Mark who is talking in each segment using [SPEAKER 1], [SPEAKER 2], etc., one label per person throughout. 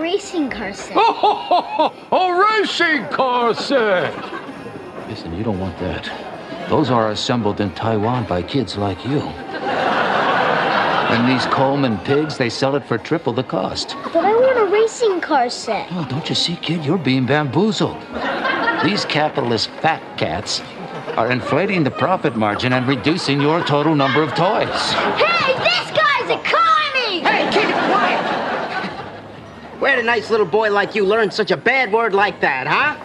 [SPEAKER 1] racing car set.
[SPEAKER 2] Oh, ho, ho, ho, a racing car set.
[SPEAKER 3] Listen, you don't want that. Those are assembled in Taiwan by kids like you. And these Coleman pigs, they sell it for triple the cost.
[SPEAKER 1] But I want a racing car set.
[SPEAKER 3] Oh, don't you see, kid? You're being bamboozled. These capitalist fat cats are inflating the profit margin and reducing your total number of toys.
[SPEAKER 1] Hey, this guy's a commie!
[SPEAKER 4] Hey, keep it quiet! Where did a nice little boy like you learn such a bad word like that, huh?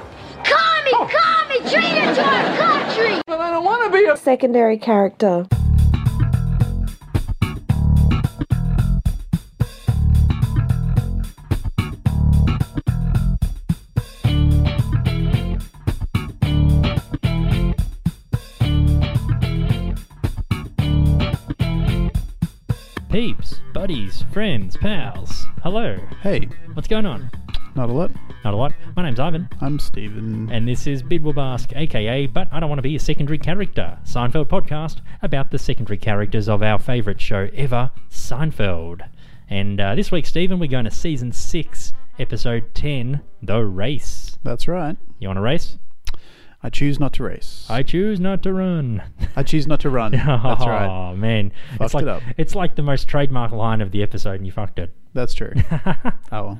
[SPEAKER 1] Commie, commie, traitor to our country!
[SPEAKER 2] But I don't want to be a.
[SPEAKER 5] Secondary character.
[SPEAKER 6] Peeps, buddies, friends, pals. Hello.
[SPEAKER 7] Hey,
[SPEAKER 6] What's going on?
[SPEAKER 7] not a lot.
[SPEAKER 6] Not a lot. My name's Ivan,
[SPEAKER 7] I'm Stephen.
[SPEAKER 6] and this is Bidwell Bask, aka But I Don't Want to Be a Secondary Character, Seinfeld podcast about the secondary characters of our favourite show ever, Seinfeld. And uh, this week, Stephen, we're going to season 6, episode 10, The Race.
[SPEAKER 7] That's right.
[SPEAKER 6] You want to race?
[SPEAKER 7] I choose not to race.
[SPEAKER 6] I choose not to run.
[SPEAKER 7] I choose not to run. That's right.
[SPEAKER 6] Oh, man.
[SPEAKER 7] Fucked
[SPEAKER 6] it's, like,
[SPEAKER 7] it up.
[SPEAKER 6] it's like the most trademark line of the episode, and you fucked it.
[SPEAKER 7] That's true. oh well.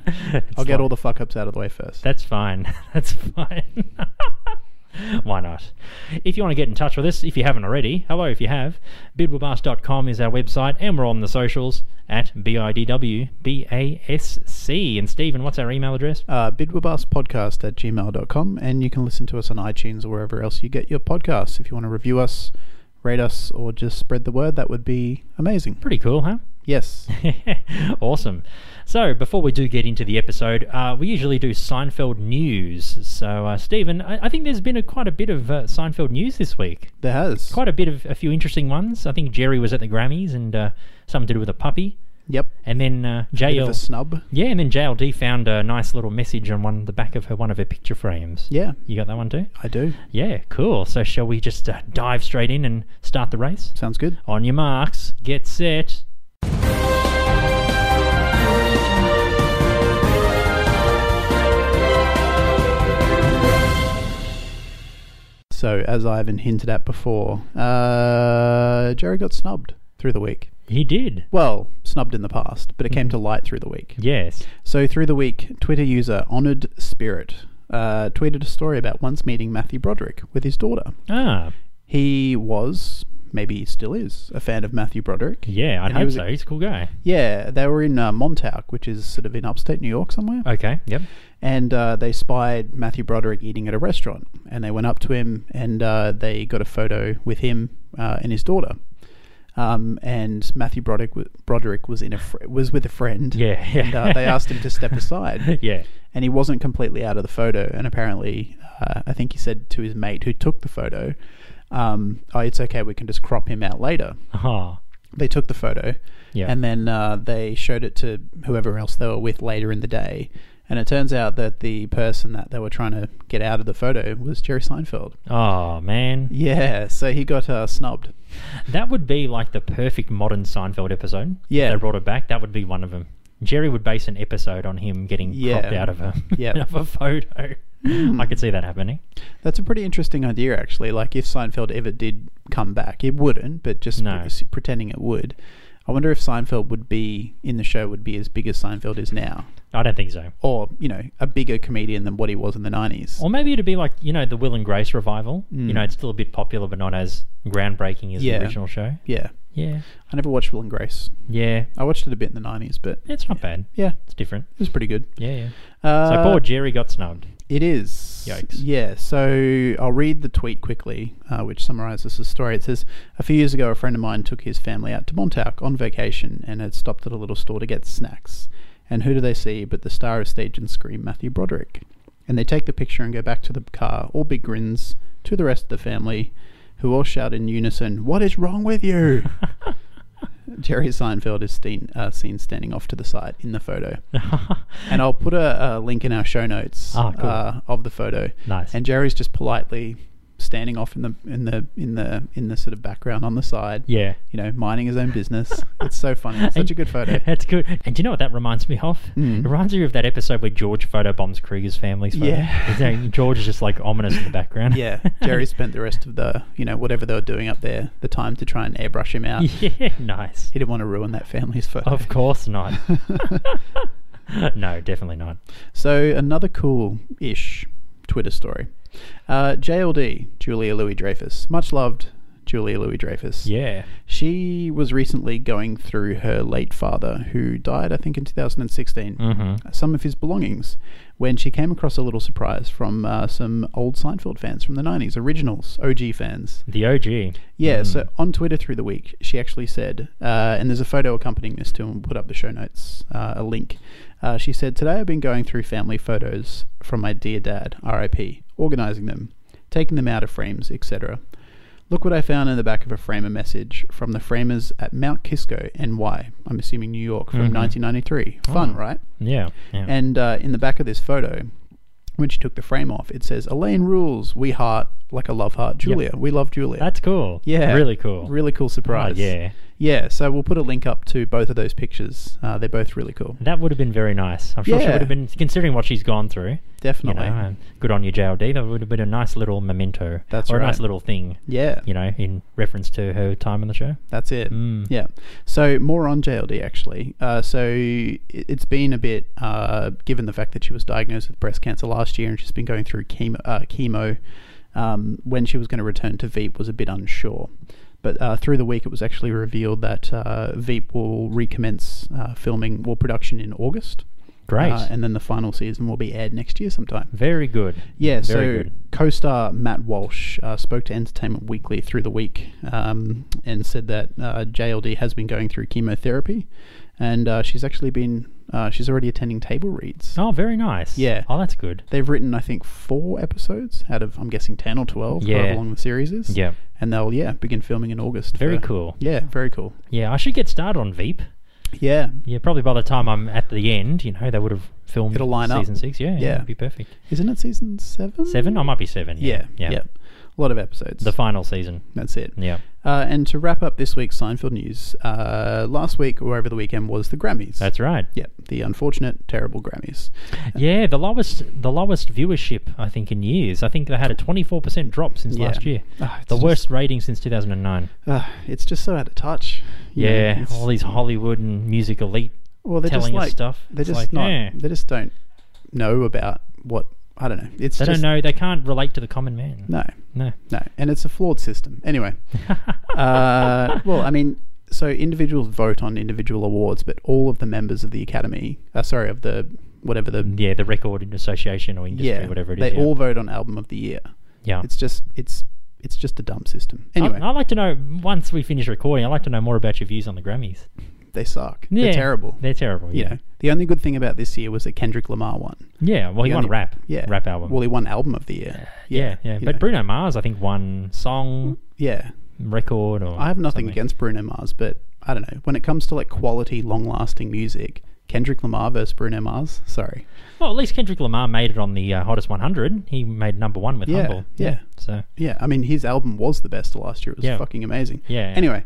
[SPEAKER 7] I'll get all the fuck ups out of the way first.
[SPEAKER 6] That's fine. That's fine. Why not? If you want to get in touch with us, if you haven't already, hello if you have. Bidwabas.com is our website, and we're on the socials at BIDWBASC. And Stephen, what's our email address?
[SPEAKER 7] Uh, bidwabaspodcast at gmail.com and you can listen to us on iTunes or wherever else you get your podcasts. If you want to review us, rate us, or just spread the word, that would be amazing.
[SPEAKER 6] Pretty cool, huh?
[SPEAKER 7] Yes.
[SPEAKER 6] awesome. So, before we do get into the episode, uh, we usually do Seinfeld news. So, uh, Stephen, I, I think there's been a, quite a bit of uh, Seinfeld news this week.
[SPEAKER 7] There has.
[SPEAKER 6] Quite a bit of a few interesting ones. I think Jerry was at the Grammys and uh, something to do with a puppy.
[SPEAKER 7] Yep.
[SPEAKER 6] And then uh,
[SPEAKER 7] Bit of a
[SPEAKER 6] JL,
[SPEAKER 7] snub.
[SPEAKER 6] yeah, and then JLD found a nice little message on one the back of her one of her picture frames.
[SPEAKER 7] Yeah,
[SPEAKER 6] you got that one too.
[SPEAKER 7] I do.
[SPEAKER 6] Yeah, cool. So shall we just uh, dive straight in and start the race?
[SPEAKER 7] Sounds good.
[SPEAKER 6] On your marks, get set.
[SPEAKER 7] So, as Ivan hinted at before, uh, Jerry got snubbed through the week.
[SPEAKER 6] He did.
[SPEAKER 7] Well, snubbed in the past, but it came to light through the week.
[SPEAKER 6] Yes.
[SPEAKER 7] So, through the week, Twitter user Honored Spirit uh, tweeted a story about once meeting Matthew Broderick with his daughter.
[SPEAKER 6] Ah,
[SPEAKER 7] He was, maybe still is, a fan of Matthew Broderick.
[SPEAKER 6] yeah. I'd
[SPEAKER 7] And he
[SPEAKER 6] hope
[SPEAKER 7] was-
[SPEAKER 6] so. He's a cool guy.
[SPEAKER 7] Yeah, they were in uh, Montauk, which is sort of in upstate New York somewhere.
[SPEAKER 6] Okay. Yep.
[SPEAKER 7] and uh, they spied Matthew Broderick eating at a restaurant, and they went up to him and uh, they got a photo with him uh, and his daughter. Um, and Matthew Broderick, w- Broderick was in a fr- was with a friend.
[SPEAKER 6] Yeah, yeah.
[SPEAKER 7] And, uh, they asked him to step aside.
[SPEAKER 6] Yeah.
[SPEAKER 7] And he wasn't completely out of the photo. And apparently, uh, I think he said to his mate who took the photo, um, "Oh, it's okay. We can just crop him out later."
[SPEAKER 6] Ah.
[SPEAKER 7] they took the photo
[SPEAKER 6] Yeah.
[SPEAKER 7] and then uh, they showed it to whoever else they were with later in the day and it turns out that the person that they were trying to get out of the photo was jerry seinfeld
[SPEAKER 6] Oh man,
[SPEAKER 7] yeah so he got uh, snubbed
[SPEAKER 6] that would be like the perfect modern Seinfeld episode.
[SPEAKER 7] Yeah.
[SPEAKER 6] If they brought it back. That would be one of them. Jerry would base an episode on him getting
[SPEAKER 7] Yeah.
[SPEAKER 6] cropped out of a
[SPEAKER 7] Yep.
[SPEAKER 6] of a photo. I could see that happening.
[SPEAKER 7] that's a pretty interesting idea actually like if seinfeld ever did come back it wouldn't but just
[SPEAKER 6] No.
[SPEAKER 7] pre- pretending it would i wonder if seinfeld would be in the show would be as big as seinfeld is now
[SPEAKER 6] I don't think so.
[SPEAKER 7] or you know a bigger comedian than what he was in the 90s
[SPEAKER 6] Or maybe it'd be like you know the Will and Grace revival. You know, it's still a bit popular, but not as groundbreaking as
[SPEAKER 7] Mm. Yeah.
[SPEAKER 6] the original show.
[SPEAKER 7] yeah
[SPEAKER 6] Yeah,
[SPEAKER 7] i never watched will and grace
[SPEAKER 6] yeah,
[SPEAKER 7] i watched it a bit in the 90s but
[SPEAKER 6] it's not bad.
[SPEAKER 7] yeah
[SPEAKER 6] It's different.
[SPEAKER 7] It was pretty good.
[SPEAKER 6] Yeah, yeah.
[SPEAKER 7] Uh,
[SPEAKER 6] So poor Jerry got snubbed.
[SPEAKER 7] It is.
[SPEAKER 6] Yikes.
[SPEAKER 7] Yeah, so I'll read the tweet quickly, uh, which summarizes the story. It says A few years ago, a friend of mine took his family out to Montauk on vacation and had stopped at a little store to get snacks. And who do they see but the star of stage and scream, Matthew Broderick? And they take the picture and go back to the car, all big grins, to the rest of the family, who all shout in unison, What is wrong with you? Jerry Seinfeld is seen, uh, seen standing off to the side in the photo. and I'll put a, a link in our show notes
[SPEAKER 6] Ah, cool.
[SPEAKER 7] uh, of the photo.
[SPEAKER 6] Nice.
[SPEAKER 7] And Jerry's just politely standing off in the in the in the in the sort of background on the side.
[SPEAKER 6] Yeah.
[SPEAKER 7] you know, minding his own business. it's so funny. It's such a good photo.
[SPEAKER 6] That's good. And do you know what that reminds me of?
[SPEAKER 7] Hmm.
[SPEAKER 6] It reminds me of that episode where George photobombs Krieger's family's photo.
[SPEAKER 7] Yeah.
[SPEAKER 6] Is there- George is just like ominous in the background.
[SPEAKER 7] Yeah, Jerry spent the rest of the you know whatever they were doing up there, the time to try and airbrush him out.
[SPEAKER 6] yeah, nice.
[SPEAKER 7] He didn't want to ruin that family's photo.
[SPEAKER 6] Of course not. no, definitely not.
[SPEAKER 7] So another cool-ish Twitter story. Uh, JLD, Julia Louis Dreyfus, much loved Julia Louis Dreyfus.
[SPEAKER 6] Yeah.
[SPEAKER 7] She was recently going through her late father, who died, I think, in 2016, some of his belongings, when she came across a little surprise from uh, some old Seinfeld fans from the 90s, originals, OG fans.
[SPEAKER 6] The OG.
[SPEAKER 7] Yeah, so on Twitter through the week, she actually said, uh, and there's a photo accompanying this too, and we'll put up the show notes, uh, a link. Uh, she said, Today I've been going through family photos from my dear dad, RIP, organizing them, taking them out of frames, etc. Look what I found in the back of a framer message from the framers at Mount Kisco, NY, I'm assuming New York, from 1993. Fun, right?
[SPEAKER 6] Yeah. yeah.
[SPEAKER 7] And uh, in the back of this photo, when she took the frame off, it says, Elaine rules, we heart, like a love heart, Julia. We love Julia.
[SPEAKER 6] That's cool.
[SPEAKER 7] Yeah.
[SPEAKER 6] Really cool. Oh,
[SPEAKER 7] Really cool surprise.
[SPEAKER 6] yeah.
[SPEAKER 7] Yeah, so we'll put a link up to both of those pictures. Uh, they're both really cool.
[SPEAKER 6] That would have been very nice. I'm sure she
[SPEAKER 7] Yeah.
[SPEAKER 6] would have been, considering what she's gone through. You know,
[SPEAKER 7] Definitely.
[SPEAKER 6] uh, good on you, JLD. That would have been a nice little memento.
[SPEAKER 7] That's
[SPEAKER 6] or a nice
[SPEAKER 7] right.
[SPEAKER 6] little thing.
[SPEAKER 7] yeah,
[SPEAKER 6] You Hmm. know, in reference to her time on the show.
[SPEAKER 7] that's it. Yeah. So more on JLD actually. Uh, so it- it's been a bit, uh, given the fact that she was diagnosed with breast cancer last year and she's been going through chemo, uh, chemo um, when she was going to return to Veep was a bit unsure. But uh, through the week, it was actually revealed that uh, Veep will recommence uh, filming or production in August.
[SPEAKER 6] Great.
[SPEAKER 7] Uh, and then the final season will be aired next year sometime.
[SPEAKER 6] Very good.
[SPEAKER 7] Yeah,
[SPEAKER 6] Mm-hmm. Very
[SPEAKER 7] so
[SPEAKER 6] good.
[SPEAKER 7] co-star Matt Walsh uh, spoke to Entertainment Weekly through the week um, and said that uh, JLD has been going through chemotherapy, and uh, she's actually been uh, she's already attending table reads.
[SPEAKER 6] Oh, very nice.
[SPEAKER 7] Yeah.
[SPEAKER 6] Oh, that's good.
[SPEAKER 7] They've written I think four episodes out of I'm guessing ten or twelve,
[SPEAKER 6] Yeah.
[SPEAKER 7] however long the series is.
[SPEAKER 6] Yeah.
[SPEAKER 7] and they'll yeah begin filming in August.
[SPEAKER 6] Very cool.
[SPEAKER 7] Yeah, very cool.
[SPEAKER 6] Yeah, I should get started on Veep.
[SPEAKER 7] Yeah,
[SPEAKER 6] Yeah, probably by the time I'm at the end, you know, they would have filmed
[SPEAKER 7] It'll line up.
[SPEAKER 6] season six. Yeah, yeah,
[SPEAKER 7] Yeah.
[SPEAKER 6] it'd be perfect.
[SPEAKER 7] isn't it season seven?
[SPEAKER 6] Seven? I might be seven.
[SPEAKER 7] Yeah,
[SPEAKER 6] yeah.
[SPEAKER 7] yeah. A lot of episodes.
[SPEAKER 6] The final season.
[SPEAKER 7] That's it.
[SPEAKER 6] Yeah.
[SPEAKER 7] Uh, and to wrap up this week's Seinfeld news, uh, last week or over the weekend was the Grammys.
[SPEAKER 6] That's right.
[SPEAKER 7] yeah, the unfortunate, terrible Grammys.
[SPEAKER 6] Yeah, the lowest the lowest viewership I think in years. I think they had a 24% drop since
[SPEAKER 7] Yeah.
[SPEAKER 6] last year.
[SPEAKER 7] Ah, it's
[SPEAKER 6] the
[SPEAKER 7] just-
[SPEAKER 6] worst rating since 2009.
[SPEAKER 7] Uh, it's just so out of touch. you know,
[SPEAKER 6] Yeah,
[SPEAKER 7] it's-
[SPEAKER 6] all these Hollywood and music elite.
[SPEAKER 7] well, they're
[SPEAKER 6] telling
[SPEAKER 7] just
[SPEAKER 6] us
[SPEAKER 7] like,
[SPEAKER 6] stuff.
[SPEAKER 7] They're
[SPEAKER 6] It's
[SPEAKER 7] just
[SPEAKER 6] like,
[SPEAKER 7] not.
[SPEAKER 6] eh.
[SPEAKER 7] They just don't know about what I don't know. It's
[SPEAKER 6] They don't
[SPEAKER 7] just,
[SPEAKER 6] know. They can't relate to the common man.
[SPEAKER 7] No,
[SPEAKER 6] No.
[SPEAKER 7] no, and it's a flawed system. Anyway, uh, well, I mean, so individuals vote on individual awards, but all of the members of the Academy, uh, sorry, of the whatever the
[SPEAKER 6] Yeah, the record association or industry, whatever it is.
[SPEAKER 7] They
[SPEAKER 6] yeah.
[SPEAKER 7] all vote on album of the year.
[SPEAKER 6] yeah.
[SPEAKER 7] It's just it's it's just a dumb system.
[SPEAKER 6] I-
[SPEAKER 7] Anyway,
[SPEAKER 6] I'd like to know once we finish recording. I'd like to know more about your views on the Grammys.
[SPEAKER 7] they suck.
[SPEAKER 6] Yeah,
[SPEAKER 7] They're terrible.
[SPEAKER 6] They're terrible.
[SPEAKER 7] you
[SPEAKER 6] Yeah.
[SPEAKER 7] know, the only good thing about this year was that Kendrick Lamar won.
[SPEAKER 6] Yeah. Well, he
[SPEAKER 7] The
[SPEAKER 6] won
[SPEAKER 7] only-
[SPEAKER 6] rap.
[SPEAKER 7] yeah,
[SPEAKER 6] Rap album.
[SPEAKER 7] Well, he won album of the year.
[SPEAKER 6] yeah. Yeah.
[SPEAKER 7] you
[SPEAKER 6] But
[SPEAKER 7] know.
[SPEAKER 6] Bruno Mars, I think, won song,
[SPEAKER 7] yeah,
[SPEAKER 6] record, or
[SPEAKER 7] I have nothing
[SPEAKER 6] something.
[SPEAKER 7] against Bruno Mars, but I don't know when it comes to like quality, long-lasting music. Kendrick Lamar versus Bruno Mars. Sorry,
[SPEAKER 6] Well, at least Kendrick Lamar made it on the uh, hottest 100. He made number one with
[SPEAKER 7] Yeah,
[SPEAKER 6] Humble.
[SPEAKER 7] yeah.
[SPEAKER 6] So
[SPEAKER 7] yeah, I mean his album was the best last year. It was
[SPEAKER 6] Yeah.
[SPEAKER 7] fucking amazing.
[SPEAKER 6] Yeah, yeah.
[SPEAKER 7] Anyway,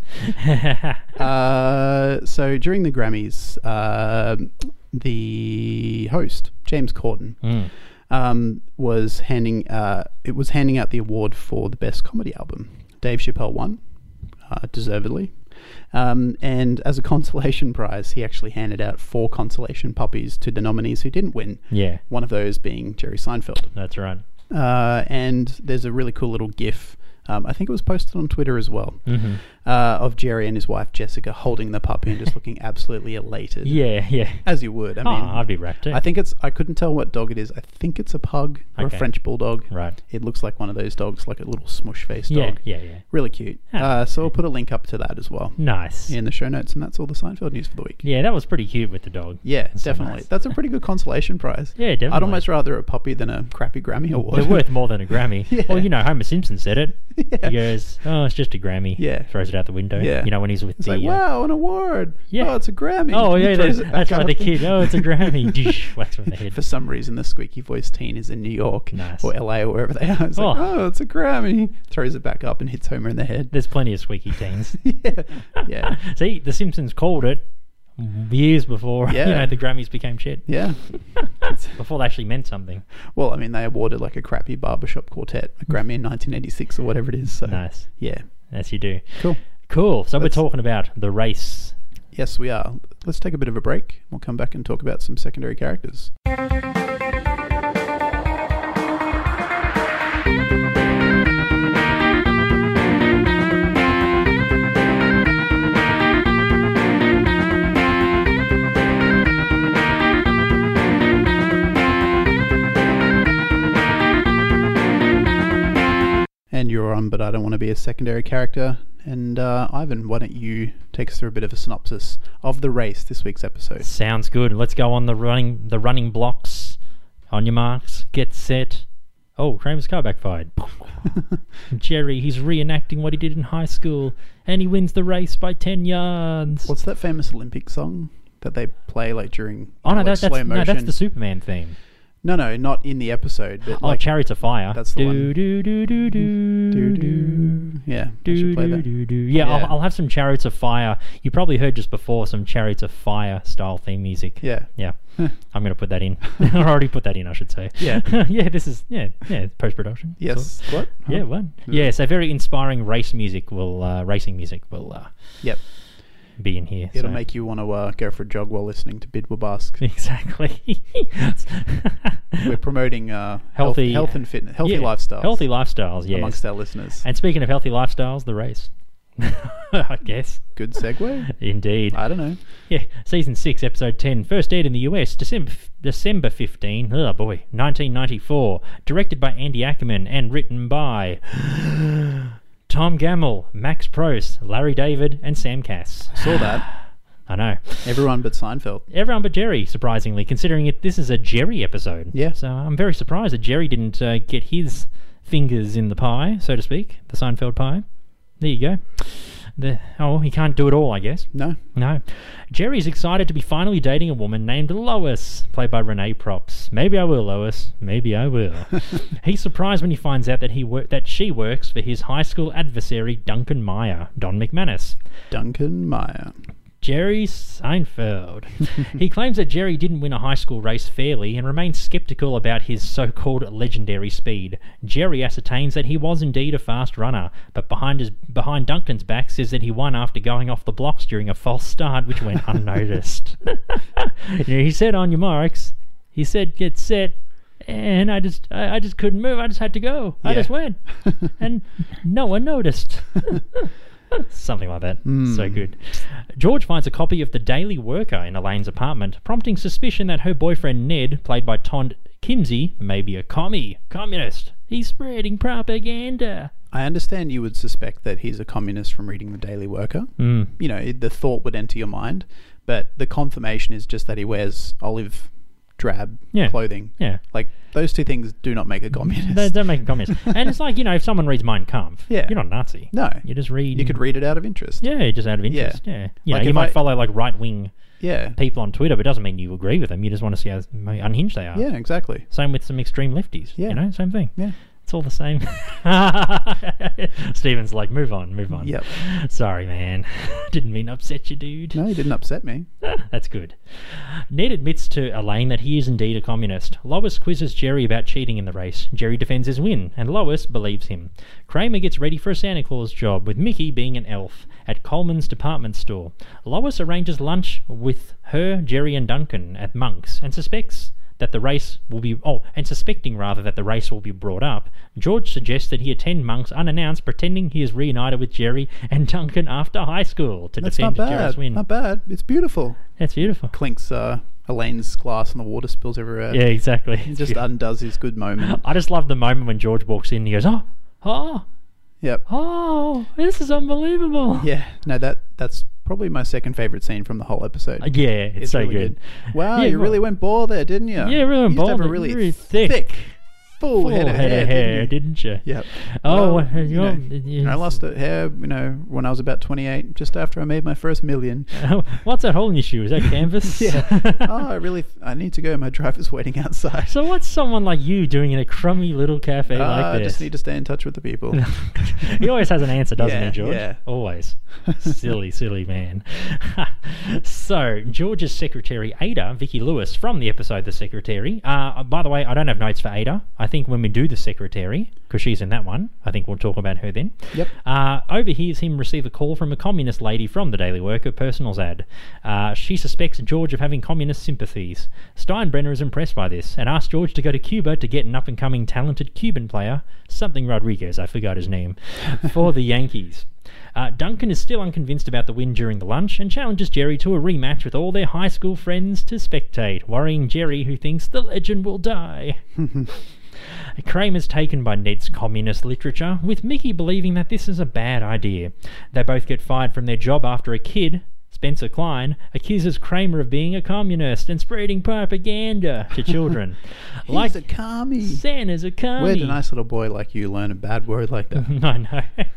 [SPEAKER 7] Uh, so during the Grammys, uh, the host James Corden
[SPEAKER 6] Mm.
[SPEAKER 7] um, was handing uh, it was handing out the award for the best comedy album. Dave Chappelle won, uh, deservedly. Um, and as a consolation prize, he actually handed out four consolation puppies to the nominees who didn't win.
[SPEAKER 6] Yeah.
[SPEAKER 7] One of those being Jerry Seinfeld.
[SPEAKER 6] that's right.
[SPEAKER 7] Uh, and there's a really cool little GIF. Um, I think it was posted on Twitter as well
[SPEAKER 6] Mm-hmm.
[SPEAKER 7] uh, of Jerry and his wife Jessica holding the puppy and just looking absolutely elated.
[SPEAKER 6] Yeah. Yeah.
[SPEAKER 7] as you would. I
[SPEAKER 6] Oh,
[SPEAKER 7] mean,
[SPEAKER 6] I'd be wrapped too.
[SPEAKER 7] I think it's. I couldn't tell what dog it is. I think it's a pug or
[SPEAKER 6] Okay.
[SPEAKER 7] a French bulldog.
[SPEAKER 6] Right.
[SPEAKER 7] It looks like one of those dogs, like a little smush faced
[SPEAKER 6] Yeah,
[SPEAKER 7] dog.
[SPEAKER 6] yeah, yeah.
[SPEAKER 7] Really cute. Uh, so I'll put a link up to that as well
[SPEAKER 6] Nice. Yeah.
[SPEAKER 7] in the show notes, and that's all the Seinfeld news for the week.
[SPEAKER 6] that was pretty cute with the dog.
[SPEAKER 7] Yeah,
[SPEAKER 6] That's so
[SPEAKER 7] definitely.
[SPEAKER 6] nice.
[SPEAKER 7] That's a pretty good consolation prize.
[SPEAKER 6] Yeah, definitely.
[SPEAKER 7] I'd almost rather a puppy than a crappy Grammy award.
[SPEAKER 6] They're worth more than a Grammy. Well, you know, Homer Simpson said it.
[SPEAKER 7] Yeah.
[SPEAKER 6] He goes, "Oh, it's just a Grammy."
[SPEAKER 7] Yeah.
[SPEAKER 6] Throws it out the window.
[SPEAKER 7] Yeah.
[SPEAKER 6] You know when he's with
[SPEAKER 7] It's
[SPEAKER 6] the
[SPEAKER 7] like,
[SPEAKER 6] uh,
[SPEAKER 7] wow, an award.
[SPEAKER 6] Yeah.
[SPEAKER 7] Oh, it's a Grammy.
[SPEAKER 6] Oh
[SPEAKER 7] He
[SPEAKER 6] yeah,
[SPEAKER 7] throws
[SPEAKER 6] that's,
[SPEAKER 7] it back
[SPEAKER 6] that's right.
[SPEAKER 7] up.
[SPEAKER 6] The kid. Oh, it's a Grammy. Dish, whacks him in the head.
[SPEAKER 7] For some reason, the squeaky voice teen is in New York
[SPEAKER 6] Nice.
[SPEAKER 7] or LA or wherever they are. It's like,
[SPEAKER 6] Oh.
[SPEAKER 7] oh, it's a Grammy. Throws it back up and hits Homer in the head.
[SPEAKER 6] There's plenty of squeaky teens.
[SPEAKER 7] yeah. Yeah.
[SPEAKER 6] See, The Simpsons called it years before
[SPEAKER 7] Yeah.
[SPEAKER 6] you know the Grammys became shit.
[SPEAKER 7] Yeah.
[SPEAKER 6] Before they actually meant something.
[SPEAKER 7] Well, I mean, they awarded like a crappy barbershop quartet a Grammy in 1986 or whatever it is. So,
[SPEAKER 6] Nice.
[SPEAKER 7] yeah.
[SPEAKER 6] Yes, you do.
[SPEAKER 7] Cool.
[SPEAKER 6] Cool. So
[SPEAKER 7] Let's-
[SPEAKER 6] we're talking about the race.
[SPEAKER 7] Yes, we are. Let's take a bit of a break. We'll come back and talk about some secondary characters. And you're on, but I don't want to be a secondary character. And uh, Ivan, why don't you take us through a bit of a synopsis of the race this week's episode?
[SPEAKER 6] Sounds good. Let's go on the running the running blocks. On your marks, get set. Oh, Kramer's car backfired. Jerry, he's reenacting what he did in high school, and he wins the race by ten yards.
[SPEAKER 7] What's that famous Olympic song that they play like during
[SPEAKER 6] oh no,
[SPEAKER 7] like,
[SPEAKER 6] that, that's
[SPEAKER 7] slow
[SPEAKER 6] no,
[SPEAKER 7] motion?
[SPEAKER 6] that's the Superman theme.
[SPEAKER 7] no, no, not in the episode, but
[SPEAKER 6] Oh,
[SPEAKER 7] like
[SPEAKER 6] Chariots of Fire.
[SPEAKER 7] that's the
[SPEAKER 6] do,
[SPEAKER 7] one.
[SPEAKER 6] Do do do do
[SPEAKER 7] do,
[SPEAKER 6] do
[SPEAKER 7] do. Yeah, I
[SPEAKER 6] do
[SPEAKER 7] should play
[SPEAKER 6] do,
[SPEAKER 7] that.
[SPEAKER 6] do, do. Yeah,
[SPEAKER 7] Yeah.
[SPEAKER 6] I'll, I'll have some Chariots of Fire. You probably heard just before some Chariots of Fire style theme music.
[SPEAKER 7] Yeah.
[SPEAKER 6] Yeah. I'm going to put that in. I already put that in, I should say.
[SPEAKER 7] Yeah.
[SPEAKER 6] yeah, this is, yeah, yeah, post production.
[SPEAKER 7] Yes. What? Huh?
[SPEAKER 6] Yeah, one. Yeah, so very inspiring race music will, uh, racing music will uh,
[SPEAKER 7] Yep.
[SPEAKER 6] be in here.
[SPEAKER 7] It'll
[SPEAKER 6] so.
[SPEAKER 7] make you want to uh, go for a jog while listening to Bid Wabask.
[SPEAKER 6] Exactly.
[SPEAKER 7] We're promoting uh,
[SPEAKER 6] Healthy-
[SPEAKER 7] health, health and fitness, healthy
[SPEAKER 6] Yeah,
[SPEAKER 7] lifestyles
[SPEAKER 6] Healthy lifestyles, yeah.
[SPEAKER 7] amongst our listeners.
[SPEAKER 6] And speaking of healthy lifestyles, the race. I guess.
[SPEAKER 7] Good segue.
[SPEAKER 6] Indeed.
[SPEAKER 7] I don't know.
[SPEAKER 6] Yeah, season six, episode ten, first aired in the U.S. December December fifteen. Oh boy, nineteen ninety four. Directed by Andy Ackerman and written by Tom Gamble, Max Prost, Larry David, and Sam Cass.
[SPEAKER 7] Saw that.
[SPEAKER 6] I know
[SPEAKER 7] Everyone but Seinfeld.
[SPEAKER 6] everyone but Jerry, surprisingly, considering it. This is a Jerry episode.
[SPEAKER 7] Yeah.
[SPEAKER 6] So I'm very surprised that Jerry didn't uh, get his fingers in the pie, so to speak, the Seinfeld pie. There you go. The, oh, he can't do it all, I guess.
[SPEAKER 7] No.
[SPEAKER 6] No. Jerry's excited to be finally dating a woman named Lois, played by Renee Props. Maybe I will, Lois. Maybe I will. He's surprised when he finds out that he wor- that she works for his high school adversary Duncan Meyer, Don McManus.
[SPEAKER 7] Duncan Meyer.
[SPEAKER 6] Jerry Seinfeld. he claims that Jerry didn't win a high school race fairly and remains skeptical about his so called legendary speed. Jerry ascertains that he was indeed a fast runner, but behind, his, behind Duncan's back says that he won after going off the blocks during a false start, which went unnoticed. You know, he said, On your marks, he said, Get set. And I just, I, I just couldn't move. I just had to go. I
[SPEAKER 7] Yeah.
[SPEAKER 6] just went, and no one noticed. Something like that. So good. George finds a copy of The Daily Worker in Elaine's apartment, prompting suspicion that her boyfriend Ned, played by Todd Kimsey, may be a commie, communist. He's spreading propaganda.
[SPEAKER 7] I understand you would suspect that he's a communist from reading The Daily Worker. Mm. You know, the thought would enter your mind, but the confirmation is just that he wears olive drab
[SPEAKER 6] Yeah.
[SPEAKER 7] clothing.
[SPEAKER 6] Yeah.
[SPEAKER 7] Like, those two things do not make a communist.
[SPEAKER 6] They don't make a communist. and it's like, you know, if someone reads Mein Kampf,
[SPEAKER 7] Yeah.
[SPEAKER 6] you're not a Nazi.
[SPEAKER 7] No.
[SPEAKER 6] You just read.
[SPEAKER 7] You could read it out of interest.
[SPEAKER 6] Yeah, just out of interest. Yeah. You, know,
[SPEAKER 7] Like
[SPEAKER 6] you
[SPEAKER 7] if
[SPEAKER 6] might
[SPEAKER 7] I-
[SPEAKER 6] follow like right wing
[SPEAKER 7] Yeah.
[SPEAKER 6] people on Twitter, but it doesn't mean you agree with them. You just want to see how unhinged they are.
[SPEAKER 7] Yeah, exactly.
[SPEAKER 6] Same with some extreme lefties.
[SPEAKER 7] Yeah.
[SPEAKER 6] You know, same thing.
[SPEAKER 7] Yeah.
[SPEAKER 6] It's all the same. Steven's like, move on, move on.
[SPEAKER 7] Yep.
[SPEAKER 6] Sorry, man. Didn't mean to upset you, dude.
[SPEAKER 7] No, he didn't upset me.
[SPEAKER 6] That's good. Ned admits to Elaine that he is indeed a communist. Lois quizzes Jerry about cheating in the race. Jerry defends his win, and Lois believes him. Kramer gets ready for a Santa Claus job, with Mickey being an elf, at Coleman's department store. Lois arranges lunch with her, Jerry, and Duncan at Monk's, and suspects that the race will be oh and suspecting rather that the race will be brought up george suggests that he attend monks unannounced pretending he is reunited with jerry and duncan after high school to
[SPEAKER 7] That's not
[SPEAKER 6] defend jerry's
[SPEAKER 7] bad.
[SPEAKER 6] win
[SPEAKER 7] Not bad. It's beautiful.
[SPEAKER 6] that's beautiful
[SPEAKER 7] Clinks uh, Elaine's glass and the water spills everywhere.
[SPEAKER 6] Yeah, exactly.
[SPEAKER 7] He
[SPEAKER 6] It's
[SPEAKER 7] just
[SPEAKER 6] beautiful.
[SPEAKER 7] undoes his good moment.
[SPEAKER 6] I just love the moment when George walks in and he goes, oh, oh,
[SPEAKER 7] Yep.
[SPEAKER 6] oh, this is unbelievable.
[SPEAKER 7] Yeah. No, that that's probably my second favorite scene from the whole episode.
[SPEAKER 6] Uh, Yeah, it's, so
[SPEAKER 7] really
[SPEAKER 6] good.
[SPEAKER 7] Wow,
[SPEAKER 6] Yeah,
[SPEAKER 7] you
[SPEAKER 6] well-
[SPEAKER 7] really went ball there, didn't you?
[SPEAKER 6] Yeah, really went
[SPEAKER 7] you used to
[SPEAKER 6] ball
[SPEAKER 7] have a
[SPEAKER 6] there,
[SPEAKER 7] really,
[SPEAKER 6] really
[SPEAKER 7] thick,
[SPEAKER 6] thick.
[SPEAKER 7] thick, full,
[SPEAKER 6] Full
[SPEAKER 7] head of
[SPEAKER 6] head
[SPEAKER 7] hair,
[SPEAKER 6] of hair,
[SPEAKER 7] didn't you?
[SPEAKER 6] didn't you?
[SPEAKER 7] Yep.
[SPEAKER 6] Oh,
[SPEAKER 7] Well,
[SPEAKER 6] well,
[SPEAKER 7] you know,
[SPEAKER 6] you
[SPEAKER 7] And I lost it hair, you know, when I was about 28, just after I made my first million.
[SPEAKER 6] What's that hole in your shoe? Is that canvas?
[SPEAKER 7] oh, I really, I need to go. My driver's waiting outside.
[SPEAKER 6] So what's someone like you doing in a crummy little cafe
[SPEAKER 7] Ah,
[SPEAKER 6] like
[SPEAKER 7] I
[SPEAKER 6] this?
[SPEAKER 7] just need to stay in touch with the people.
[SPEAKER 6] he always has an answer, doesn't
[SPEAKER 7] Yeah,
[SPEAKER 6] he, George?
[SPEAKER 7] yeah.
[SPEAKER 6] Always. silly, silly man. so, George's secretary, Ada, Vicky Lewis, from the episode The Secretary. Uh, by the way, I don't have notes for Ada. I think when we do The Secretary, because she's in that one, I think we'll talk about her then.
[SPEAKER 7] Yep.
[SPEAKER 6] Uh, overhears him receive a call from a communist lady from the Daily Worker personals ad. Uh, she suspects George of having communist sympathies. Steinbrenner is impressed by this and asks George to go to Cuba to get an up and coming talented Cuban player, something Rodriguez, I forgot his name, for the Yankees. Uh, Duncan is still unconvinced about the win during the lunch and challenges Jerry to a rematch with all their high school friends to spectate, worrying Jerry, who thinks the legend will die. Kramer's taken by Ned's communist literature, with Mickey believing that this is a bad idea. They both get fired from their job after a kid, Spencer Klein, accuses Kramer of being a communist and spreading propaganda to children.
[SPEAKER 7] He's
[SPEAKER 6] like
[SPEAKER 7] a commie.
[SPEAKER 6] Santa's a commie.
[SPEAKER 7] Where'd a nice little boy like you learn a bad word like that?
[SPEAKER 6] I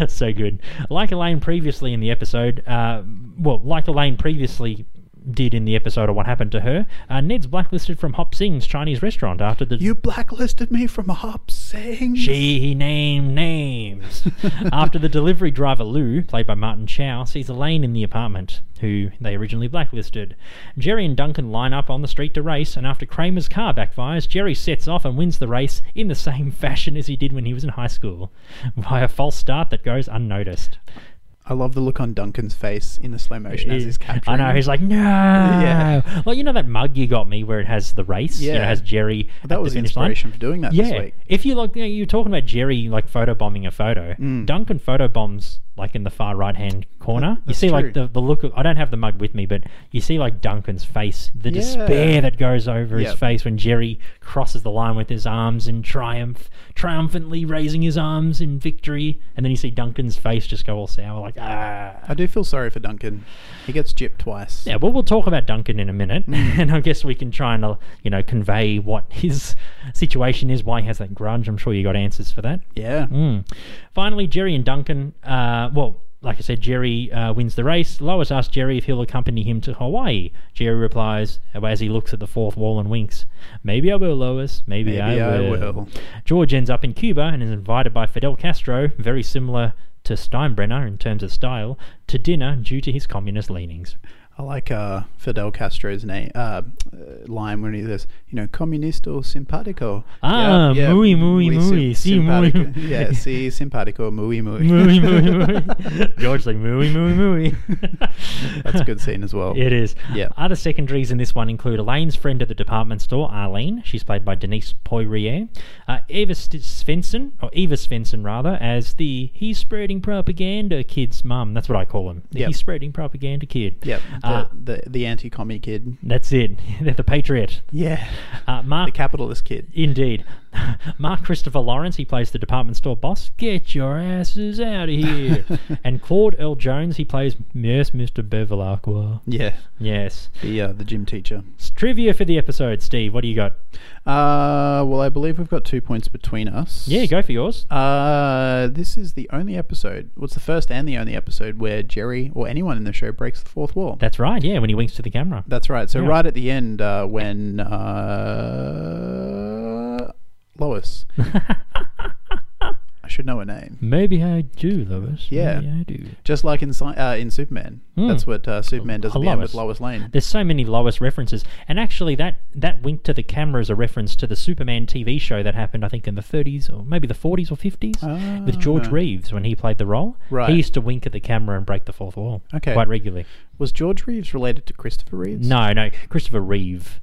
[SPEAKER 6] know. so good. Like Elaine previously in the episode, uh, well, like Elaine previously did in the episode of What Happened to Her, uh, Ned's blacklisted from Hop Sing's Chinese restaurant after the.
[SPEAKER 7] you blacklisted me from Hop Sing.
[SPEAKER 6] She named names. After the delivery driver Lou, played by Martin Chow, sees Elaine in the apartment, who they originally blacklisted. Jerry and Duncan line up on the street to race, and after Kramer's car backfires, Jerry sets off and wins the race in the same fashion as he did when he was in high school, by a false start that goes unnoticed.
[SPEAKER 7] I love the look on Duncan's face in the slow motion as he's
[SPEAKER 6] I
[SPEAKER 7] capturing.
[SPEAKER 6] know,
[SPEAKER 7] him.
[SPEAKER 6] he's like, no.
[SPEAKER 7] Yeah.
[SPEAKER 6] Like, you know that mug you got me where it has the race? You know, it
[SPEAKER 7] Yeah.
[SPEAKER 6] has Jerry. at
[SPEAKER 7] that
[SPEAKER 6] the
[SPEAKER 7] was the
[SPEAKER 6] finish line?
[SPEAKER 7] inspiration for doing that
[SPEAKER 6] Yeah,
[SPEAKER 7] this week.
[SPEAKER 6] if you like, you know, you're talking about Jerry like photobombing a photo.
[SPEAKER 7] Mm.
[SPEAKER 6] Duncan photobombs like in the far right hand corner. you
[SPEAKER 7] that's
[SPEAKER 6] see like
[SPEAKER 7] true.
[SPEAKER 6] the, the look. Of, I don't have the mug with me, but you see like Duncan's face, the
[SPEAKER 7] Yeah.
[SPEAKER 6] despair that goes over his
[SPEAKER 7] Yep.
[SPEAKER 6] face when Jerry crosses the line with his arms in triumph, triumphantly raising his arms in victory, and then you see Duncan's face just go all sour, like ah.
[SPEAKER 7] I do feel sorry for Duncan. He gets gypped twice.
[SPEAKER 6] Yeah, well, we'll talk about Duncan in a minute,
[SPEAKER 7] Mm.
[SPEAKER 6] and I guess we can try and uh, you know convey what his situation is, why he has that grudge. I'm sure you got answers for that.
[SPEAKER 7] Yeah.
[SPEAKER 6] Mm. Finally, Jerry and Duncan. Uh, well, like I said, Jerry uh, wins the race. Lois asks Jerry if he'll accompany him to Hawaii. Jerry replies as he looks at the fourth wall and winks. Maybe I will, Lois. Maybe,
[SPEAKER 7] Maybe I will."
[SPEAKER 6] George ends up in Cuba and is invited by Fidel Castro, very similar to Steinbrenner in terms of style, to dinner due to his communist leanings.
[SPEAKER 7] I like uh, Fidel Castro's name uh, uh, line when he says, you know, comunisto simpatico.
[SPEAKER 6] Ah, muy, muy, muy, sí, muy.
[SPEAKER 7] simpatico. Yeah, sí, simpatico, muy, muy.
[SPEAKER 6] Mooey, mooey, mooey. George like mooey, mooey, mooey.
[SPEAKER 7] That's a good scene as well.
[SPEAKER 6] It is.
[SPEAKER 7] Yeah.
[SPEAKER 6] Other secondaries in this one include Elaine's friend at the department store, Arlene. She's played by Denise Poirier. Uh, Eva St- Svensson, or Eva Svensson rather, as the he's spreading propaganda kid's mum. That's what I call him. The
[SPEAKER 7] Yep.
[SPEAKER 6] He's spreading propaganda kid.
[SPEAKER 7] Yep, the,
[SPEAKER 6] Uh,
[SPEAKER 7] the, the anti-commie kid.
[SPEAKER 6] that's it. They're the patriot.
[SPEAKER 7] Yeah.
[SPEAKER 6] Uh, Mark.
[SPEAKER 7] The capitalist kid.
[SPEAKER 6] Indeed. Mark Christopher Lawrence, he plays the department store boss. Get your asses out of here. and Claude Earl Jones, he plays Yes, Mr. Bevilacqua.
[SPEAKER 7] Yeah,
[SPEAKER 6] Yes.
[SPEAKER 7] the, uh, the gym teacher.
[SPEAKER 6] Trivia for the episode, Steve. What do you got?
[SPEAKER 7] Uh, well, I believe we've got two points between us.
[SPEAKER 6] Yeah, go for yours.
[SPEAKER 7] Uh, this is the only episode. What's the first and the only episode where Jerry or anyone in the show breaks the fourth wall?
[SPEAKER 6] That's right. Yeah, when he winks to the camera.
[SPEAKER 7] That's right. So
[SPEAKER 6] Yeah.
[SPEAKER 7] right at the end, uh, when uh, Lois, I should know her name.
[SPEAKER 6] Maybe I do, Lewis.
[SPEAKER 7] Yeah.
[SPEAKER 6] Maybe I do.
[SPEAKER 7] Just like in Sci- uh, in Superman, that's what uh, Superman does at the end with
[SPEAKER 6] Hmm. Lois.
[SPEAKER 7] Lois Lane.
[SPEAKER 6] There's so many Lois references, and actually, that that wink to the camera is a reference to the Superman TV show that happened, I think, in the 30s or maybe the 40s or 50s with George Reeves when he played the role.
[SPEAKER 7] Ah. Right.
[SPEAKER 6] He used to wink at the camera and break the fourth wall.
[SPEAKER 7] Okay.
[SPEAKER 6] Quite regularly.
[SPEAKER 7] Was George Reeves related to Christopher Reeves?
[SPEAKER 6] No, no, Christopher Reeve.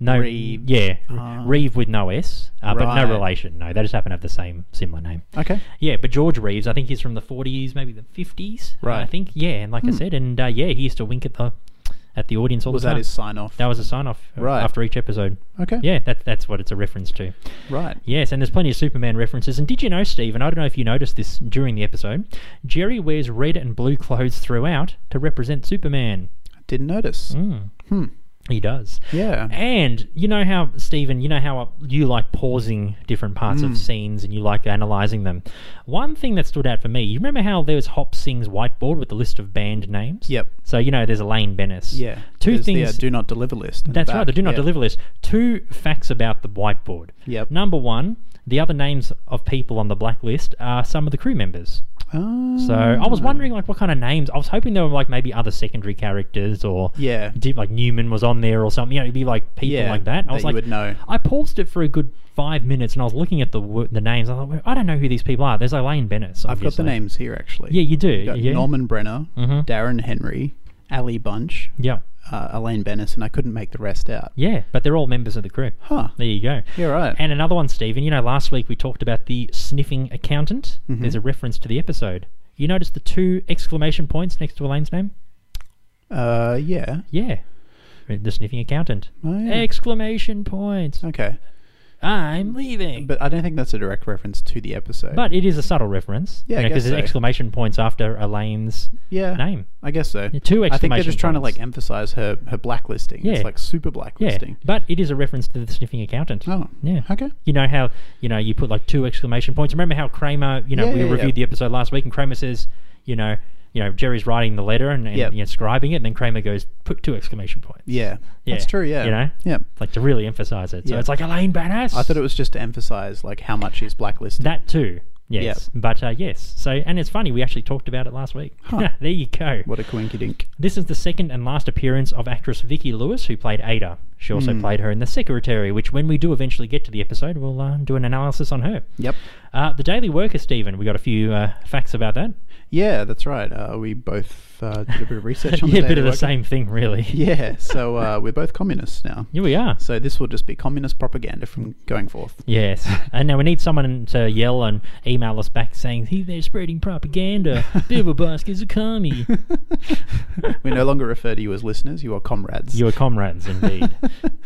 [SPEAKER 6] No,
[SPEAKER 7] Reeve. Ah.
[SPEAKER 6] yeah, Reeve with no S, uh, but no
[SPEAKER 7] Right.
[SPEAKER 6] relation. No, they just happen to have the same similar name.
[SPEAKER 7] Okay.
[SPEAKER 6] Yeah, but George Reeves, I think he's from the 40s, maybe the 50s. I
[SPEAKER 7] Right. Hmm.
[SPEAKER 6] think. Yeah, and like I said, and uh, yeah, he used to wink at the at the audience all
[SPEAKER 7] Was
[SPEAKER 6] the time.
[SPEAKER 7] that his sign off?
[SPEAKER 6] that was a sign off
[SPEAKER 7] Right.
[SPEAKER 6] after each episode.
[SPEAKER 7] okay.
[SPEAKER 6] Yeah, that, that's what it's a reference to.
[SPEAKER 7] Right.
[SPEAKER 6] Yes, and there's plenty of Superman references. And did you know, Steve, and I don't know if you noticed this during the episode, Jerry wears red and blue clothes throughout to represent Superman.
[SPEAKER 7] Didn't notice.
[SPEAKER 6] He does.
[SPEAKER 7] Yeah.
[SPEAKER 6] Hmm. And you know how Stephen, you know how uh, you like pausing different parts
[SPEAKER 7] Mm.
[SPEAKER 6] of scenes and you like analyzing them. One thing that stood out for me, you remember how there was Hop Sing's whiteboard with the list of band names?
[SPEAKER 7] Yep.
[SPEAKER 6] So you know there's Elaine Bennis.
[SPEAKER 7] Yeah.
[SPEAKER 6] Two
[SPEAKER 7] There's the, uh,
[SPEAKER 6] things.
[SPEAKER 7] do not deliver list. in the
[SPEAKER 6] That's right, the
[SPEAKER 7] back.
[SPEAKER 6] do not
[SPEAKER 7] Yeah.
[SPEAKER 6] deliver list. Two facts about the whiteboard.
[SPEAKER 7] Yep.
[SPEAKER 6] Number one, the other names of people on the blacklist are some of the crew members.
[SPEAKER 7] Ah.
[SPEAKER 6] So I was wondering, like, what kind of names? I was hoping there were like maybe other secondary characters or
[SPEAKER 7] Yeah.
[SPEAKER 6] deep, like Newman was on there or something. You know, it'd be like people
[SPEAKER 7] Yeah,
[SPEAKER 6] like that. I
[SPEAKER 7] that
[SPEAKER 6] was
[SPEAKER 7] you
[SPEAKER 6] like,
[SPEAKER 7] would know.
[SPEAKER 6] I paused it for a good five minutes and I was looking at the wo- the names. I thought, well, I don't know who these people are. There's Elaine Bennis.
[SPEAKER 7] I've got the
[SPEAKER 6] obviously.
[SPEAKER 7] names here actually.
[SPEAKER 6] Yeah, you do.
[SPEAKER 7] We've got
[SPEAKER 6] yeah. Mm-hmm.
[SPEAKER 7] Norman Brenner, Darren Henry, Ali Bunch,
[SPEAKER 6] Yeah.
[SPEAKER 7] uh, Elaine Bennis, and I couldn't make the rest out.
[SPEAKER 6] Yeah, but they're all members of the crew.
[SPEAKER 7] Huh.
[SPEAKER 6] There you go.
[SPEAKER 7] Yeah, right.
[SPEAKER 6] And another one, Stephen. You know, last week we talked about the sniffing accountant.
[SPEAKER 7] Mm-hmm.
[SPEAKER 6] There's a reference to the episode. You notice the two exclamation points next to Elaine's name?
[SPEAKER 7] Uh, yeah.
[SPEAKER 6] Yeah. The sniffing accountant.
[SPEAKER 7] Oh, yeah.
[SPEAKER 6] Exclamation points.
[SPEAKER 7] Okay.
[SPEAKER 6] I'm leaving. But,
[SPEAKER 7] But I don't think that's a direct reference to the episode.
[SPEAKER 6] it is a subtle reference.
[SPEAKER 7] Yeah, I
[SPEAKER 6] Because
[SPEAKER 7] guess
[SPEAKER 6] there's
[SPEAKER 7] so.
[SPEAKER 6] exclamation points after Elaine's
[SPEAKER 7] yeah,
[SPEAKER 6] name.
[SPEAKER 7] I guess so.
[SPEAKER 6] two
[SPEAKER 7] I think they're
[SPEAKER 6] exclamation
[SPEAKER 7] just trying to
[SPEAKER 6] points.
[SPEAKER 7] like emphasize her her blacklisting.
[SPEAKER 6] Yeah.
[SPEAKER 7] It's like super
[SPEAKER 6] Yeah.
[SPEAKER 7] blacklisting.
[SPEAKER 6] But it is a reference to the sniffing accountant.
[SPEAKER 7] Oh.
[SPEAKER 6] Yeah.
[SPEAKER 7] Okay.
[SPEAKER 6] You know how, you know, you put like two exclamation points. Remember how Kramer, you know,
[SPEAKER 7] Yeah,
[SPEAKER 6] we
[SPEAKER 7] yeah, yeah.
[SPEAKER 6] reviewed the episode last week and Kramer says, you know, you know, Jerry's writing the letter and, and
[SPEAKER 7] Yep.
[SPEAKER 6] you know, scribing it, and then Kramer goes, put two exclamation points.
[SPEAKER 7] Yeah. That's
[SPEAKER 6] Yeah.
[SPEAKER 7] true. Yeah.
[SPEAKER 6] You know?
[SPEAKER 7] Yeah.
[SPEAKER 6] Like to really emphasize it. So
[SPEAKER 7] Yeah.
[SPEAKER 6] it's like Elaine Badass.
[SPEAKER 7] I thought it was just to emphasize like how much he's blacklisted.
[SPEAKER 6] That too. Yes. But uh, yes. So, and it's funny, we actually talked about it last week. there you go.
[SPEAKER 7] what a coinky dink.
[SPEAKER 6] This is the second and last appearance of actress Vicky Lewis, who played Ada. She also
[SPEAKER 7] Hmm.
[SPEAKER 6] played her in The Secretary, which when we do eventually get to the episode, we'll uh, do an analysis on her.
[SPEAKER 7] Yep.
[SPEAKER 6] Uh, the Daily Worker, Stephen, we got a few uh, facts about that.
[SPEAKER 7] Yeah, that's right. Uh, we both uh, did a bit of research on
[SPEAKER 6] yeah,
[SPEAKER 7] the
[SPEAKER 6] a bit
[SPEAKER 7] Daily
[SPEAKER 6] of the
[SPEAKER 7] Worker.
[SPEAKER 6] same thing, really.
[SPEAKER 7] Yeah, so uh, we're both communists now.
[SPEAKER 6] Here we are.
[SPEAKER 7] So this will just be communist propaganda from going forth.
[SPEAKER 6] Yes. and now we need someone to yell and email us back saying, hey, they're spreading propaganda. Bilbo Bask is a commie.
[SPEAKER 7] We no longer refer to you as listeners, you are comrades.
[SPEAKER 6] You are comrades, indeed.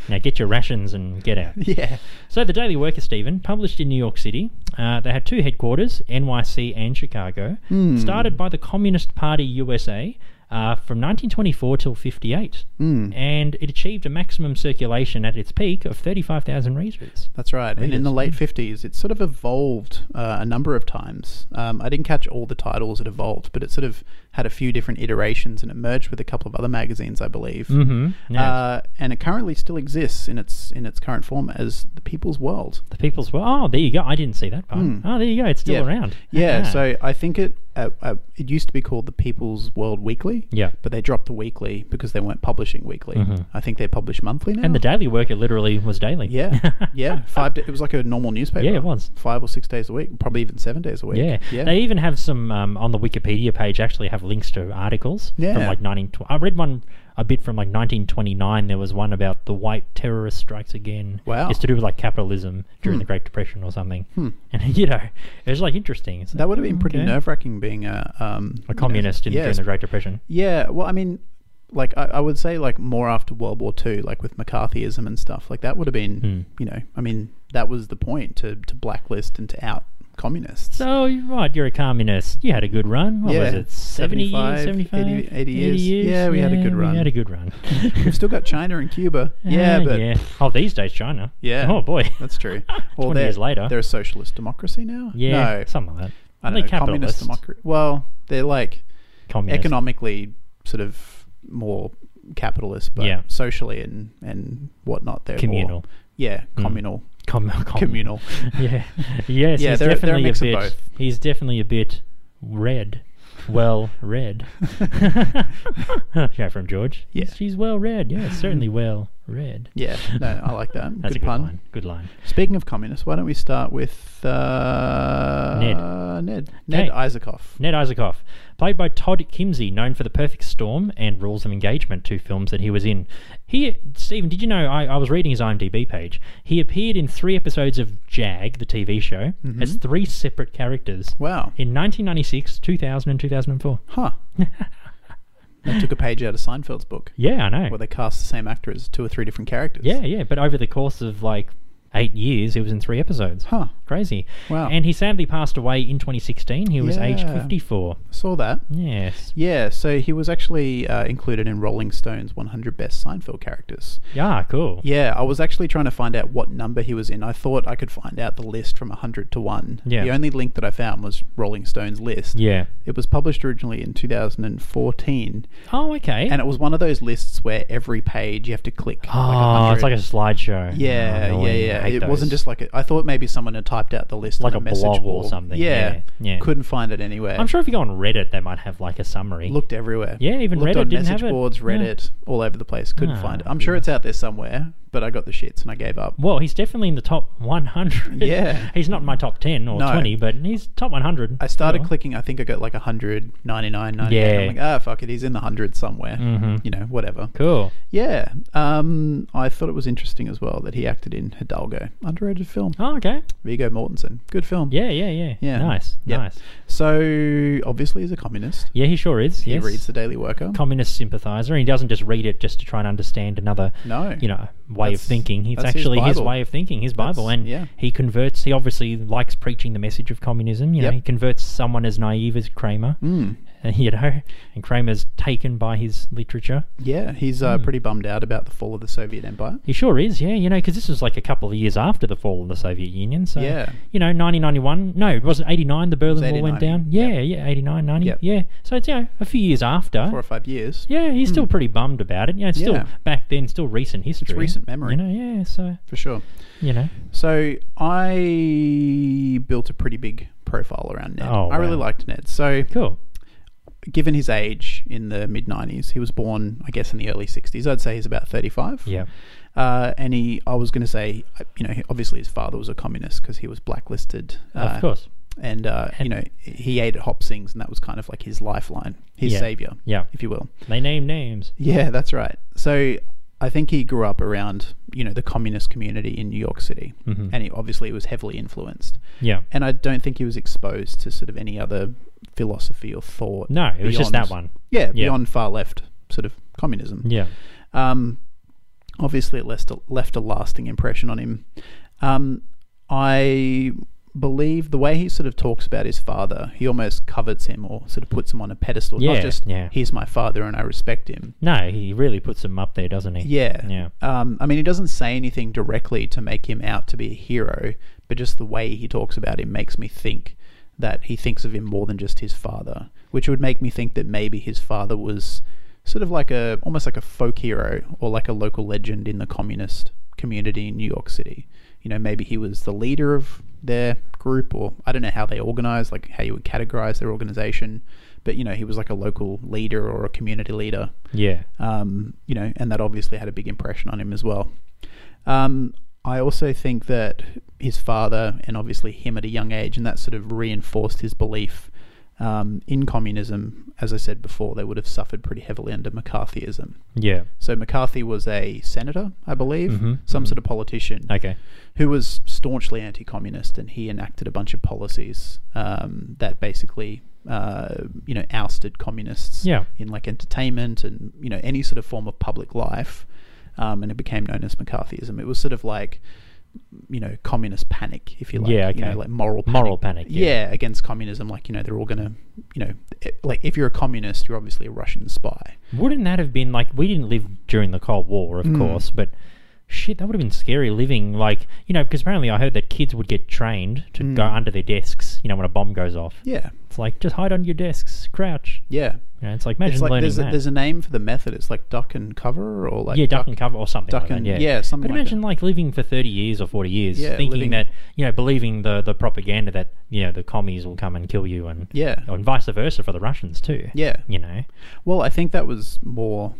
[SPEAKER 6] now get your rations and get out.
[SPEAKER 7] yeah.
[SPEAKER 6] So, the Daily Worker, Stephen, published in New York City, uh, they had two headquarters, NYC and Chicago,
[SPEAKER 7] Hmm.
[SPEAKER 6] started by the Communist Party USA uh, from 1924 till 58.
[SPEAKER 7] Hmm.
[SPEAKER 6] And it achieved a maximum circulation at its peak of 35,000 readers.
[SPEAKER 7] That's right. And in the
[SPEAKER 6] Mm.
[SPEAKER 7] late 50s, it sort of evolved uh, a number of times. Um, I didn't catch all the titles it evolved, but it sort of had a few different iterations and it merged with a couple of other magazines, I believe. Mm-hmm. Uh, and it currently still exists in its in its current form as the People's World.
[SPEAKER 6] The people's well, oh, there you go. I didn't see that part. Oh, there you go. It's still
[SPEAKER 7] Hmm. yeah.
[SPEAKER 6] around.
[SPEAKER 7] Yeah,
[SPEAKER 6] Ah.
[SPEAKER 7] so I think it uh, uh, it used to be called the People's World Weekly.
[SPEAKER 6] Yeah. Mm-hmm.
[SPEAKER 7] but they dropped the weekly because they weren't publishing weekly. I think they publish monthly now.
[SPEAKER 6] And the Daily Worker literally was daily.
[SPEAKER 7] yeah, yeah, five. Da- it was like a normal newspaper.
[SPEAKER 6] Yeah, it was.
[SPEAKER 7] five or six days a week, probably even seven days a week.
[SPEAKER 6] Yeah.
[SPEAKER 7] yeah.
[SPEAKER 6] They even have some um, on the Wikipedia page. Actually, have links to articles
[SPEAKER 7] Yeah.
[SPEAKER 6] from like 19. tw- I read one a bit from like 1929. There was one about the white terrorist strikes again.
[SPEAKER 7] Wow. Hmm.
[SPEAKER 6] It's to do with like capitalism during the Great Depression or something. And you know, it was like interesting. It's
[SPEAKER 7] that
[SPEAKER 6] like,
[SPEAKER 7] would have been pretty
[SPEAKER 6] okay.
[SPEAKER 7] nerve wracking being a um,
[SPEAKER 6] a communist in,
[SPEAKER 7] yeah,
[SPEAKER 6] during the Great Depression.
[SPEAKER 7] Yeah, well, I mean, like I, I would say, like more after World War Two, like with McCarthyism and stuff, like that would have been,
[SPEAKER 6] Hmm.
[SPEAKER 7] you know, I mean, that was the point to to blacklist and to out communists.
[SPEAKER 6] So you're right, you're a communist. You had a good run. What was
[SPEAKER 7] Yeah,
[SPEAKER 6] it? 70 years,
[SPEAKER 7] 75,
[SPEAKER 6] 75,
[SPEAKER 7] 80 years. Yeah, we had a good run.
[SPEAKER 6] We had a good run.
[SPEAKER 7] We've still got China and Cuba. Yeah,
[SPEAKER 6] Ah,
[SPEAKER 7] but
[SPEAKER 6] yeah. Oh, these days China.
[SPEAKER 7] Yeah.
[SPEAKER 6] Oh boy.
[SPEAKER 7] That's true. Well,
[SPEAKER 6] 20
[SPEAKER 7] they're-
[SPEAKER 6] years later.
[SPEAKER 7] they're a socialist democracy now.
[SPEAKER 6] Yeah,
[SPEAKER 7] no,
[SPEAKER 6] something like that.
[SPEAKER 7] I
[SPEAKER 6] They're
[SPEAKER 7] don't know, communist
[SPEAKER 6] capitalists,
[SPEAKER 7] democracy. Well, they're like
[SPEAKER 6] communist.
[SPEAKER 7] economically sort of more capitalist, but
[SPEAKER 6] Yeah.
[SPEAKER 7] socially and and whatnot, they're more-
[SPEAKER 6] Communal. Hmm. Oh.
[SPEAKER 7] yeah, communal,
[SPEAKER 6] Com- com-
[SPEAKER 7] communal.
[SPEAKER 6] Yeah. Yes.
[SPEAKER 7] Yeah,
[SPEAKER 6] he's
[SPEAKER 7] they're- they're a
[SPEAKER 6] definitely
[SPEAKER 7] mix of
[SPEAKER 6] bit.
[SPEAKER 7] both.
[SPEAKER 6] He's definitely a bit red. Well read. yeah, from George.
[SPEAKER 7] Yeah. Mm-hmm.
[SPEAKER 6] She's, she's well read. Yeah, certainly well read.
[SPEAKER 7] Yeah, no, I like that.
[SPEAKER 6] That's a
[SPEAKER 7] good,
[SPEAKER 6] good
[SPEAKER 7] pun.
[SPEAKER 6] line. Good line.
[SPEAKER 7] Speaking of communists, why don't we start with uh,
[SPEAKER 6] Ned.
[SPEAKER 7] Ned, Ned
[SPEAKER 6] Okay.
[SPEAKER 7] Isaacoff.
[SPEAKER 6] Ned Isaacoff, played by Todd Kimsey, known for The Perfect Storm and Rules of Engagement, two films that he was in. He, Stephen, did you know? I, I was reading his IMDb page. He appeared in three episodes of Jag, the TV show,
[SPEAKER 7] Mm-hmm.
[SPEAKER 6] as three separate characters.
[SPEAKER 7] Wow.
[SPEAKER 6] In 1996, 2000, and 2004.
[SPEAKER 7] Huh. that took a page out of Seinfeld's book,
[SPEAKER 6] Yeah, I know.
[SPEAKER 7] where they cast the same actor as two or three different characters.
[SPEAKER 6] yeah, yeah, but over the course of like eight years, he was in three episodes.
[SPEAKER 7] Huh.
[SPEAKER 6] Crazy.
[SPEAKER 7] Wow.
[SPEAKER 6] And he sadly passed away in 2016. He was aged
[SPEAKER 7] Yeah.
[SPEAKER 6] 54.
[SPEAKER 7] Saw that.
[SPEAKER 6] Yes.
[SPEAKER 7] Yeah, so he was actually uh, included in Rolling Stone's 100 Best Seinfeld Characters.
[SPEAKER 6] Yeah, cool.
[SPEAKER 7] Yeah, I was actually trying to find out what number he was in. I thought I could find out the list from 100 to 1.
[SPEAKER 6] Yeah.
[SPEAKER 7] The only link that I found was Rolling Stone's list.
[SPEAKER 6] Yeah.
[SPEAKER 7] It was published originally in 2014,
[SPEAKER 6] Oh, okay.
[SPEAKER 7] and it was one of those lists where every page you have to click.
[SPEAKER 6] oh, it's like a slideshow. Oh,
[SPEAKER 7] Yeah, yeah,
[SPEAKER 6] annoying.
[SPEAKER 7] yeah.
[SPEAKER 6] Hate
[SPEAKER 7] It wasn't
[SPEAKER 6] those.
[SPEAKER 7] just like a, I thought maybe someone had typed out the list
[SPEAKER 6] Like
[SPEAKER 7] on
[SPEAKER 6] a
[SPEAKER 7] message
[SPEAKER 6] blog or
[SPEAKER 7] board.
[SPEAKER 6] something,
[SPEAKER 7] Yeah,
[SPEAKER 6] yeah, yeah.
[SPEAKER 7] Couldn't find it anywhere.
[SPEAKER 6] I'm sure if you go on Reddit, they might have like a summary.
[SPEAKER 7] Looked everywhere.
[SPEAKER 6] Yeah, even
[SPEAKER 7] Looked
[SPEAKER 6] Reddit
[SPEAKER 7] on
[SPEAKER 6] didn't have
[SPEAKER 7] message
[SPEAKER 6] it.
[SPEAKER 7] boards,
[SPEAKER 6] Yeah.
[SPEAKER 7] Reddit, all over the place. Couldn't
[SPEAKER 6] Ah,
[SPEAKER 7] find it. I'm sure it's out there somewhere, but I got the shits and I gave up.
[SPEAKER 6] Well, he's definitely in the top 100.
[SPEAKER 7] Yeah.
[SPEAKER 6] he's not in my top 10 or
[SPEAKER 7] No.
[SPEAKER 6] 20, but he's top 100.
[SPEAKER 7] I started
[SPEAKER 6] Sure.
[SPEAKER 7] clicking. I think I got like 100, 99, 98.
[SPEAKER 6] Yeah. Mm-hmm.
[SPEAKER 7] I'm like, ah, fuck it. He's in the hundred somewhere. You know, whatever.
[SPEAKER 6] Cool.
[SPEAKER 7] Yeah. Um, I thought it was interesting as well that he acted in Hidalgo, underrated film.
[SPEAKER 6] Oh, okay.
[SPEAKER 7] Vigo Mortensen, good film.
[SPEAKER 6] Yeah, yeah, yeah.
[SPEAKER 7] Yeah.
[SPEAKER 6] Nice,
[SPEAKER 7] Yep.
[SPEAKER 6] nice.
[SPEAKER 7] So obviously he's a communist.
[SPEAKER 6] Yeah, he sure is.
[SPEAKER 7] He
[SPEAKER 6] yes.
[SPEAKER 7] reads the Daily Worker.
[SPEAKER 6] communist sympathizer. He doesn't just read it just to try and understand another,
[SPEAKER 7] No.
[SPEAKER 6] you know, way
[SPEAKER 7] That's-
[SPEAKER 6] of thinking. It's
[SPEAKER 7] that's his
[SPEAKER 6] actually his,
[SPEAKER 7] Bible.
[SPEAKER 6] way of thinking, his Bible,
[SPEAKER 7] That's-
[SPEAKER 6] and
[SPEAKER 7] yeah.
[SPEAKER 6] he converts. He obviously likes preaching the message of communism. You know,
[SPEAKER 7] Yep. Mm.
[SPEAKER 6] he converts someone as naive as Kramer. You know, and Kramer's taken by his literature.
[SPEAKER 7] yeah, he's
[SPEAKER 6] Hmm.
[SPEAKER 7] uh, pretty bummed out about the fall of the Soviet Empire.
[SPEAKER 6] He sure is, yeah. You know, because this was like a couple of years after the fall of the Soviet Union. So,
[SPEAKER 7] Yeah.
[SPEAKER 6] you know, 1991. No, it wasn't 89. The Berlin Wall went
[SPEAKER 7] 89.
[SPEAKER 6] down. Yeah, yeah, 89, 90.
[SPEAKER 7] Yep.
[SPEAKER 6] Yeah. So it's, you know, a few years after.
[SPEAKER 7] Four or five years.
[SPEAKER 6] Yeah, he's still pretty bummed about it. Yeah, it's
[SPEAKER 7] Hmm. Yeah.
[SPEAKER 6] still back then, still recent history.
[SPEAKER 7] recent
[SPEAKER 6] You
[SPEAKER 7] memory.
[SPEAKER 6] know, yeah, so,
[SPEAKER 7] for sure.
[SPEAKER 6] you know.
[SPEAKER 7] So I built a pretty big profile around Ned.
[SPEAKER 6] Oh,
[SPEAKER 7] I really
[SPEAKER 6] wow.
[SPEAKER 7] liked Ned. So
[SPEAKER 6] Cool.
[SPEAKER 7] given his age in the mid 90s, he was born, I guess, in the early 60s. I'd say he's about 35.
[SPEAKER 6] Yeah.
[SPEAKER 7] Uh, and he, I was going to say, uh, you know, he- obviously his father was a communist because he was blacklisted.
[SPEAKER 6] Of
[SPEAKER 7] uh,
[SPEAKER 6] course.
[SPEAKER 7] And, uh, you know, he ate at Hop Sings and that was kind of like his lifeline, his
[SPEAKER 6] Yeah.
[SPEAKER 7] savior,
[SPEAKER 6] Yeah.
[SPEAKER 7] if you will.
[SPEAKER 6] They name names.
[SPEAKER 7] Yeah, that's right. So I think he grew up around, you know, the communist community in New York City.
[SPEAKER 6] Mm-hmm.
[SPEAKER 7] And he obviously was heavily influenced.
[SPEAKER 6] Yeah.
[SPEAKER 7] And I don't think he was exposed to sort of any other philosophy or thought.
[SPEAKER 6] No, it was just
[SPEAKER 7] beyond-
[SPEAKER 6] that one.
[SPEAKER 7] Yeah,
[SPEAKER 6] Yeah.
[SPEAKER 7] beyond far left sort of communism.
[SPEAKER 6] Yeah.
[SPEAKER 7] Um, obviously, it left a, left a lasting impression on him. Um, I believe the way he sort of talks about his father, he almost covets him or sort of puts him on a pedestal.
[SPEAKER 6] Yeah,
[SPEAKER 7] Not just,
[SPEAKER 6] yeah.
[SPEAKER 7] he's my father and I respect him.
[SPEAKER 6] No, he really puts them up there, doesn't he?
[SPEAKER 7] Yeah.
[SPEAKER 6] Yeah.
[SPEAKER 7] Um, I mean, he doesn't say anything directly to make him out to be a hero, but just the way he talks about him makes me think that he thinks of him more than just his father, which would make me think that maybe his father was sort of like a almost like a folk hero or like a local legend in the communist community in New York City. You know, maybe he was the leader of their group, or I don't know how they organized, like how you would categorize their organization, but you know, he was like a local leader or a community leader
[SPEAKER 6] Yeah.
[SPEAKER 7] um, you know, and that obviously had a big impression on him as well. Um, I also think that his father and obviously him at a young age, and that sort of reinforced his belief um, in communism. As I said before, they would have suffered pretty heavily under McCarthyism.
[SPEAKER 6] Yeah.
[SPEAKER 7] So McCarthy was a senator, I believe, some sort of politician
[SPEAKER 6] Okay.
[SPEAKER 7] who was staunchly anti-communist, and he enacted a bunch of policies um, that basically, uh, you know, ousted communists
[SPEAKER 6] Yeah.
[SPEAKER 7] in like entertainment and you know any sort of form of public life, um, and it became known as McCarthyism. It was sort of like, you know, communist panic, if you like,
[SPEAKER 6] Yeah,
[SPEAKER 7] you know,
[SPEAKER 6] okay.
[SPEAKER 7] like moral panic.
[SPEAKER 6] Moral panic, yeah.
[SPEAKER 7] yeah, against communism. Like you know, they're all gonna, you know, it- like if you're a communist, you're obviously a Russian spy.
[SPEAKER 6] Wouldn't that have been like we didn't live during the Cold War,
[SPEAKER 7] Hmm.
[SPEAKER 6] of course, but shit, that would have been scary living like you know because apparently I heard that kids would get trained to go under their desks, you know, when a bomb goes off.
[SPEAKER 7] Hmm. Yeah,
[SPEAKER 6] It's like just hide under your desks, crouch.
[SPEAKER 7] yeah.
[SPEAKER 6] You know, it's like imagine
[SPEAKER 7] It's like
[SPEAKER 6] learning
[SPEAKER 7] there's a,
[SPEAKER 6] that.
[SPEAKER 7] there's a name for the method. It's like duck and cover, or like
[SPEAKER 6] yeah, duck, and cover or something.
[SPEAKER 7] duck
[SPEAKER 6] like that,
[SPEAKER 7] and-
[SPEAKER 6] yeah,
[SPEAKER 7] yeah, something
[SPEAKER 6] But
[SPEAKER 7] like
[SPEAKER 6] imagine like living for thirty years or forty years,
[SPEAKER 7] Yeah,
[SPEAKER 6] thinking
[SPEAKER 7] living-
[SPEAKER 6] that you know, believing the the propaganda that you know the commies will come and kill you, and
[SPEAKER 7] Yeah.
[SPEAKER 6] and vice versa for the Russians too.
[SPEAKER 7] Yeah.
[SPEAKER 6] you know,
[SPEAKER 7] Well, I think that was more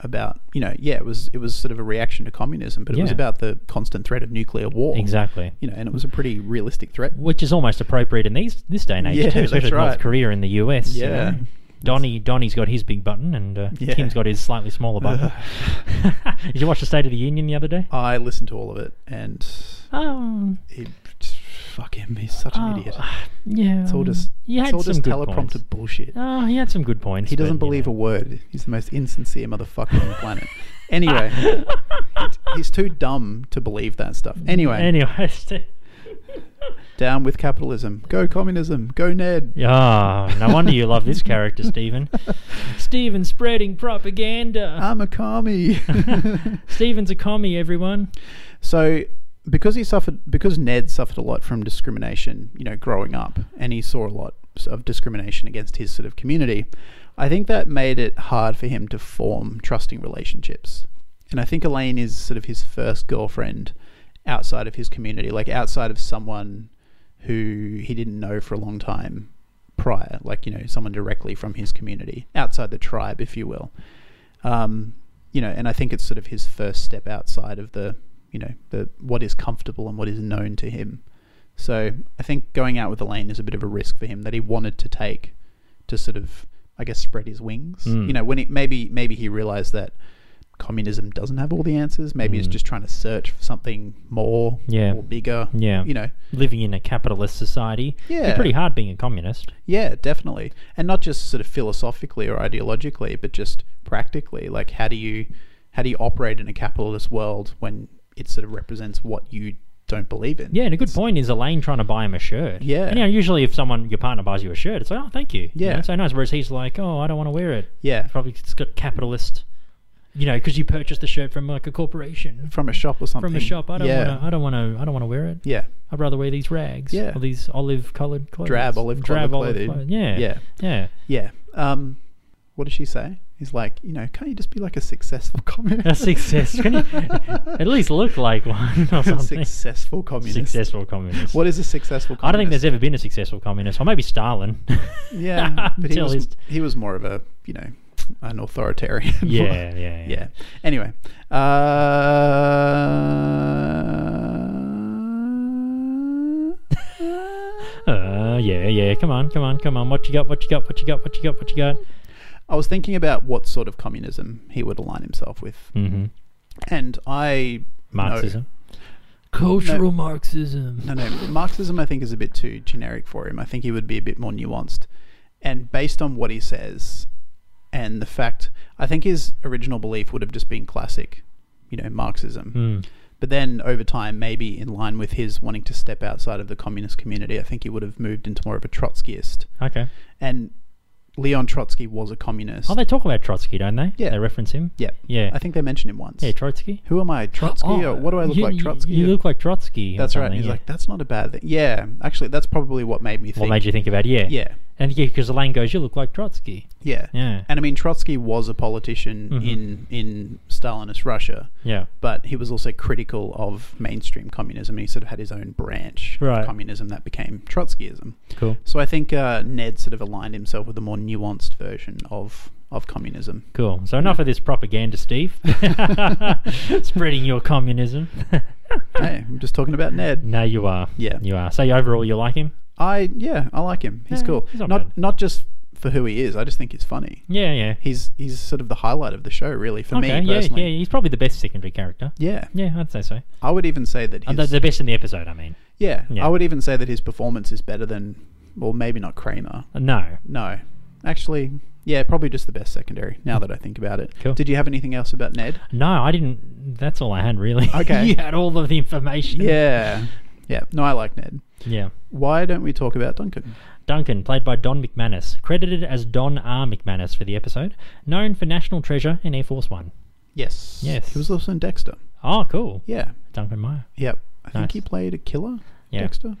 [SPEAKER 7] about you know yeah it was it was sort of a reaction to communism, but it was
[SPEAKER 6] Yeah.
[SPEAKER 7] about the constant threat of nuclear war.
[SPEAKER 6] exactly.
[SPEAKER 7] You know, and it was a pretty realistic threat.
[SPEAKER 6] Which is almost appropriate in these this day and age
[SPEAKER 7] Yeah,
[SPEAKER 6] too,
[SPEAKER 7] that's
[SPEAKER 6] especially
[SPEAKER 7] right.
[SPEAKER 6] North Korea and the US. you
[SPEAKER 7] Yeah.
[SPEAKER 6] know. Donny Donny's got his big button, and uh,
[SPEAKER 7] Yeah.
[SPEAKER 6] Tim's got his slightly smaller button. Did you watch the State of the Union the other day?
[SPEAKER 7] I listened to all of it, and
[SPEAKER 6] Oh,
[SPEAKER 7] it, fuck him, he's such an idiot.
[SPEAKER 6] yeah.
[SPEAKER 7] It's all just
[SPEAKER 6] he Oh, um, had
[SPEAKER 7] it's all
[SPEAKER 6] some
[SPEAKER 7] just
[SPEAKER 6] good
[SPEAKER 7] teleprompter
[SPEAKER 6] points.
[SPEAKER 7] bullshit.
[SPEAKER 6] Oh, he had some good points.
[SPEAKER 7] He doesn't
[SPEAKER 6] but, you
[SPEAKER 7] believe
[SPEAKER 6] know.
[SPEAKER 7] a word. He's the most insincere motherfucker on the planet. Anyway, he's too dumb to believe that stuff. Anyway,
[SPEAKER 6] Anyways.
[SPEAKER 7] down with capitalism. Go communism. Go Ned.
[SPEAKER 6] Oh, no wonder you love this character, Stephen. Stephen spreading propaganda.
[SPEAKER 7] I'm a commie.
[SPEAKER 6] Stephen's a commie, everyone.
[SPEAKER 7] So because he suffered because Ned suffered a lot from discrimination, you know, growing up and he saw a lot of discrimination against his sort of community, I think that made it hard for him to form trusting relationships. And I think Elaine is sort of his first girlfriend outside of his community, like outside of someone who he didn't know for a long time prior, like, you know, someone directly from his community, outside the tribe, if you will um, you know, and I think it's sort of his first step outside of the, you know, the what is comfortable and what is known to him. So I think going out with Elaine is a bit of a risk for him that he wanted to take to sort of, I guess, spread his wings.
[SPEAKER 6] Hmm.
[SPEAKER 7] You know, when it maybe maybe he realized that communism doesn't have all the answers. Maybe he's just trying to search for something more,
[SPEAKER 6] Hmm. Yeah.
[SPEAKER 7] or bigger.
[SPEAKER 6] Yeah.
[SPEAKER 7] you know,
[SPEAKER 6] Living in a capitalist society. Be
[SPEAKER 7] Yeah.
[SPEAKER 6] pretty hard being a communist.
[SPEAKER 7] Yeah, definitely. And not just sort of philosophically or ideologically, but just practically. Like how do you how do you operate in a capitalist world when it sort of represents what you don't believe in?
[SPEAKER 6] Yeah, and a good point is Elaine trying to buy him a shirt.
[SPEAKER 7] Yeah.
[SPEAKER 6] And, you know, usually if someone, your partner buys you a shirt, it's like, oh, thank you. You
[SPEAKER 7] Yeah.
[SPEAKER 6] know, it's so nice. Whereas he's like, oh, I don't want to wear it.
[SPEAKER 7] Yeah.
[SPEAKER 6] Probably it's got capitalist, you know, because you purchased the shirt from like a corporation,
[SPEAKER 7] From a shop or something.
[SPEAKER 6] from a shop. I don't
[SPEAKER 7] Mm, yeah.
[SPEAKER 6] want to, I don't want to, I don't want to wear it.
[SPEAKER 7] Yeah.
[SPEAKER 6] I'd rather wear these rags.
[SPEAKER 7] Yeah.
[SPEAKER 6] Or these olive coloured clothes.
[SPEAKER 7] Drab olive-coloured clothing.
[SPEAKER 6] Yeah.
[SPEAKER 7] Yeah.
[SPEAKER 6] Yeah.
[SPEAKER 7] Yeah. Um what does she say? He's like, you know, can't you just be like a successful communist?
[SPEAKER 6] A success. Can you at least look like one or something?
[SPEAKER 7] successful communist.
[SPEAKER 6] Successful communist.
[SPEAKER 7] What is a successful communist?
[SPEAKER 6] I don't think there's ever been a successful communist, or maybe Stalin.
[SPEAKER 7] Yeah, but he
[SPEAKER 6] Until
[SPEAKER 7] was,
[SPEAKER 6] he's-
[SPEAKER 7] he was more of a, you know, an authoritarian.
[SPEAKER 6] Yeah, yeah, yeah.
[SPEAKER 7] yeah. Anyway, uh,
[SPEAKER 6] Uh, yeah, yeah. Come on, come on, come on. What you got? What you got? What you got? What you got? What you got?
[SPEAKER 7] I was thinking about what sort of communism he would align himself with,
[SPEAKER 6] Mm-hmm.
[SPEAKER 7] and I know-
[SPEAKER 6] Marxism. Cultural Marxism.
[SPEAKER 7] No, no, Marxism I think is a bit too generic for him. I think he would be a bit more nuanced, and based on what he says, and the fact, I think his original belief would have just been classic, you know, Marxism.
[SPEAKER 6] Hmm.
[SPEAKER 7] But then over time, maybe in line with his wanting to step outside of the communist community, I think he would have moved into more of a Trotskyist.
[SPEAKER 6] Okay.
[SPEAKER 7] And Leon Trotsky was a communist.
[SPEAKER 6] Oh, they talk about Trotsky, don't they?
[SPEAKER 7] Yeah.
[SPEAKER 6] They reference him.
[SPEAKER 7] yeah,
[SPEAKER 6] Yeah.
[SPEAKER 7] I think they mentioned him once.
[SPEAKER 6] Yeah, Trotsky.
[SPEAKER 7] Who am I, Trotsky?
[SPEAKER 6] Oh,
[SPEAKER 7] or what do I look
[SPEAKER 6] you-
[SPEAKER 7] like,
[SPEAKER 6] you-
[SPEAKER 7] Trotsky?
[SPEAKER 6] You, look like Trotsky. or
[SPEAKER 7] that's right.
[SPEAKER 6] something,
[SPEAKER 7] He's
[SPEAKER 6] yeah.
[SPEAKER 7] like, that's not a bad thing. Yeah, actually, that's probably what made me
[SPEAKER 6] What
[SPEAKER 7] think.
[SPEAKER 6] made you think about? it? Yeah.
[SPEAKER 7] Yeah.
[SPEAKER 6] And yeah, because Elaine goes, "You look like Trotsky."
[SPEAKER 7] Yeah.
[SPEAKER 6] Yeah. Mm-hmm.
[SPEAKER 7] And I mean, Trotsky was a politician in in Stalinist Russia.
[SPEAKER 6] Yeah.
[SPEAKER 7] But he was also critical of mainstream communism, and he sort of had his own branch
[SPEAKER 6] Right.
[SPEAKER 7] of communism that became Trotskyism.
[SPEAKER 6] Cool.
[SPEAKER 7] So I think uh, Ned sort of aligned himself with a more nuanced version of of communism.
[SPEAKER 6] Cool. So enough of this propaganda, Steve. Spreading your communism.
[SPEAKER 7] hey, I'm just talking about Ned.
[SPEAKER 6] no, you are.
[SPEAKER 7] Yeah.
[SPEAKER 6] You are. So overall, you like him?
[SPEAKER 7] I yeah, I like him. He's
[SPEAKER 6] Yeah,
[SPEAKER 7] cool.
[SPEAKER 6] he's not
[SPEAKER 7] not
[SPEAKER 6] bad.
[SPEAKER 7] not just for who he is. I just think he's funny.
[SPEAKER 6] Yeah, yeah.
[SPEAKER 7] He's he's sort of the highlight of the show, really, for
[SPEAKER 6] okay.
[SPEAKER 7] me
[SPEAKER 6] yeah, yeah.
[SPEAKER 7] personally.
[SPEAKER 6] He's probably the best secondary character.
[SPEAKER 7] Yeah,
[SPEAKER 6] Yeah, I'd say so.
[SPEAKER 7] I would even say that
[SPEAKER 6] Uh,
[SPEAKER 7] his,
[SPEAKER 6] The, the best in the episode, I mean.
[SPEAKER 7] Yeah,
[SPEAKER 6] Yeah.
[SPEAKER 7] I would even say that his performance is better than, well, maybe not Kramer.
[SPEAKER 6] Uh, No.
[SPEAKER 7] No, actually, yeah, probably just the best secondary. Now that I think about it,
[SPEAKER 6] Cool.
[SPEAKER 7] did you have anything else about Ned?
[SPEAKER 6] No, I didn't. That's all I had, really.
[SPEAKER 7] Okay.
[SPEAKER 6] you had all of the information.
[SPEAKER 7] Yeah, yeah. No, I like Ned.
[SPEAKER 6] Yeah.
[SPEAKER 7] Why don't we talk about Duncan?
[SPEAKER 6] Duncan, played by Don McManus, credited as Don R. McManus for the episode, known for National Treasure and Air Force One.
[SPEAKER 7] Yes,
[SPEAKER 6] Yes.
[SPEAKER 7] He was also in Dexter.
[SPEAKER 6] Oh, cool.
[SPEAKER 7] Yeah,
[SPEAKER 6] Duncan Meyer.
[SPEAKER 7] yep. I think
[SPEAKER 6] Nice.
[SPEAKER 7] he played a killer.
[SPEAKER 6] Yeah.
[SPEAKER 7] Dexter.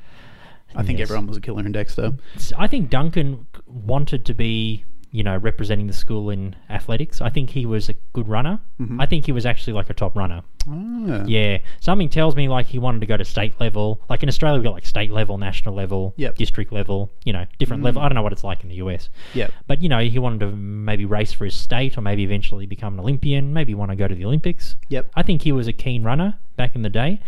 [SPEAKER 7] I think
[SPEAKER 6] Yes.
[SPEAKER 7] everyone was a killer in Dexter.
[SPEAKER 6] S- I think Duncan c- wanted to be, you know, representing the school in athletics. I think he was a good runner. I think he was actually like a top runner.
[SPEAKER 7] Mm-hmm. Ah.
[SPEAKER 6] Yeah. Something tells me like he wanted to go to state level. Like in Australia, we've got like state level, national level,
[SPEAKER 7] Yep. Mm.
[SPEAKER 6] district level, you know, different level. I don't know what it's like in the US.
[SPEAKER 7] Yep.
[SPEAKER 6] But, you know, he wanted to maybe race for his state or maybe eventually become an Olympian, maybe want to go to the Olympics.
[SPEAKER 7] Yep.
[SPEAKER 6] I think he was a keen runner back in the day.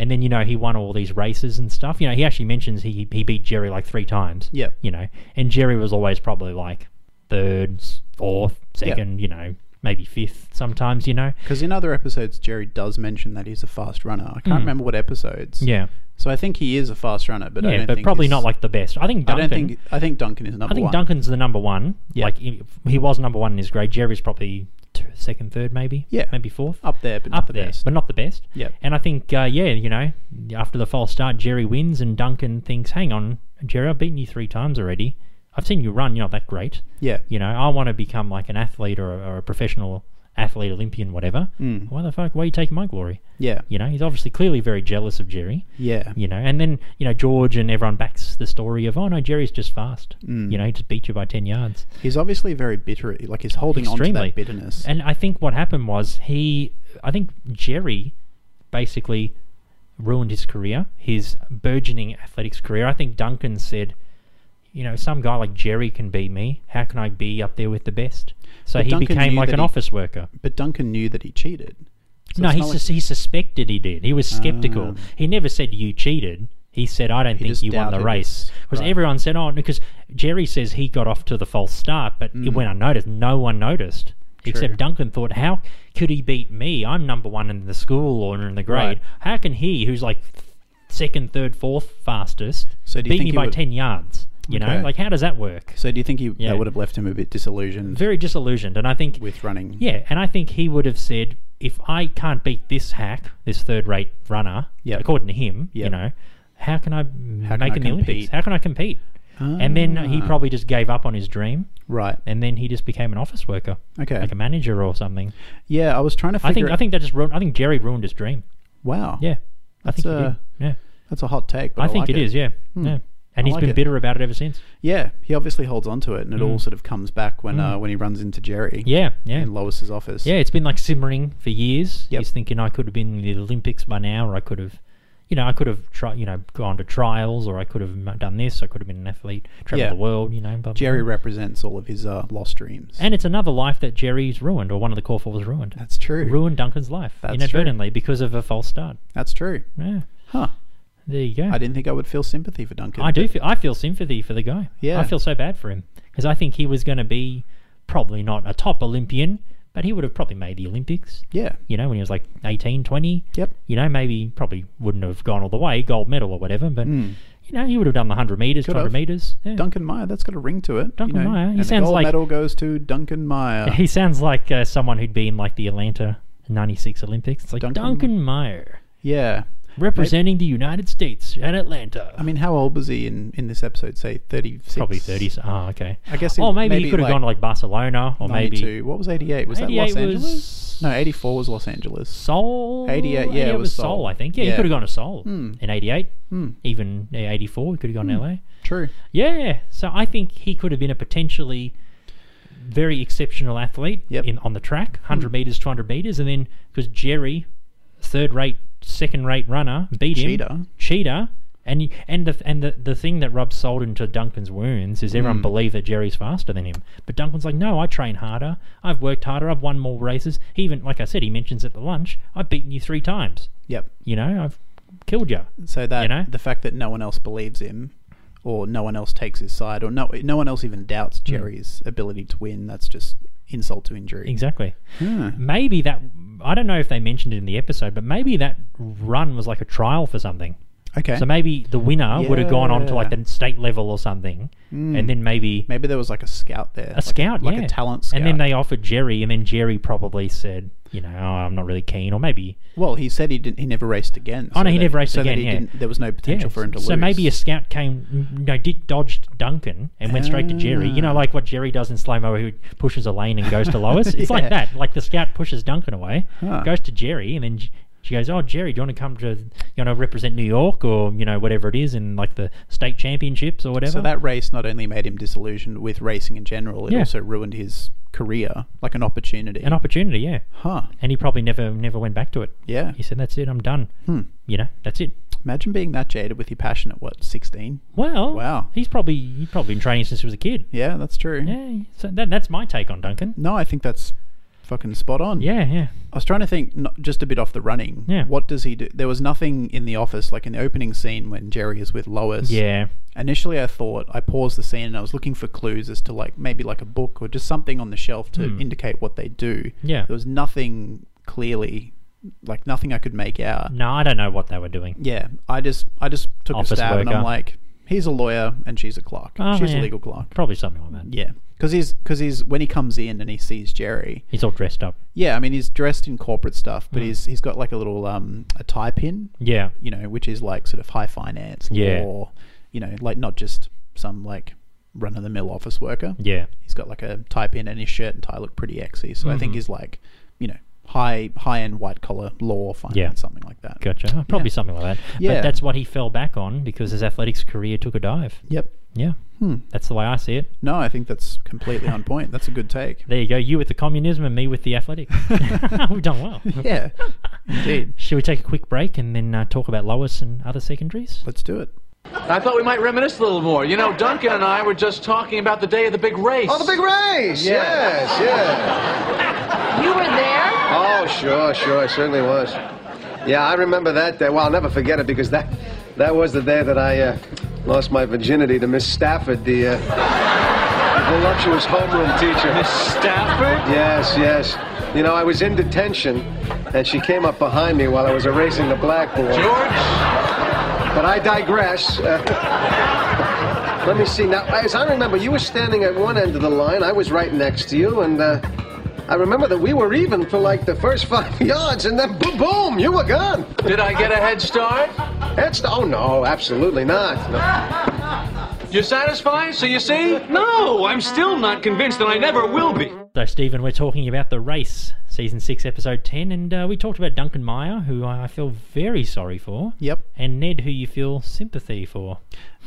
[SPEAKER 6] And then, you know, he won all these races and stuff. You know, he actually mentions he, he beat Jerry like three times.
[SPEAKER 7] Yep.
[SPEAKER 6] You know, and Jerry was always probably like third, fourth, second, you know, maybe fifth sometimes, you know.
[SPEAKER 7] Because in other episodes, Jerry does mention that he's a fast runner. I can't remember what episodes.
[SPEAKER 6] Mm. Yeah.
[SPEAKER 7] So I think he is a fast runner, but I
[SPEAKER 6] Yeah,
[SPEAKER 7] don't
[SPEAKER 6] but
[SPEAKER 7] think
[SPEAKER 6] probably
[SPEAKER 7] he's-
[SPEAKER 6] not like the best. I think
[SPEAKER 7] I
[SPEAKER 6] Duncan.
[SPEAKER 7] don't think I think Duncan is number
[SPEAKER 6] I think
[SPEAKER 7] one.
[SPEAKER 6] Duncan's the number one. Like he, he was number one in his grade. Jerry's probably t- second, third, maybe.
[SPEAKER 7] Yeah.
[SPEAKER 6] Maybe fourth.
[SPEAKER 7] Up there, but not
[SPEAKER 6] Up
[SPEAKER 7] the
[SPEAKER 6] there,
[SPEAKER 7] best.
[SPEAKER 6] but not the best.
[SPEAKER 7] Yep.
[SPEAKER 6] And I think, uh, yeah, you know, after the false start, Jerry wins, and Duncan thinks, "Hang on, Jerry, I've beaten you three times already. I've seen you run. You're not that great.
[SPEAKER 7] Yeah.
[SPEAKER 6] You know, I want to become like an athlete or a, or a professional athlete, Olympian, whatever.
[SPEAKER 7] Mm.
[SPEAKER 6] Why the fuck? Why are you taking my glory?
[SPEAKER 7] Yeah.
[SPEAKER 6] You know, he's obviously clearly very jealous of Jerry.
[SPEAKER 7] Yeah.
[SPEAKER 6] You know, and then you know George and everyone backs the story of, "Oh no, Jerry's just fast.
[SPEAKER 7] Mm.
[SPEAKER 6] You know, he just beat you by ten yards."
[SPEAKER 7] He's obviously very bitter. Like he's holding on to
[SPEAKER 6] Extremely.
[SPEAKER 7] that bitterness.
[SPEAKER 6] And I think what happened was he, I think Jerry basically ruined his career, his burgeoning athletics career. I think Duncan said, you know, some guy like Jerry can beat me. How can I be up there with the best? So
[SPEAKER 7] But
[SPEAKER 6] he
[SPEAKER 7] Duncan
[SPEAKER 6] became
[SPEAKER 7] knew
[SPEAKER 6] like
[SPEAKER 7] that
[SPEAKER 6] an
[SPEAKER 7] he-
[SPEAKER 6] office worker.
[SPEAKER 7] but Duncan knew that he cheated. So
[SPEAKER 6] no,
[SPEAKER 7] it's
[SPEAKER 6] he,
[SPEAKER 7] not like- Ah.
[SPEAKER 6] sus- he suspected he did. He was skeptical. he never said you cheated. He said, I don't think
[SPEAKER 7] just
[SPEAKER 6] you won the
[SPEAKER 7] doubted
[SPEAKER 6] race.
[SPEAKER 7] us.
[SPEAKER 6] Because
[SPEAKER 7] Right.
[SPEAKER 6] everyone said, oh, because Jerry says he got off to the false start, but
[SPEAKER 7] Mm.
[SPEAKER 6] it went unnoticed. No one noticed. Except Duncan thought, how could he beat me? I'm number one in the school or in the grade.
[SPEAKER 7] Right.
[SPEAKER 6] How can he, who's like second, third, fourth fastest,
[SPEAKER 7] So do you
[SPEAKER 6] beat
[SPEAKER 7] think
[SPEAKER 6] me
[SPEAKER 7] he
[SPEAKER 6] by
[SPEAKER 7] would-
[SPEAKER 6] 10 yards? You know,
[SPEAKER 7] Okay.
[SPEAKER 6] like how does that work?
[SPEAKER 7] So do you think he
[SPEAKER 6] Yeah.
[SPEAKER 7] that would have left him a bit disillusioned
[SPEAKER 6] Very disillusioned. And I think
[SPEAKER 7] with running?
[SPEAKER 6] yeah, and I think he would have said, if I can't beat this hack, this third-rate runner,
[SPEAKER 7] Yep.
[SPEAKER 6] according to him, you
[SPEAKER 7] Yep.
[SPEAKER 6] know, how can I
[SPEAKER 7] can
[SPEAKER 6] make
[SPEAKER 7] I
[SPEAKER 6] in the Olympics?
[SPEAKER 7] compete? Ah.
[SPEAKER 6] How can I compete? And then he probably just gave up on his dream,
[SPEAKER 7] Right.
[SPEAKER 6] and then he just became an office worker,
[SPEAKER 7] Okay.
[SPEAKER 6] like a manager or something.
[SPEAKER 7] Yeah, I was trying to figure.
[SPEAKER 6] I think
[SPEAKER 7] it-
[SPEAKER 6] I think that just ruined. I think Jerry ruined his dream.
[SPEAKER 7] Wow.
[SPEAKER 6] Yeah, I think he did.
[SPEAKER 7] uh,
[SPEAKER 6] Yeah,
[SPEAKER 7] That's a hot take. But I,
[SPEAKER 6] I think
[SPEAKER 7] like Hmm.
[SPEAKER 6] it is. Yeah, yeah. And
[SPEAKER 7] I
[SPEAKER 6] he's
[SPEAKER 7] like
[SPEAKER 6] been
[SPEAKER 7] it.
[SPEAKER 6] bitter about it ever since.
[SPEAKER 7] Yeah, he obviously holds on to it, and it all sort of comes back when uh, when he runs into Jerry.
[SPEAKER 6] Mm. Yeah, yeah.
[SPEAKER 7] In Lois's office.
[SPEAKER 6] Yeah, it's been like simmering for years.
[SPEAKER 7] Yep.
[SPEAKER 6] He's thinking I could have been in the Olympics by now, or I could have, you know, I could have tried, you know, gone to trials, or I could have m- done this. I could have been an athlete, traveled
[SPEAKER 7] Yeah.
[SPEAKER 6] the world, you know. Blah, blah,
[SPEAKER 7] Jerry
[SPEAKER 6] blah.
[SPEAKER 7] represents all of his uh, lost dreams.
[SPEAKER 6] and it's another life that Jerry's ruined, or one of the core was ruined.
[SPEAKER 7] that's true.
[SPEAKER 6] ruined Duncan's life
[SPEAKER 7] That's true.
[SPEAKER 6] inadvertently because of a false start.
[SPEAKER 7] That's true.
[SPEAKER 6] Yeah,
[SPEAKER 7] Huh.
[SPEAKER 6] there you go.
[SPEAKER 7] I didn't think I would feel sympathy for Duncan.
[SPEAKER 6] I do feel I feel sympathy for the guy.
[SPEAKER 7] Yeah.
[SPEAKER 6] I feel so bad for him because I think he was going to be probably not a top Olympian, but he would have probably made the Olympics.
[SPEAKER 7] Yeah.
[SPEAKER 6] you know, when he was like 18, 20.
[SPEAKER 7] Yep.
[SPEAKER 6] You know, maybe probably wouldn't have gone all the way, gold medal or whatever, but, you know, he would have done the 100 metres,
[SPEAKER 7] Hmm. Could
[SPEAKER 6] 200
[SPEAKER 7] have.
[SPEAKER 6] metres. Yeah.
[SPEAKER 7] Duncan Meyer. That's got a ring to it.
[SPEAKER 6] Duncan
[SPEAKER 7] you know,
[SPEAKER 6] Meyer, he
[SPEAKER 7] and the
[SPEAKER 6] sounds
[SPEAKER 7] gold
[SPEAKER 6] like-
[SPEAKER 7] medal goes to Duncan Meyer.
[SPEAKER 6] He sounds like uh, someone who'd be in like the Atlanta 96 Olympics. It's like Duncan,
[SPEAKER 7] Duncan-
[SPEAKER 6] Meyer
[SPEAKER 7] yeah.
[SPEAKER 6] representing the United States at Atlanta.
[SPEAKER 7] I mean, how old was he in, in this episode? Say 36?
[SPEAKER 6] probably 30s. Oh, okay.
[SPEAKER 7] I guess
[SPEAKER 6] Oh,
[SPEAKER 7] it-
[SPEAKER 6] maybe, he
[SPEAKER 7] maybe
[SPEAKER 6] could have
[SPEAKER 7] like
[SPEAKER 6] gone to like Barcelona or maybe
[SPEAKER 7] 92. What was 88? Was that
[SPEAKER 6] 88
[SPEAKER 7] Los Angeles?
[SPEAKER 6] was-
[SPEAKER 7] No, 84 was Los Angeles.
[SPEAKER 6] Seoul.
[SPEAKER 7] 88, yeah, it was
[SPEAKER 6] Seoul,
[SPEAKER 7] Seoul.
[SPEAKER 6] I think. Yeah, he
[SPEAKER 7] Yeah. Hmm.
[SPEAKER 6] could have gone to Seoul in 88, even uh, 84. He could have gone to LA.
[SPEAKER 7] True.
[SPEAKER 6] Yeah, so I think he could have been a potentially very exceptional athlete
[SPEAKER 7] Yep. Hmm.
[SPEAKER 6] in on the track, 100 meters, 200 meters, and then because Jerry, third rate, second rate runner, beat
[SPEAKER 7] Cheater.
[SPEAKER 6] him, cheater, and you- and the and the, the thing that rubs salt into Duncan's wounds is
[SPEAKER 7] Hmm.
[SPEAKER 6] everyone believed that Jerry's faster than him, but Duncan's like, no, I train harder, I've worked harder, I've won more races. He even like I said, he mentions at the lunch, I've beaten you three times,
[SPEAKER 7] Yep.
[SPEAKER 6] you know, I've killed you.
[SPEAKER 7] So that
[SPEAKER 6] You know?
[SPEAKER 7] the fact that no one else believes him, or no one else takes his side, or no no one else even doubts
[SPEAKER 6] Hmm.
[SPEAKER 7] Jerry's ability to win. That's just insult to injury.
[SPEAKER 6] Exactly. Maybe that I don't know if they mentioned it in the episode, but maybe that run was like a trial for something.
[SPEAKER 7] Okay.
[SPEAKER 6] So maybe the winner would have gone on to like
[SPEAKER 7] Eh? Yeah. Hmm.
[SPEAKER 6] the state level or something, and then maybe
[SPEAKER 7] Maybe there was like a scout there,
[SPEAKER 6] a scout,
[SPEAKER 7] like
[SPEAKER 6] yeah.
[SPEAKER 7] a talent scout.
[SPEAKER 6] And then they offered Jerry, and then Jerry probably said, you know, oh, I'm not really keen, or maybe
[SPEAKER 7] Well, he said he didn't. He never raced again.
[SPEAKER 6] Oh, no,
[SPEAKER 7] so
[SPEAKER 6] he
[SPEAKER 7] that-
[SPEAKER 6] never raced
[SPEAKER 7] so that
[SPEAKER 6] again,
[SPEAKER 7] he
[SPEAKER 6] yeah.
[SPEAKER 7] didn't- there was no potential
[SPEAKER 6] Yeah,
[SPEAKER 7] for him to
[SPEAKER 6] so
[SPEAKER 7] lose.
[SPEAKER 6] maybe a scout came, you know, did dodged Duncan and went straight to Jerry.
[SPEAKER 7] Ah.
[SPEAKER 6] You know, like what Jerry does in slow mo, who pushes a lane and goes to Lois. It's like
[SPEAKER 7] Yeah.
[SPEAKER 6] that. Like the scout pushes Duncan away, goes to Jerry, and then. J- She goes, oh Jerry, do you want to come to, you know, represent New York or you know whatever it is in like the state championships or whatever.
[SPEAKER 7] So that race not only made him disillusioned with racing in general, it
[SPEAKER 6] Yeah.
[SPEAKER 7] also ruined his career, like an opportunity.
[SPEAKER 6] an opportunity, yeah.
[SPEAKER 7] huh?
[SPEAKER 6] And he probably never never went back to it.
[SPEAKER 7] Yeah. Hmm.
[SPEAKER 6] He said, that's it, I'm done. You know, that's it.
[SPEAKER 7] Imagine being that jaded with your passion at what sixteen?
[SPEAKER 6] Well,
[SPEAKER 7] Wow.
[SPEAKER 6] He's probably he's probably been training since he was a kid.
[SPEAKER 7] Yeah, that's true.
[SPEAKER 6] Yeah. So that, that's my take on Duncan.
[SPEAKER 7] No, I think that's fucking spot on.
[SPEAKER 6] Yeah, yeah.
[SPEAKER 7] I was trying to think, not, just a bit off the running.
[SPEAKER 6] Yeah.
[SPEAKER 7] What does he do? There was nothing in the office, like in the opening scene when Jerry is with Lois.
[SPEAKER 6] Yeah.
[SPEAKER 7] Initially, I thought I paused the scene and I was looking for clues as to like maybe like a book or just something on the shelf to indicate what they do.
[SPEAKER 6] Hmm. Yeah.
[SPEAKER 7] There was nothing clearly, like nothing I could make out.
[SPEAKER 6] Hmm. No, I don't know what they were doing.
[SPEAKER 7] Yeah. I just I just took
[SPEAKER 6] Office
[SPEAKER 7] a stab and
[SPEAKER 6] worker.
[SPEAKER 7] I'm like, He's a lawyer and she's a clerk.
[SPEAKER 6] Oh,
[SPEAKER 7] she's
[SPEAKER 6] yeah.
[SPEAKER 7] a legal clerk.
[SPEAKER 6] Probably something like that.
[SPEAKER 7] Yeah, because he's because he's when he comes in and he sees Jerry.
[SPEAKER 6] He's all dressed up.
[SPEAKER 7] Yeah, I mean he's dressed in corporate stuff,
[SPEAKER 6] Hmm.
[SPEAKER 7] but he's he's got like a little um a tie pin,
[SPEAKER 6] Yeah.
[SPEAKER 7] you know, which is like sort of high finance
[SPEAKER 6] Yeah.
[SPEAKER 7] law, you know, like not just some like run of the mill office worker.
[SPEAKER 6] Yeah.
[SPEAKER 7] He's got like a tie pin and his shirt and tie look pretty exy, so
[SPEAKER 6] Mm-hmm.
[SPEAKER 7] I think he's like, you know, high high end white collar law finance
[SPEAKER 6] Yeah.
[SPEAKER 7] something like that.
[SPEAKER 6] Gotcha. Oh, Probably something like that. But
[SPEAKER 7] Yeah.
[SPEAKER 6] that's what he fell back on because his athletics career took a dive.
[SPEAKER 7] Yep.
[SPEAKER 6] Yeah.
[SPEAKER 7] Hmm.
[SPEAKER 6] That's the way I see it.
[SPEAKER 7] No, I think that's completely on point. That's a good take.
[SPEAKER 6] There you go. You with the communism and me with the athletics. We've done well.
[SPEAKER 7] Yeah. Indeed.
[SPEAKER 6] Should we take a quick break and then uh, talk about Lois and other secondaries?
[SPEAKER 7] Let's do it.
[SPEAKER 3] I thought we might reminisce a little more. You know, Duncan and I were just talking about the day of the big race.
[SPEAKER 5] Oh, the big race! Yes, yes.
[SPEAKER 1] You were there?
[SPEAKER 5] Oh, sure, sure, I certainly was. Yeah, I remember that day. Well, I'll never forget it because that that was the day that I uh, lost my virginity to Miss Stafford, the uh, voluptuous homeroom teacher. Miss Stafford? Yes, yes. You know, I was in detention, and she came up behind me while I was erasing the blackboard.
[SPEAKER 3] George?
[SPEAKER 5] But I digress. Uh, let me see. Now, as I remember, you were standing at one end of the line. I was right next to you, and uh, I remember that we were even for like the first five yards, and then boom, boom, you were gone.
[SPEAKER 3] Did I get a head start?
[SPEAKER 5] That's the, oh no, absolutely not. No.
[SPEAKER 3] You're satisfied? So you see? No, I'm still not convinced, and I never will be.
[SPEAKER 6] So, Stephen, we're talking about The Race, Season 6, Episode 10, and uh, we talked about Duncan Meyer, who I I feel very sorry for.
[SPEAKER 7] Yep.
[SPEAKER 6] And Ned, who you feel sympathy for.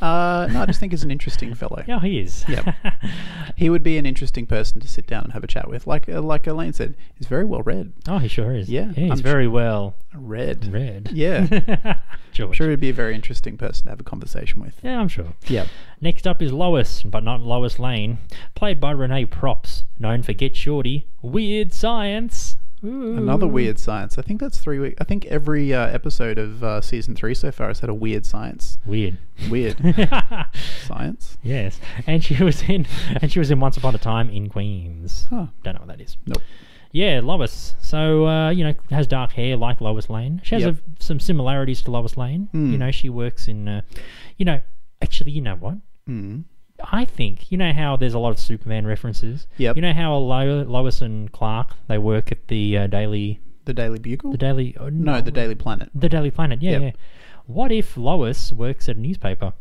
[SPEAKER 7] Uh, no, I just think he's an interesting fellow.
[SPEAKER 6] Yeah, he is.
[SPEAKER 7] Yep. He would be an interesting person to sit down and have a chat with. Like uh, like Elaine said, he's very well read.
[SPEAKER 6] oh, he sure is.
[SPEAKER 7] Yeah,
[SPEAKER 6] he's
[SPEAKER 7] I'm su-
[SPEAKER 6] very well
[SPEAKER 7] Read.
[SPEAKER 6] read.
[SPEAKER 7] Yeah.
[SPEAKER 6] George.
[SPEAKER 7] sure, he'd be a very interesting person to have a conversation with.
[SPEAKER 6] Yeah, I'm sure.
[SPEAKER 7] Yep.
[SPEAKER 6] Next up is Lois, but not Lois Lane, played by Renee Props, known for Get Shorty, Weird Science. Ooh.
[SPEAKER 7] Another weird science. I think that's three week. I think every uh, episode of uh, season three so far has had a weird science.
[SPEAKER 6] Weird.
[SPEAKER 7] Weird science.
[SPEAKER 6] yes, and she was in, and she was in Once Upon a Time in Queens.
[SPEAKER 7] Huh.
[SPEAKER 6] Don't know what that is.
[SPEAKER 7] Nope.
[SPEAKER 6] Yeah, Lois. So uh, you know, has dark hair like Lois Lane. She has
[SPEAKER 7] Yep. Hmm.
[SPEAKER 6] a, some similarities to Lois Lane. You know, she works in. Uh, you know, actually, you know what? Mm.
[SPEAKER 7] Hmm.
[SPEAKER 6] I think you know how there's a lot of Superman references.
[SPEAKER 7] Yep.
[SPEAKER 6] You know how Lo- Lois and Clark they work at the uh, Daily,
[SPEAKER 7] The Daily Bugle.
[SPEAKER 6] the Daily. oh,
[SPEAKER 7] no, the Daily Planet.
[SPEAKER 6] the Daily Planet. Yeah,
[SPEAKER 7] Yep.
[SPEAKER 6] yeah. What if Lois works at a newspaper?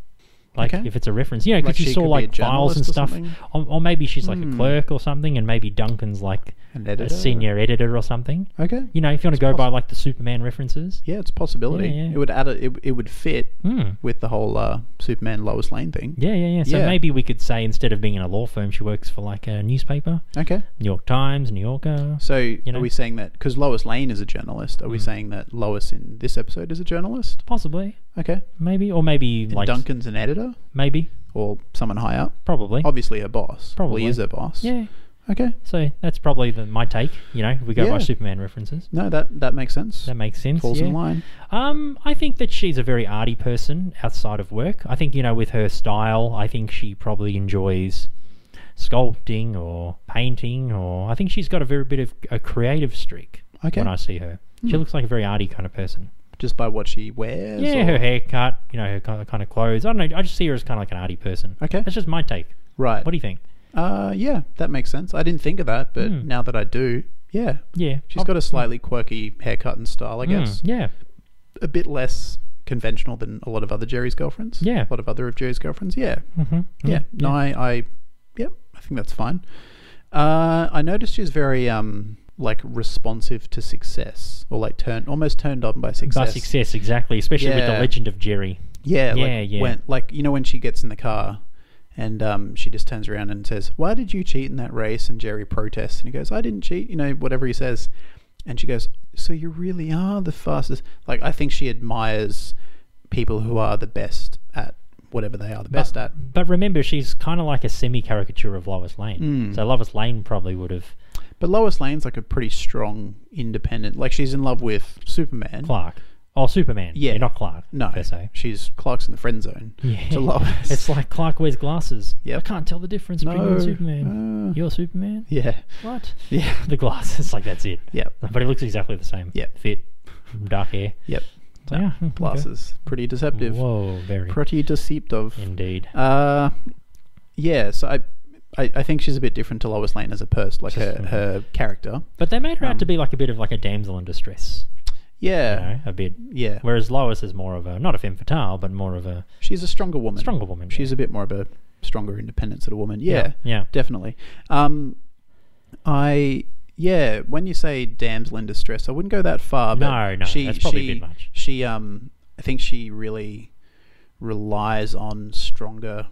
[SPEAKER 6] Like
[SPEAKER 7] Okay.
[SPEAKER 6] if it's a reference, you know, because
[SPEAKER 7] Like
[SPEAKER 6] you
[SPEAKER 7] she
[SPEAKER 6] saw
[SPEAKER 7] could be a
[SPEAKER 6] like files and
[SPEAKER 7] journalist or
[SPEAKER 6] stuff,
[SPEAKER 7] something?
[SPEAKER 6] or, or maybe she's like a clerk or something, and maybe Duncan's like
[SPEAKER 7] An
[SPEAKER 6] a
[SPEAKER 7] editor?
[SPEAKER 6] senior editor or something.
[SPEAKER 7] Okay.
[SPEAKER 6] You know, if you want to go by like the Superman references,
[SPEAKER 7] Yeah, it's a possibility.
[SPEAKER 6] Yeah, yeah.
[SPEAKER 7] It would add a, it, it would fit with the whole uh, Superman Lois Lane thing.
[SPEAKER 6] yeah, yeah, yeah. So
[SPEAKER 7] Yeah.
[SPEAKER 6] maybe we could say instead of being in a law firm, she works for like a newspaper,
[SPEAKER 7] Okay.
[SPEAKER 6] New York Times, New Yorker.
[SPEAKER 7] So
[SPEAKER 6] know? Hmm.
[SPEAKER 7] are we saying that because Lois Lane is a journalist? Are we saying that Lois in this episode is a journalist?
[SPEAKER 6] Possibly,
[SPEAKER 7] Okay.
[SPEAKER 6] maybe, or maybe
[SPEAKER 7] And
[SPEAKER 6] like
[SPEAKER 7] Duncan's an editor
[SPEAKER 6] maybe,
[SPEAKER 7] or someone high up.
[SPEAKER 6] probably,
[SPEAKER 7] Obviously, her boss.
[SPEAKER 6] Probably.
[SPEAKER 7] Probably is her boss.
[SPEAKER 6] yeah.
[SPEAKER 7] Okay.
[SPEAKER 6] So that's probably the, my take. You know, if we go by
[SPEAKER 7] Yeah.
[SPEAKER 6] Superman references.
[SPEAKER 7] No, that that makes sense.
[SPEAKER 6] That makes sense.
[SPEAKER 7] Falls in
[SPEAKER 6] yeah.
[SPEAKER 7] line.
[SPEAKER 6] Um, I think that she's a very arty person outside of work. I think you know, with her style, I think she probably enjoys sculpting or painting, or I think she's got a very bit of a creative streak.
[SPEAKER 7] Okay. Hmm.
[SPEAKER 6] When I see her, she looks like a very arty kind of person.
[SPEAKER 7] Just by what she wears.
[SPEAKER 6] Yeah,
[SPEAKER 7] or-
[SPEAKER 6] her haircut, you know, her kind of, kind of clothes. I don't know. I just see her as kind of like an arty person.
[SPEAKER 7] Okay.
[SPEAKER 6] That's just my take.
[SPEAKER 7] Right.
[SPEAKER 6] What do you Hmm. think?
[SPEAKER 7] uh, yeah, that makes sense. I didn't think of that, but now that I do, yeah,
[SPEAKER 6] Yeah.
[SPEAKER 7] she's got a slightly quirky haircut and style. I
[SPEAKER 6] Hmm.
[SPEAKER 7] guess
[SPEAKER 6] Yeah.
[SPEAKER 7] a bit less conventional than a lot of other Jerry's girlfriends.
[SPEAKER 6] Yeah.
[SPEAKER 7] a lot of other of Jerry's girlfriends. Yeah, mm-hmm. yeah. No, I, I, yeah, I think that's fine. Uh, I noticed she's very um like responsive to success, or like turned almost turned on by success.
[SPEAKER 6] By success, exactly. Especially with the
[SPEAKER 7] Yeah.
[SPEAKER 6] legend of Jerry.
[SPEAKER 7] Yeah,
[SPEAKER 6] Yeah,
[SPEAKER 7] like
[SPEAKER 6] yeah.
[SPEAKER 7] When, like you know when she gets in the car and um, she just turns around and says, "Why did you cheat in that race?" And Jerry protests, and he goes, "I didn't cheat," you know, whatever he says. And she goes, "So you really are the fastest." Like I think she admires people who are the best at whatever they are the best at.
[SPEAKER 6] But remember, she's kind of like a semi caricature of Lois
[SPEAKER 7] Hmm.
[SPEAKER 6] Lane. So Lois Lane probably would have
[SPEAKER 7] But Lois Lane's like a pretty strong, independent. Like she's in love with Superman.
[SPEAKER 6] Clark. Oh, Superman.
[SPEAKER 7] Yeah.
[SPEAKER 6] You're not Clark.
[SPEAKER 7] No,
[SPEAKER 6] Per se.
[SPEAKER 7] she's Clark's in the friend zone.
[SPEAKER 6] Yeah.
[SPEAKER 7] To Lois.
[SPEAKER 6] It's like Clark wears glasses. Yeah,
[SPEAKER 7] Yep.
[SPEAKER 6] I can't tell the difference between you and
[SPEAKER 7] No,
[SPEAKER 6] Superman.
[SPEAKER 7] no.
[SPEAKER 6] You're Superman?
[SPEAKER 7] yeah,
[SPEAKER 6] What?
[SPEAKER 7] yeah,
[SPEAKER 6] The glasses. Like, that's it.
[SPEAKER 7] Yep.
[SPEAKER 6] But he looks exactly the same.
[SPEAKER 7] Yep.
[SPEAKER 6] Fit, dark hair.
[SPEAKER 7] yep.
[SPEAKER 6] So, yeah. hmm, okay.
[SPEAKER 7] Plus is pretty deceptive.
[SPEAKER 6] Whoa, very.
[SPEAKER 7] Pretty deceptive.
[SPEAKER 6] Indeed.
[SPEAKER 7] Uh, yeah, so I, I, I think she's a bit different to Lois Lane as a person, like her, her character.
[SPEAKER 6] But they made her out to be like a bit of like a damsel in distress, you
[SPEAKER 7] Yeah,
[SPEAKER 6] know, a bit.
[SPEAKER 7] yeah.
[SPEAKER 6] Whereas Lois is more of a not a femme fatale, but more of a
[SPEAKER 7] she's a stronger woman.
[SPEAKER 6] stronger woman. yeah.
[SPEAKER 7] She's a bit more of a stronger independent sort of woman. Yeah,
[SPEAKER 6] yeah.
[SPEAKER 7] definitely. Um, I yeah, when you say damsel in distress, I wouldn't go that far. But
[SPEAKER 6] No, no,
[SPEAKER 7] she,
[SPEAKER 6] that's probably a
[SPEAKER 7] she,
[SPEAKER 6] bit much.
[SPEAKER 7] She um, I think she really relies on stronger,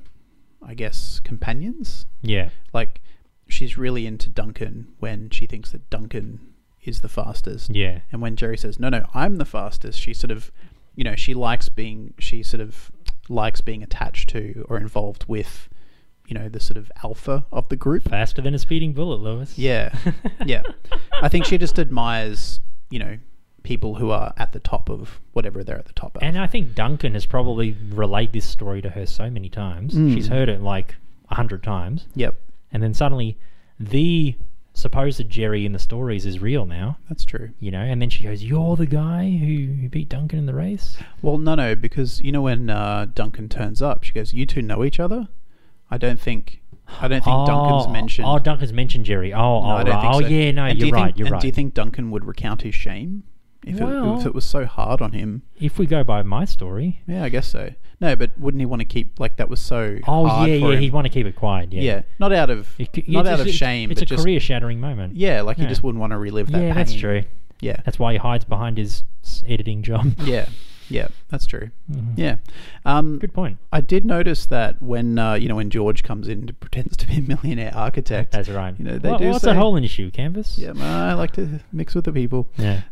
[SPEAKER 7] I guess, companions.
[SPEAKER 6] yeah,
[SPEAKER 7] Like she's really into Duncan when she thinks that Duncan is the fastest.
[SPEAKER 6] yeah,
[SPEAKER 7] And when Jerry says, "No, no, I'm the fastest," she sort of, you know, she likes being she sort of likes being attached to or involved with, you know, the sort of alpha of the group.
[SPEAKER 6] faster than a speeding bullet, Lois.
[SPEAKER 7] Yeah, yeah. I think she just admires, you know, people who are at the top of whatever they're at the top of.
[SPEAKER 6] And I think Duncan has probably relayed this story to her so many times. She's heard it like a hundred times,
[SPEAKER 7] yep,
[SPEAKER 6] and then suddenly, the supposed Jerry in the stories is real now.
[SPEAKER 7] that's true.
[SPEAKER 6] You know, and then she goes, "You're the guy who, who beat Duncan in the race."
[SPEAKER 7] Well, no, no, because you know when uh, Duncan turns up, she goes, "You two know each other." I don't think. I don't think Duncan's
[SPEAKER 6] Oh,
[SPEAKER 7] mentioned.
[SPEAKER 6] Oh, Duncan's mentioned Jerry. Oh, oh,
[SPEAKER 7] No, I don't
[SPEAKER 6] right.
[SPEAKER 7] think
[SPEAKER 6] oh
[SPEAKER 7] so.
[SPEAKER 6] yeah, no,
[SPEAKER 7] And do
[SPEAKER 6] you're
[SPEAKER 7] you
[SPEAKER 6] right.
[SPEAKER 7] think-
[SPEAKER 6] you're
[SPEAKER 7] and
[SPEAKER 6] right.
[SPEAKER 7] Do you think Duncan would recount his shame if, it,
[SPEAKER 6] Well-
[SPEAKER 7] if it was so hard on him?
[SPEAKER 6] if we go by my story,
[SPEAKER 7] Yeah, I guess so. No, but wouldn't he want to keep like that was so?
[SPEAKER 6] oh
[SPEAKER 7] hard
[SPEAKER 6] yeah,
[SPEAKER 7] for
[SPEAKER 6] yeah,
[SPEAKER 7] him.
[SPEAKER 6] he'd want to keep it quiet. Yeah,
[SPEAKER 7] yeah, not out of
[SPEAKER 6] It c-
[SPEAKER 7] not
[SPEAKER 6] it's
[SPEAKER 7] out
[SPEAKER 6] just-
[SPEAKER 7] of
[SPEAKER 6] it's-
[SPEAKER 7] shame,
[SPEAKER 6] It's
[SPEAKER 7] but
[SPEAKER 6] a
[SPEAKER 7] just
[SPEAKER 6] career-shattering moment.
[SPEAKER 7] yeah, like
[SPEAKER 6] Yeah.
[SPEAKER 7] he just wouldn't want to relive that.
[SPEAKER 6] yeah, that's
[SPEAKER 7] pain.
[SPEAKER 6] true.
[SPEAKER 7] Yeah,
[SPEAKER 6] That's why he hides behind his s- editing job.
[SPEAKER 7] yeah, yeah, that's true.
[SPEAKER 6] Mm-hmm.
[SPEAKER 7] Yeah, um,
[SPEAKER 6] Good point.
[SPEAKER 7] I did notice that when uh, you know when George comes in and pretends to be a millionaire architect.
[SPEAKER 6] That's right.
[SPEAKER 7] You know they
[SPEAKER 6] What-
[SPEAKER 7] do.
[SPEAKER 6] what's
[SPEAKER 7] say,
[SPEAKER 6] that whole issue? Canvas.
[SPEAKER 7] Yeah, I like to mix with the people.
[SPEAKER 6] Yeah.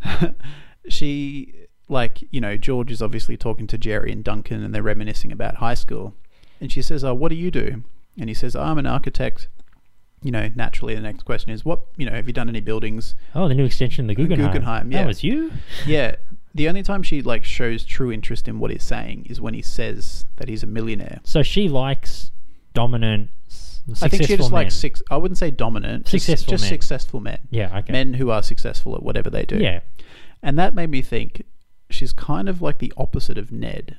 [SPEAKER 7] she like you know george is obviously talking to jerry and duncan and they're reminiscing about high school and she says oh what do you do and he says i'm an architect you know naturally the next question is what you know have you done any buildings
[SPEAKER 6] Oh, the new extension, the Guggenheim.
[SPEAKER 7] Guggenheim, yeah.
[SPEAKER 6] That was you.
[SPEAKER 7] yeah the only time she like shows true interest in what he's saying is when he says that he's a millionaire
[SPEAKER 6] So she likes dominant, s- successful
[SPEAKER 7] I think she just
[SPEAKER 6] men.
[SPEAKER 7] likes six. I wouldn't say dominant, just-
[SPEAKER 6] Successful
[SPEAKER 7] just,
[SPEAKER 6] men.
[SPEAKER 7] successful men.
[SPEAKER 6] Yeah, okay.
[SPEAKER 7] men who are successful at whatever they do.
[SPEAKER 6] Yeah.
[SPEAKER 7] and that made me think she's kind of like the opposite of Ned.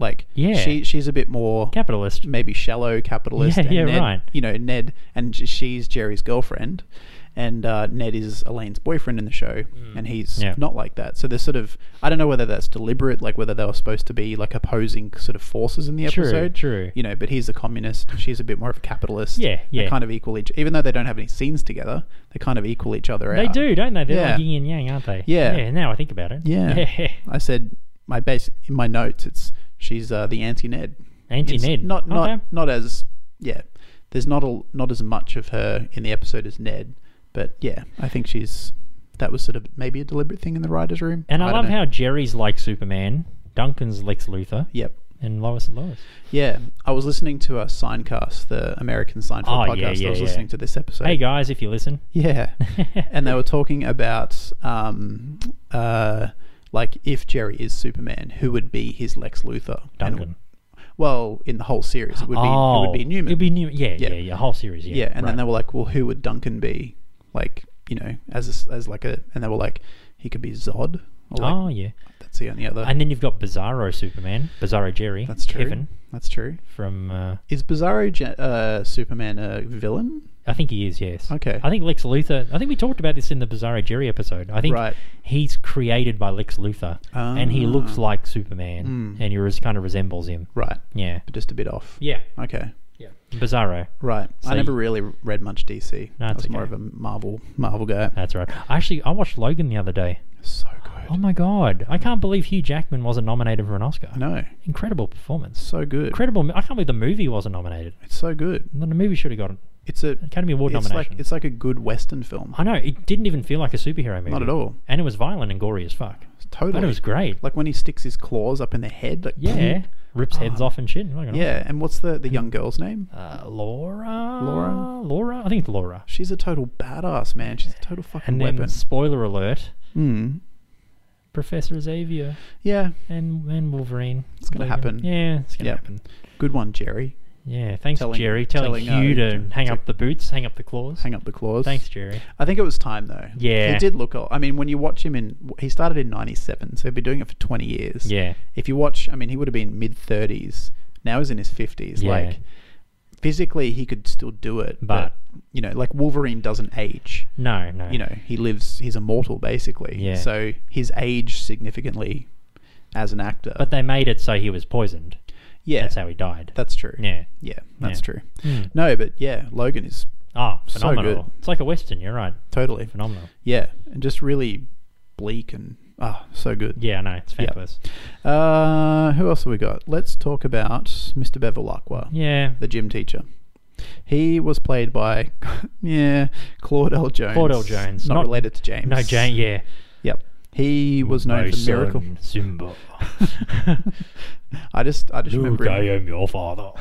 [SPEAKER 7] Like,
[SPEAKER 6] Yeah.
[SPEAKER 7] she she's a bit more
[SPEAKER 6] Capitalist.
[SPEAKER 7] maybe shallow capitalist.
[SPEAKER 6] Yeah,
[SPEAKER 7] and
[SPEAKER 6] yeah,
[SPEAKER 7] Ned-
[SPEAKER 6] right.
[SPEAKER 7] You know, Ned and sh- she's Jerry's girlfriend, and uh, Ned is Elaine's boyfriend in the show, and he's
[SPEAKER 6] Yeah.
[SPEAKER 7] not like that. So they're sort of I don't know whether that's deliberate, like whether they were supposed to be like opposing sort of forces in the
[SPEAKER 6] True,
[SPEAKER 7] episode.
[SPEAKER 6] true.
[SPEAKER 7] You know, but he's a communist, she's a bit more of a capitalist.
[SPEAKER 6] Yeah,
[SPEAKER 7] They
[SPEAKER 6] yeah.
[SPEAKER 7] kind of equal each, even though they don't have any scenes together, they kind of equal each other
[SPEAKER 6] They
[SPEAKER 7] out.
[SPEAKER 6] do, don't they? They're like
[SPEAKER 7] Yeah.
[SPEAKER 6] yin and yang, aren't they?
[SPEAKER 7] Yeah.
[SPEAKER 6] Yeah. Now I think about it.
[SPEAKER 7] Yeah.
[SPEAKER 6] Yeah.
[SPEAKER 7] I said my base in my notes. It's she's uh, the anti Ned.
[SPEAKER 6] Anti Ned.
[SPEAKER 7] Not not
[SPEAKER 6] Okay.
[SPEAKER 7] not as yeah. There's not a, not as much of her in the episode as Ned, but yeah, I think she's that was sort of maybe a deliberate thing in the writers' room.
[SPEAKER 6] And I,
[SPEAKER 7] don't
[SPEAKER 6] love
[SPEAKER 7] know.
[SPEAKER 6] how Jerry's like Superman, Duncan's Lex Luthor,
[SPEAKER 7] Yep.
[SPEAKER 6] and Lois is Lois.
[SPEAKER 7] Yeah, I was listening to a Signcast, the American Sign
[SPEAKER 6] Oh,
[SPEAKER 7] podcast.
[SPEAKER 6] yeah, yeah,
[SPEAKER 7] I was
[SPEAKER 6] yeah.
[SPEAKER 7] listening to this episode.
[SPEAKER 6] Hey guys, if you listen,
[SPEAKER 7] Yeah. and they were talking about um, uh, like if Jerry is Superman, who would be his Lex Luthor? And-
[SPEAKER 6] Duncan.
[SPEAKER 7] well, in the whole series, it would be it would be Newman.
[SPEAKER 6] It'd Oh, be Newman. Yeah, yeah,
[SPEAKER 7] Yeah.
[SPEAKER 6] yeah, Whole series. Yeah.
[SPEAKER 7] yeah, and then
[SPEAKER 6] right.
[SPEAKER 7] they were like, well, who would Duncan be? Like you know, as a, as like a, and they were like, he could be Zod. Or like,
[SPEAKER 6] oh yeah.
[SPEAKER 7] that's the only other.
[SPEAKER 6] And then you've got Bizarro Superman, Bizarro Jerry.
[SPEAKER 7] that's true.
[SPEAKER 6] Kevin
[SPEAKER 7] That's true.
[SPEAKER 6] from. Uh,
[SPEAKER 7] Is Bizarro Je- uh, Superman a villain?
[SPEAKER 6] I think he is. Yes.
[SPEAKER 7] Okay.
[SPEAKER 6] I think Lex Luthor. I think we talked about this in the Bizarro Jerry episode. I think
[SPEAKER 7] Right. Ah.
[SPEAKER 6] he's created by Lex Luthor, and he looks like
[SPEAKER 7] Hmm.
[SPEAKER 6] Superman, and he res- kind of resembles him.
[SPEAKER 7] Right,
[SPEAKER 6] Yeah.
[SPEAKER 7] but just a bit off.
[SPEAKER 6] Yeah.
[SPEAKER 7] Okay.
[SPEAKER 6] Yeah. Bizarro.
[SPEAKER 7] Right.
[SPEAKER 6] So
[SPEAKER 7] I never
[SPEAKER 6] you-
[SPEAKER 7] really read much DC.
[SPEAKER 6] No,
[SPEAKER 7] I
[SPEAKER 6] it's
[SPEAKER 7] was more
[SPEAKER 6] okay. Uh,
[SPEAKER 7] of a Marvel Marvel guy.
[SPEAKER 6] That's right. Actually, I watched Logan the other day.
[SPEAKER 7] So
[SPEAKER 6] Oh
[SPEAKER 7] good.
[SPEAKER 6] my god! I can't believe Hugh Jackman wasn't nominated for an Oscar.
[SPEAKER 7] I know.
[SPEAKER 6] Incredible performance.
[SPEAKER 7] So good.
[SPEAKER 6] Incredible. mo- I can't believe the movie wasn't nominated.
[SPEAKER 7] It's so good.
[SPEAKER 6] The movie should have got an
[SPEAKER 7] It's a
[SPEAKER 6] Academy Award
[SPEAKER 7] it's like
[SPEAKER 6] nomination.
[SPEAKER 7] it's like a good western film.
[SPEAKER 6] I know it didn't even feel like a superhero movie.
[SPEAKER 7] Not at all.
[SPEAKER 6] And it was violent and gory as fuck.
[SPEAKER 7] Totally.
[SPEAKER 6] But it was great.
[SPEAKER 7] Like when he sticks his claws up in the head. Like
[SPEAKER 6] yeah, rips heads off and shit. Fucking
[SPEAKER 7] Ah. Yeah, and what's the the young girl's name?
[SPEAKER 6] awesome. Uh, Laura.
[SPEAKER 7] Laura?
[SPEAKER 6] Laura. I think it's Laura.
[SPEAKER 7] She's a total badass, man. She's a total fucking
[SPEAKER 6] And then
[SPEAKER 7] weapon.
[SPEAKER 6] spoiler alert.
[SPEAKER 7] Mm.
[SPEAKER 6] Professor Xavier
[SPEAKER 7] Yeah,
[SPEAKER 6] and and Wolverine. It's
[SPEAKER 7] gonna happen.
[SPEAKER 6] Yeah, it's gonna
[SPEAKER 7] Yep.
[SPEAKER 6] happen.
[SPEAKER 7] good one, Jerry.
[SPEAKER 6] Yeah, thanks,
[SPEAKER 7] Telling-
[SPEAKER 6] Jerry. Telling,
[SPEAKER 7] telling, uh,
[SPEAKER 6] you to
[SPEAKER 7] to-
[SPEAKER 6] hang
[SPEAKER 7] to-
[SPEAKER 6] up the boots, hang up the claws.
[SPEAKER 7] Hang up the claws.
[SPEAKER 6] Thanks, Jerry.
[SPEAKER 7] I think it was time though.
[SPEAKER 6] Yeah.
[SPEAKER 7] he did look. old. I mean, when you watch him in, he started in '97, so he'd been doing it for 20 years.
[SPEAKER 6] Yeah.
[SPEAKER 7] If you watch, I mean, he would have been mid 30s. Now he's in his 50s.
[SPEAKER 6] Yeah.
[SPEAKER 7] Like physically, he could still do it,
[SPEAKER 6] But-
[SPEAKER 7] but, you know, like Wolverine doesn't age.
[SPEAKER 6] No, no.
[SPEAKER 7] You know, he lives. He's immortal, basically.
[SPEAKER 6] Yeah.
[SPEAKER 7] So his age significantly as an actor.
[SPEAKER 6] But they made it so he was poisoned.
[SPEAKER 7] yeah,
[SPEAKER 6] That's how he died.
[SPEAKER 7] That's true.
[SPEAKER 6] yeah.
[SPEAKER 7] Yeah, that's
[SPEAKER 6] Yeah. Hmm.
[SPEAKER 7] true. No, but yeah, Logan is
[SPEAKER 6] Oh,
[SPEAKER 7] So
[SPEAKER 6] phenomenal.
[SPEAKER 7] good.
[SPEAKER 6] It's like a Western, you're right.
[SPEAKER 7] totally
[SPEAKER 6] Phenomenal.
[SPEAKER 7] Yeah, and just really bleak and ah, so good.
[SPEAKER 6] Yeah, I know. It's fabulous.
[SPEAKER 7] Uh, who else have we got? Let's talk about Mr. Bevel Aqua,
[SPEAKER 6] Yeah.
[SPEAKER 7] the gym teacher. He was played by, yeah, Claudel Jones.
[SPEAKER 6] Cordell Jones.
[SPEAKER 7] not, related to James.
[SPEAKER 6] No, Jane, yeah.
[SPEAKER 7] Yep. He was known
[SPEAKER 2] My
[SPEAKER 7] for Miracle.
[SPEAKER 2] son, Simba.
[SPEAKER 7] I just, I just
[SPEAKER 2] Luke,
[SPEAKER 7] remember.
[SPEAKER 2] I
[SPEAKER 7] Him,
[SPEAKER 2] am your father.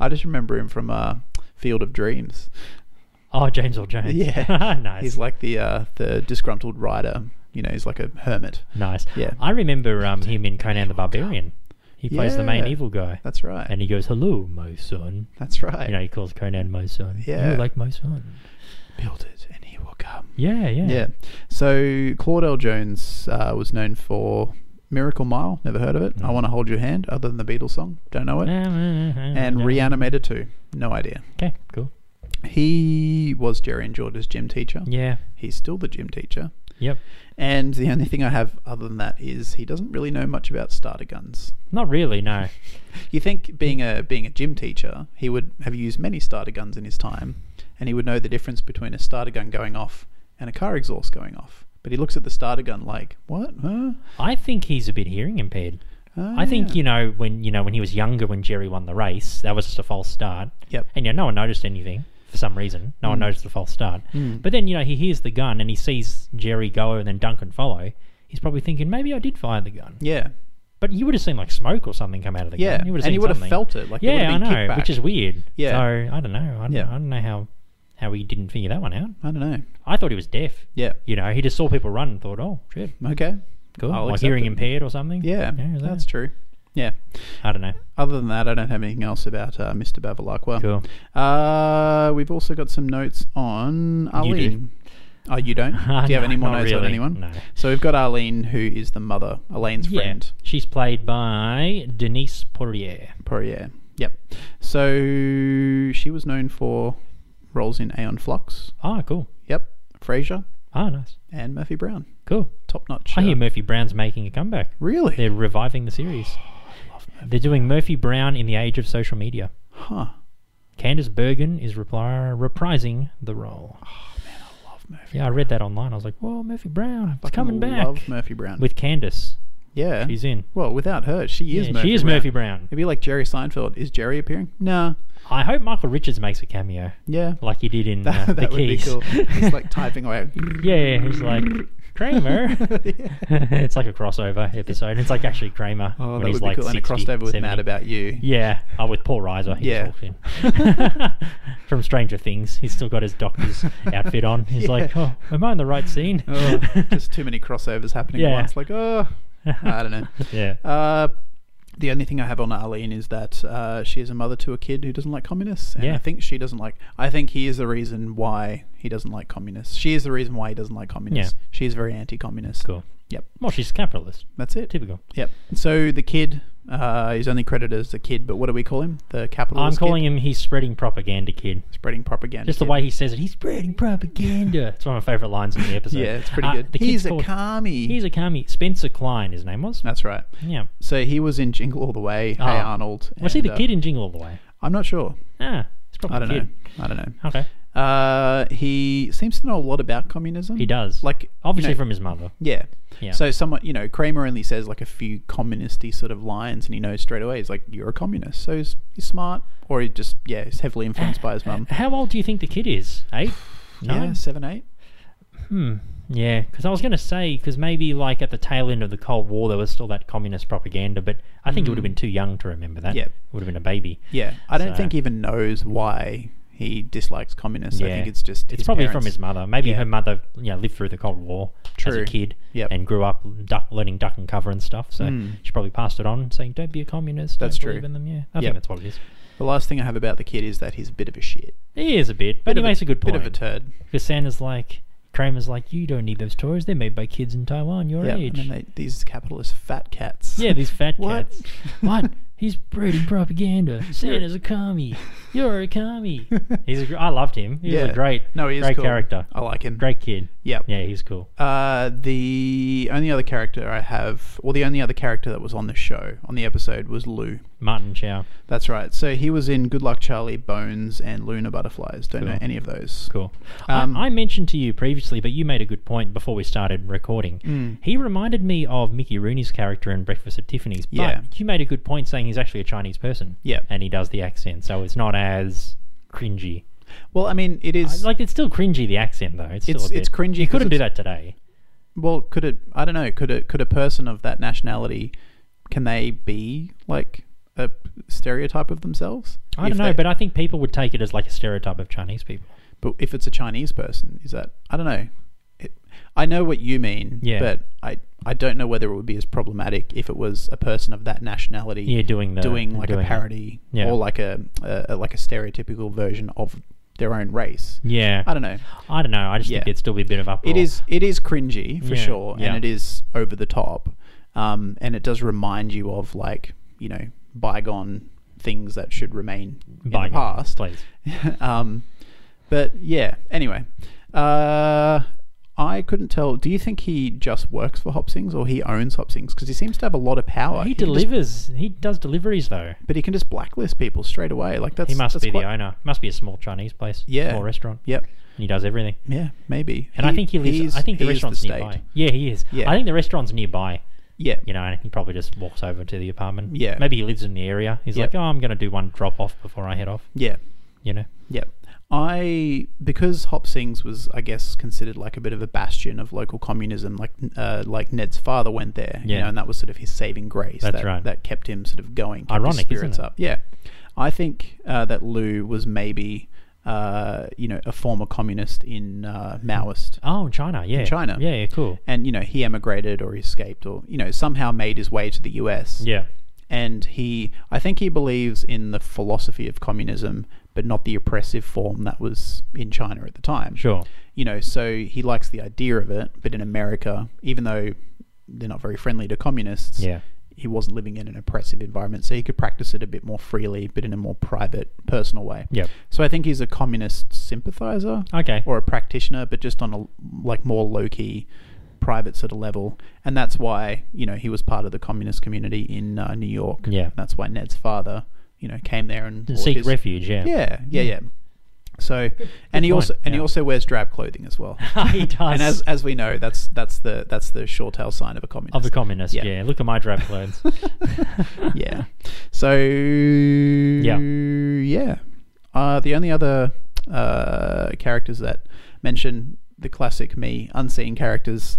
[SPEAKER 7] I just remember him from uh, Field of Dreams.
[SPEAKER 6] Oh, James Earl Jones.
[SPEAKER 7] Yeah.
[SPEAKER 6] nice.
[SPEAKER 7] He's like the uh, the disgruntled writer. You know, he's like a hermit.
[SPEAKER 6] nice.
[SPEAKER 7] Yeah. oh,
[SPEAKER 6] I remember um, him in Conan the Barbarian. He plays the main
[SPEAKER 7] Yeah.
[SPEAKER 6] evil guy.
[SPEAKER 7] That's right.
[SPEAKER 6] and he goes, hello, my son.
[SPEAKER 7] That's right.
[SPEAKER 6] You know, he calls Conan my son.
[SPEAKER 7] Yeah.
[SPEAKER 6] You like my son.
[SPEAKER 7] build it, and he will come.
[SPEAKER 6] Yeah, yeah.
[SPEAKER 7] Yeah. So Claudel Jones uh, was known for Miracle Mile. Never heard of it. I want to hold your hand. Other than the Beatles song, don't know it. And Reanimator Two. No idea.
[SPEAKER 6] Okay, cool.
[SPEAKER 7] He was Jerry and George's gym teacher.
[SPEAKER 6] Yeah.
[SPEAKER 7] He's still the gym teacher.
[SPEAKER 6] Yep.
[SPEAKER 7] And the only thing I have other than that is he doesn't really know much about starter guns.
[SPEAKER 6] Not really, no.
[SPEAKER 7] You think being a being a gym teacher, he would have used many starter guns in his time, and he would know the difference between a starter gun going off and a car exhaust going off. But he looks at the starter gun like, "What? Huh?
[SPEAKER 6] I think he's a bit hearing impaired.
[SPEAKER 7] Oh,
[SPEAKER 6] I think you know when you know when he was younger when Jerry won the race that was just a false start.
[SPEAKER 7] Yep.
[SPEAKER 6] And you know no one noticed anything for some reason.
[SPEAKER 7] Mm.
[SPEAKER 6] No one noticed the false start. But then you know he hears the gun and he sees Jerry go and then Duncan follow. He's probably thinking maybe I did fire the gun.
[SPEAKER 7] Yeah,
[SPEAKER 6] But you would have seen like smoke or something come out of the
[SPEAKER 7] Yeah,
[SPEAKER 6] gun. You would have
[SPEAKER 7] and
[SPEAKER 6] seen
[SPEAKER 7] you would have
[SPEAKER 6] something.
[SPEAKER 7] felt it, like there
[SPEAKER 6] yeah,
[SPEAKER 7] would have been
[SPEAKER 6] I know,
[SPEAKER 7] kickback.
[SPEAKER 6] which is weird.
[SPEAKER 7] Yeah.
[SPEAKER 6] So I don't know. I don't,
[SPEAKER 7] Yeah.
[SPEAKER 6] I don't know how how he didn't figure that one out.
[SPEAKER 7] I don't know.
[SPEAKER 6] I thought he was deaf.
[SPEAKER 7] Yeah,
[SPEAKER 6] You know, he just saw people run and thought, oh shit,
[SPEAKER 7] okay,
[SPEAKER 6] cool,
[SPEAKER 7] I'll
[SPEAKER 6] like
[SPEAKER 7] accept
[SPEAKER 6] hearing
[SPEAKER 7] it.
[SPEAKER 6] impaired or something.
[SPEAKER 7] Yeah,
[SPEAKER 6] is that
[SPEAKER 7] that's
[SPEAKER 6] it?
[SPEAKER 7] true. Yeah.
[SPEAKER 6] I don't know.
[SPEAKER 7] Other than that, I don't have anything else about uh, Mr. Bavilakwa.
[SPEAKER 6] Cool.
[SPEAKER 7] Uh, we've also got some notes on Arlene. Oh, you don't? Do you have any more
[SPEAKER 6] Not
[SPEAKER 7] notes on
[SPEAKER 6] really,
[SPEAKER 7] anyone?
[SPEAKER 6] no.
[SPEAKER 7] So we've got Arlene, who is the mother, Elaine's friend.
[SPEAKER 6] Yeah, she's played by Denise Poirier.
[SPEAKER 7] Poirier. Yep. So she was known for roles in Aeon Flux.
[SPEAKER 6] Ah, cool.
[SPEAKER 7] Yep. Frasier
[SPEAKER 6] Ah, nice.
[SPEAKER 7] and Murphy Brown.
[SPEAKER 6] Cool.
[SPEAKER 7] Top notch.
[SPEAKER 6] I hear
[SPEAKER 7] uh,
[SPEAKER 6] Murphy Brown's making a comeback.
[SPEAKER 7] Really?
[SPEAKER 6] They're reviving the series. They're doing Murphy Brown in the age of social media.
[SPEAKER 7] Huh.
[SPEAKER 6] Candice Bergen is repli- reprising the role.
[SPEAKER 7] Ah, Love Murphy.
[SPEAKER 6] Yeah, I read that online. I was like, whoa, Murphy Brown, it's coming back.
[SPEAKER 7] Love Murphy Brown.
[SPEAKER 6] With Candice.
[SPEAKER 7] yeah.
[SPEAKER 6] She's in.
[SPEAKER 7] well, without her, she is
[SPEAKER 6] Yeah,
[SPEAKER 7] Murphy
[SPEAKER 6] she is
[SPEAKER 7] Brown.
[SPEAKER 6] Murphy Brown.
[SPEAKER 7] It'd be like Jerry Seinfeld. Is Jerry appearing? Nah.
[SPEAKER 6] I hope Michael Richards makes a cameo,
[SPEAKER 7] Yeah.
[SPEAKER 6] like he did in uh,
[SPEAKER 7] that
[SPEAKER 6] The
[SPEAKER 7] would be
[SPEAKER 6] Keys.
[SPEAKER 7] cool. He's like typing away.
[SPEAKER 6] Yeah, he's like Kramer. it's like a crossover episode. It's like actually Kramer
[SPEAKER 7] Oh,
[SPEAKER 6] when
[SPEAKER 7] that
[SPEAKER 6] he's
[SPEAKER 7] would be
[SPEAKER 6] like
[SPEAKER 7] cool.
[SPEAKER 6] 60,
[SPEAKER 7] And it crossed over with
[SPEAKER 6] 70.
[SPEAKER 7] Mad About You.
[SPEAKER 6] Yeah, oh, with Paul Reiser. He's
[SPEAKER 7] Yeah.
[SPEAKER 6] yeah. From Stranger Things, he's still got his doctor's outfit on. He's like, "Oh, am I in the right scene?"
[SPEAKER 7] Oh, just too many crossovers happening
[SPEAKER 6] Yeah.
[SPEAKER 7] at once. Like, oh, I don't know.
[SPEAKER 6] yeah.
[SPEAKER 7] Uh, the only thing I have on Arlene is that uh, she is a mother to a kid who doesn't like communists, and
[SPEAKER 6] Yeah.
[SPEAKER 7] I think she doesn't like. I think he is the reason why he doesn't like communists. She is the reason why he doesn't like communists.
[SPEAKER 6] Yeah.
[SPEAKER 7] She is very anti-communist.
[SPEAKER 6] Cool.
[SPEAKER 7] Yep,
[SPEAKER 6] Well, she's capitalist.
[SPEAKER 7] that's it.
[SPEAKER 6] Typical.
[SPEAKER 7] Yep. So the kid, uh, he's only credited as the kid, but what do we call him? The
[SPEAKER 6] I'm
[SPEAKER 7] capitalist.
[SPEAKER 6] calling him. He's spreading propaganda, kid.
[SPEAKER 7] spreading propaganda.
[SPEAKER 6] Just the
[SPEAKER 7] kid.
[SPEAKER 6] way he says it, he's spreading propaganda. It's one of my favorite lines in the episode.
[SPEAKER 7] Yeah, it's pretty
[SPEAKER 6] Uh,
[SPEAKER 7] good.
[SPEAKER 6] The
[SPEAKER 7] He's
[SPEAKER 6] kid's
[SPEAKER 7] a
[SPEAKER 6] called-
[SPEAKER 7] commie.
[SPEAKER 6] He's a commie. Spencer Klein, his name was.
[SPEAKER 7] that's right.
[SPEAKER 6] Yeah.
[SPEAKER 7] So he was in Jingle All the Way. Hey
[SPEAKER 6] Ah.
[SPEAKER 7] Arnold.
[SPEAKER 6] Was he
[SPEAKER 7] and,
[SPEAKER 6] the
[SPEAKER 7] uh,
[SPEAKER 6] kid in Jingle All the Way?
[SPEAKER 7] I'm not sure.
[SPEAKER 6] Ah, it's probably
[SPEAKER 7] I don't
[SPEAKER 6] the
[SPEAKER 7] know.
[SPEAKER 6] kid.
[SPEAKER 7] I don't know.
[SPEAKER 6] Okay.
[SPEAKER 7] Uh, he seems to know a lot about communism.
[SPEAKER 6] He does.
[SPEAKER 7] Like
[SPEAKER 6] Obviously
[SPEAKER 7] you know,
[SPEAKER 6] from his mother.
[SPEAKER 7] yeah.
[SPEAKER 6] Yeah.
[SPEAKER 7] So someone, you know, Kramer only says like a few communisty sort of lines, and he knows straight away. He's like, "You're a communist." So he's, he's smart, or he just yeah, he's heavily influenced by his mum.
[SPEAKER 6] How old do you think the kid is? Eight?
[SPEAKER 7] Yeah,
[SPEAKER 6] Nine?
[SPEAKER 7] seven, eight.
[SPEAKER 6] Yeah. Because I was going to say, because maybe like at the tail end of the Cold War, there was still that communist propaganda, but I think he would have been too young to remember that.
[SPEAKER 7] Mm. Yeah.
[SPEAKER 6] Would have been a baby.
[SPEAKER 7] Yeah, I don't
[SPEAKER 6] So-
[SPEAKER 7] think he even knows why he dislikes communists. I
[SPEAKER 6] Yeah.
[SPEAKER 7] think it's just
[SPEAKER 6] It's probably from
[SPEAKER 7] parents.
[SPEAKER 6] his mother. Maybe
[SPEAKER 7] Yeah.
[SPEAKER 6] her mother, you know, lived through the Cold War as
[SPEAKER 7] True.
[SPEAKER 6] a kid
[SPEAKER 7] Yep. Hmm.
[SPEAKER 6] and grew up duck, learning duck and cover and stuff. So she probably passed it on, saying, "Don't be a communist.
[SPEAKER 7] That's
[SPEAKER 6] don't believe
[SPEAKER 7] true.
[SPEAKER 6] In them, yeah. I
[SPEAKER 7] Yep.
[SPEAKER 6] think that's what it is.
[SPEAKER 7] The last thing I have about the kid is that he's a bit of a shit.
[SPEAKER 6] He is a bit, but
[SPEAKER 7] Bit
[SPEAKER 6] he
[SPEAKER 7] of
[SPEAKER 6] makes a, good point.
[SPEAKER 7] Bit of a turd.
[SPEAKER 6] Because Santa's like, Kramer's like, you don't need those toys. They're made by kids in Taiwan your
[SPEAKER 7] Yeah, and
[SPEAKER 6] age.
[SPEAKER 7] then they, these capitalist fat cats.
[SPEAKER 6] yeah, these fat
[SPEAKER 7] What?
[SPEAKER 6] cats. what? He's breeding propaganda. Santa's a commie. You're a commie. He's a, gr- I loved him. He was a great,
[SPEAKER 7] No, he is
[SPEAKER 6] great
[SPEAKER 7] cool.
[SPEAKER 6] character.
[SPEAKER 7] I like him.
[SPEAKER 6] Great kid.
[SPEAKER 7] Yep.
[SPEAKER 6] Yeah, he's cool.
[SPEAKER 7] Uh, the only other character I have, or the only other character that was on the show on the episode was Lou.
[SPEAKER 6] Martin Chow.
[SPEAKER 7] That's right. So he was in Good Luck Charlie, Bones, and Luna Butterflies. Don't know any of those.
[SPEAKER 6] Cool.
[SPEAKER 7] Um,
[SPEAKER 6] I, I mentioned to you previously, but you made a good point before we started recording.
[SPEAKER 7] Mm.
[SPEAKER 6] He reminded me of Mickey Rooney's character in Breakfast at Tiffany's. But
[SPEAKER 7] Yeah.
[SPEAKER 6] you made a good point saying he's actually a Chinese person.
[SPEAKER 7] Yeah.
[SPEAKER 6] And he does the accent, so it's not as cringy.
[SPEAKER 7] Well, I mean, it is.
[SPEAKER 6] Like it's still cringy the accent though. It's still
[SPEAKER 7] It's-
[SPEAKER 6] a bit,
[SPEAKER 7] it's cringy
[SPEAKER 6] You
[SPEAKER 7] 'cause
[SPEAKER 6] couldn't do
[SPEAKER 7] it's-
[SPEAKER 6] that today.
[SPEAKER 7] Well, could it? I don't know. Could it? Could a person of that nationality? Can they be like a stereotype of themselves?
[SPEAKER 6] I don't know, but I think people would take it as like a stereotype of Chinese people.
[SPEAKER 7] but if it's a Chinese person, is that? I don't know. It, I know what you mean.
[SPEAKER 6] Yeah.
[SPEAKER 7] But I I don't know whether it would be as problematic if it was a person of that nationality.
[SPEAKER 6] Yeah, doing the
[SPEAKER 7] doing like
[SPEAKER 6] it.
[SPEAKER 7] a parody
[SPEAKER 6] Yeah.
[SPEAKER 7] or like a, a like a stereotypical version of their own race.
[SPEAKER 6] Yeah.
[SPEAKER 7] I don't know.
[SPEAKER 6] I don't know. I just
[SPEAKER 7] Yeah.
[SPEAKER 6] think there'd still be a bit of uproar.
[SPEAKER 7] It is it is cringy for
[SPEAKER 6] Yeah,
[SPEAKER 7] sure,
[SPEAKER 6] yeah.
[SPEAKER 7] and it is over the top, um, and it does remind you of like you know bygone things that should remain in the
[SPEAKER 6] Bygone,
[SPEAKER 7] past.
[SPEAKER 6] please.
[SPEAKER 7] um, but yeah. Anyway, uh, I couldn't tell. Do you think he just works for Hopsings or he owns Hopsings? Because he seems to have a lot of power.
[SPEAKER 6] He
[SPEAKER 7] can just-
[SPEAKER 6] delivers. He does deliveries though.
[SPEAKER 7] but he can just blacklist people straight away. Like that's
[SPEAKER 6] He must
[SPEAKER 7] that's
[SPEAKER 6] be
[SPEAKER 7] quite-
[SPEAKER 6] the owner. Must be a small Chinese place.
[SPEAKER 7] Yeah.
[SPEAKER 6] Small restaurant.
[SPEAKER 7] Yep.
[SPEAKER 6] And he does everything.
[SPEAKER 7] Yeah, maybe.
[SPEAKER 6] And I think he lives.
[SPEAKER 7] he's-
[SPEAKER 6] I think the
[SPEAKER 7] he is
[SPEAKER 6] restaurant's
[SPEAKER 7] state.
[SPEAKER 6] nearby. Yeah, he is.
[SPEAKER 7] Yeah.
[SPEAKER 6] I think the restaurant's nearby.
[SPEAKER 7] Yeah.
[SPEAKER 6] You know, and he probably just walks over to the apartment.
[SPEAKER 7] Yeah.
[SPEAKER 6] Maybe he lives in the area. He's
[SPEAKER 7] Yep.
[SPEAKER 6] like, oh, I'm going to do one drop off before I head off.
[SPEAKER 7] Yeah.
[SPEAKER 6] You know.
[SPEAKER 7] Yep. I because Hop Sings was, I guess, considered like a bit of a bastion of local communism. Like, uh, like Ned's father went there, you
[SPEAKER 6] Yeah.
[SPEAKER 7] know, and that was sort of his saving grace.
[SPEAKER 6] That's
[SPEAKER 7] that,
[SPEAKER 6] right.
[SPEAKER 7] That kept him sort of going. Kept
[SPEAKER 6] Ironic,
[SPEAKER 7] his
[SPEAKER 6] isn't
[SPEAKER 7] spirits
[SPEAKER 6] it?
[SPEAKER 7] up. Yeah, I think uh, that Lou was maybe, uh, you know, a former communist in uh, Maoist,
[SPEAKER 6] Oh, China. Yeah.
[SPEAKER 7] China.
[SPEAKER 6] Yeah. yeah cool.
[SPEAKER 7] and you know, he emigrated or escaped or you know somehow made his way to the U.S.
[SPEAKER 6] Yeah.
[SPEAKER 7] and he I think he believes in the philosophy of communism but not the oppressive form that was in China at the time.
[SPEAKER 6] Sure.
[SPEAKER 7] You know, so he likes the idea of it, but in America, even though they're not very friendly to communists,
[SPEAKER 6] Yeah.
[SPEAKER 7] he wasn't living in an oppressive environment, so he could practice it a bit more freely, but in a more private, personal way.
[SPEAKER 6] Yep.
[SPEAKER 7] So I think he's a communist sympathizer
[SPEAKER 6] Okay.
[SPEAKER 7] or a practitioner, but just on a like more low key, private sort of level. And that's why you know he was part of the communist community in uh, New York.
[SPEAKER 6] Yeah.
[SPEAKER 7] that's why Ned's father you know came there and bought
[SPEAKER 6] Seek
[SPEAKER 7] his-
[SPEAKER 6] refuge. Yeah.
[SPEAKER 7] Yeah, yeah, yeah. So, and he
[SPEAKER 6] point,
[SPEAKER 7] also and he
[SPEAKER 6] yeah.
[SPEAKER 7] also wears drab clothing as well.
[SPEAKER 6] he does.
[SPEAKER 7] and as as we know, that's that's the that's the short tail sign of a communist.
[SPEAKER 6] of the communist.
[SPEAKER 7] Yeah.
[SPEAKER 6] Yeah. Look at my drab clothes.
[SPEAKER 7] yeah. So yeah. Uh, the only other uh, characters that mention the classic me unseen characters.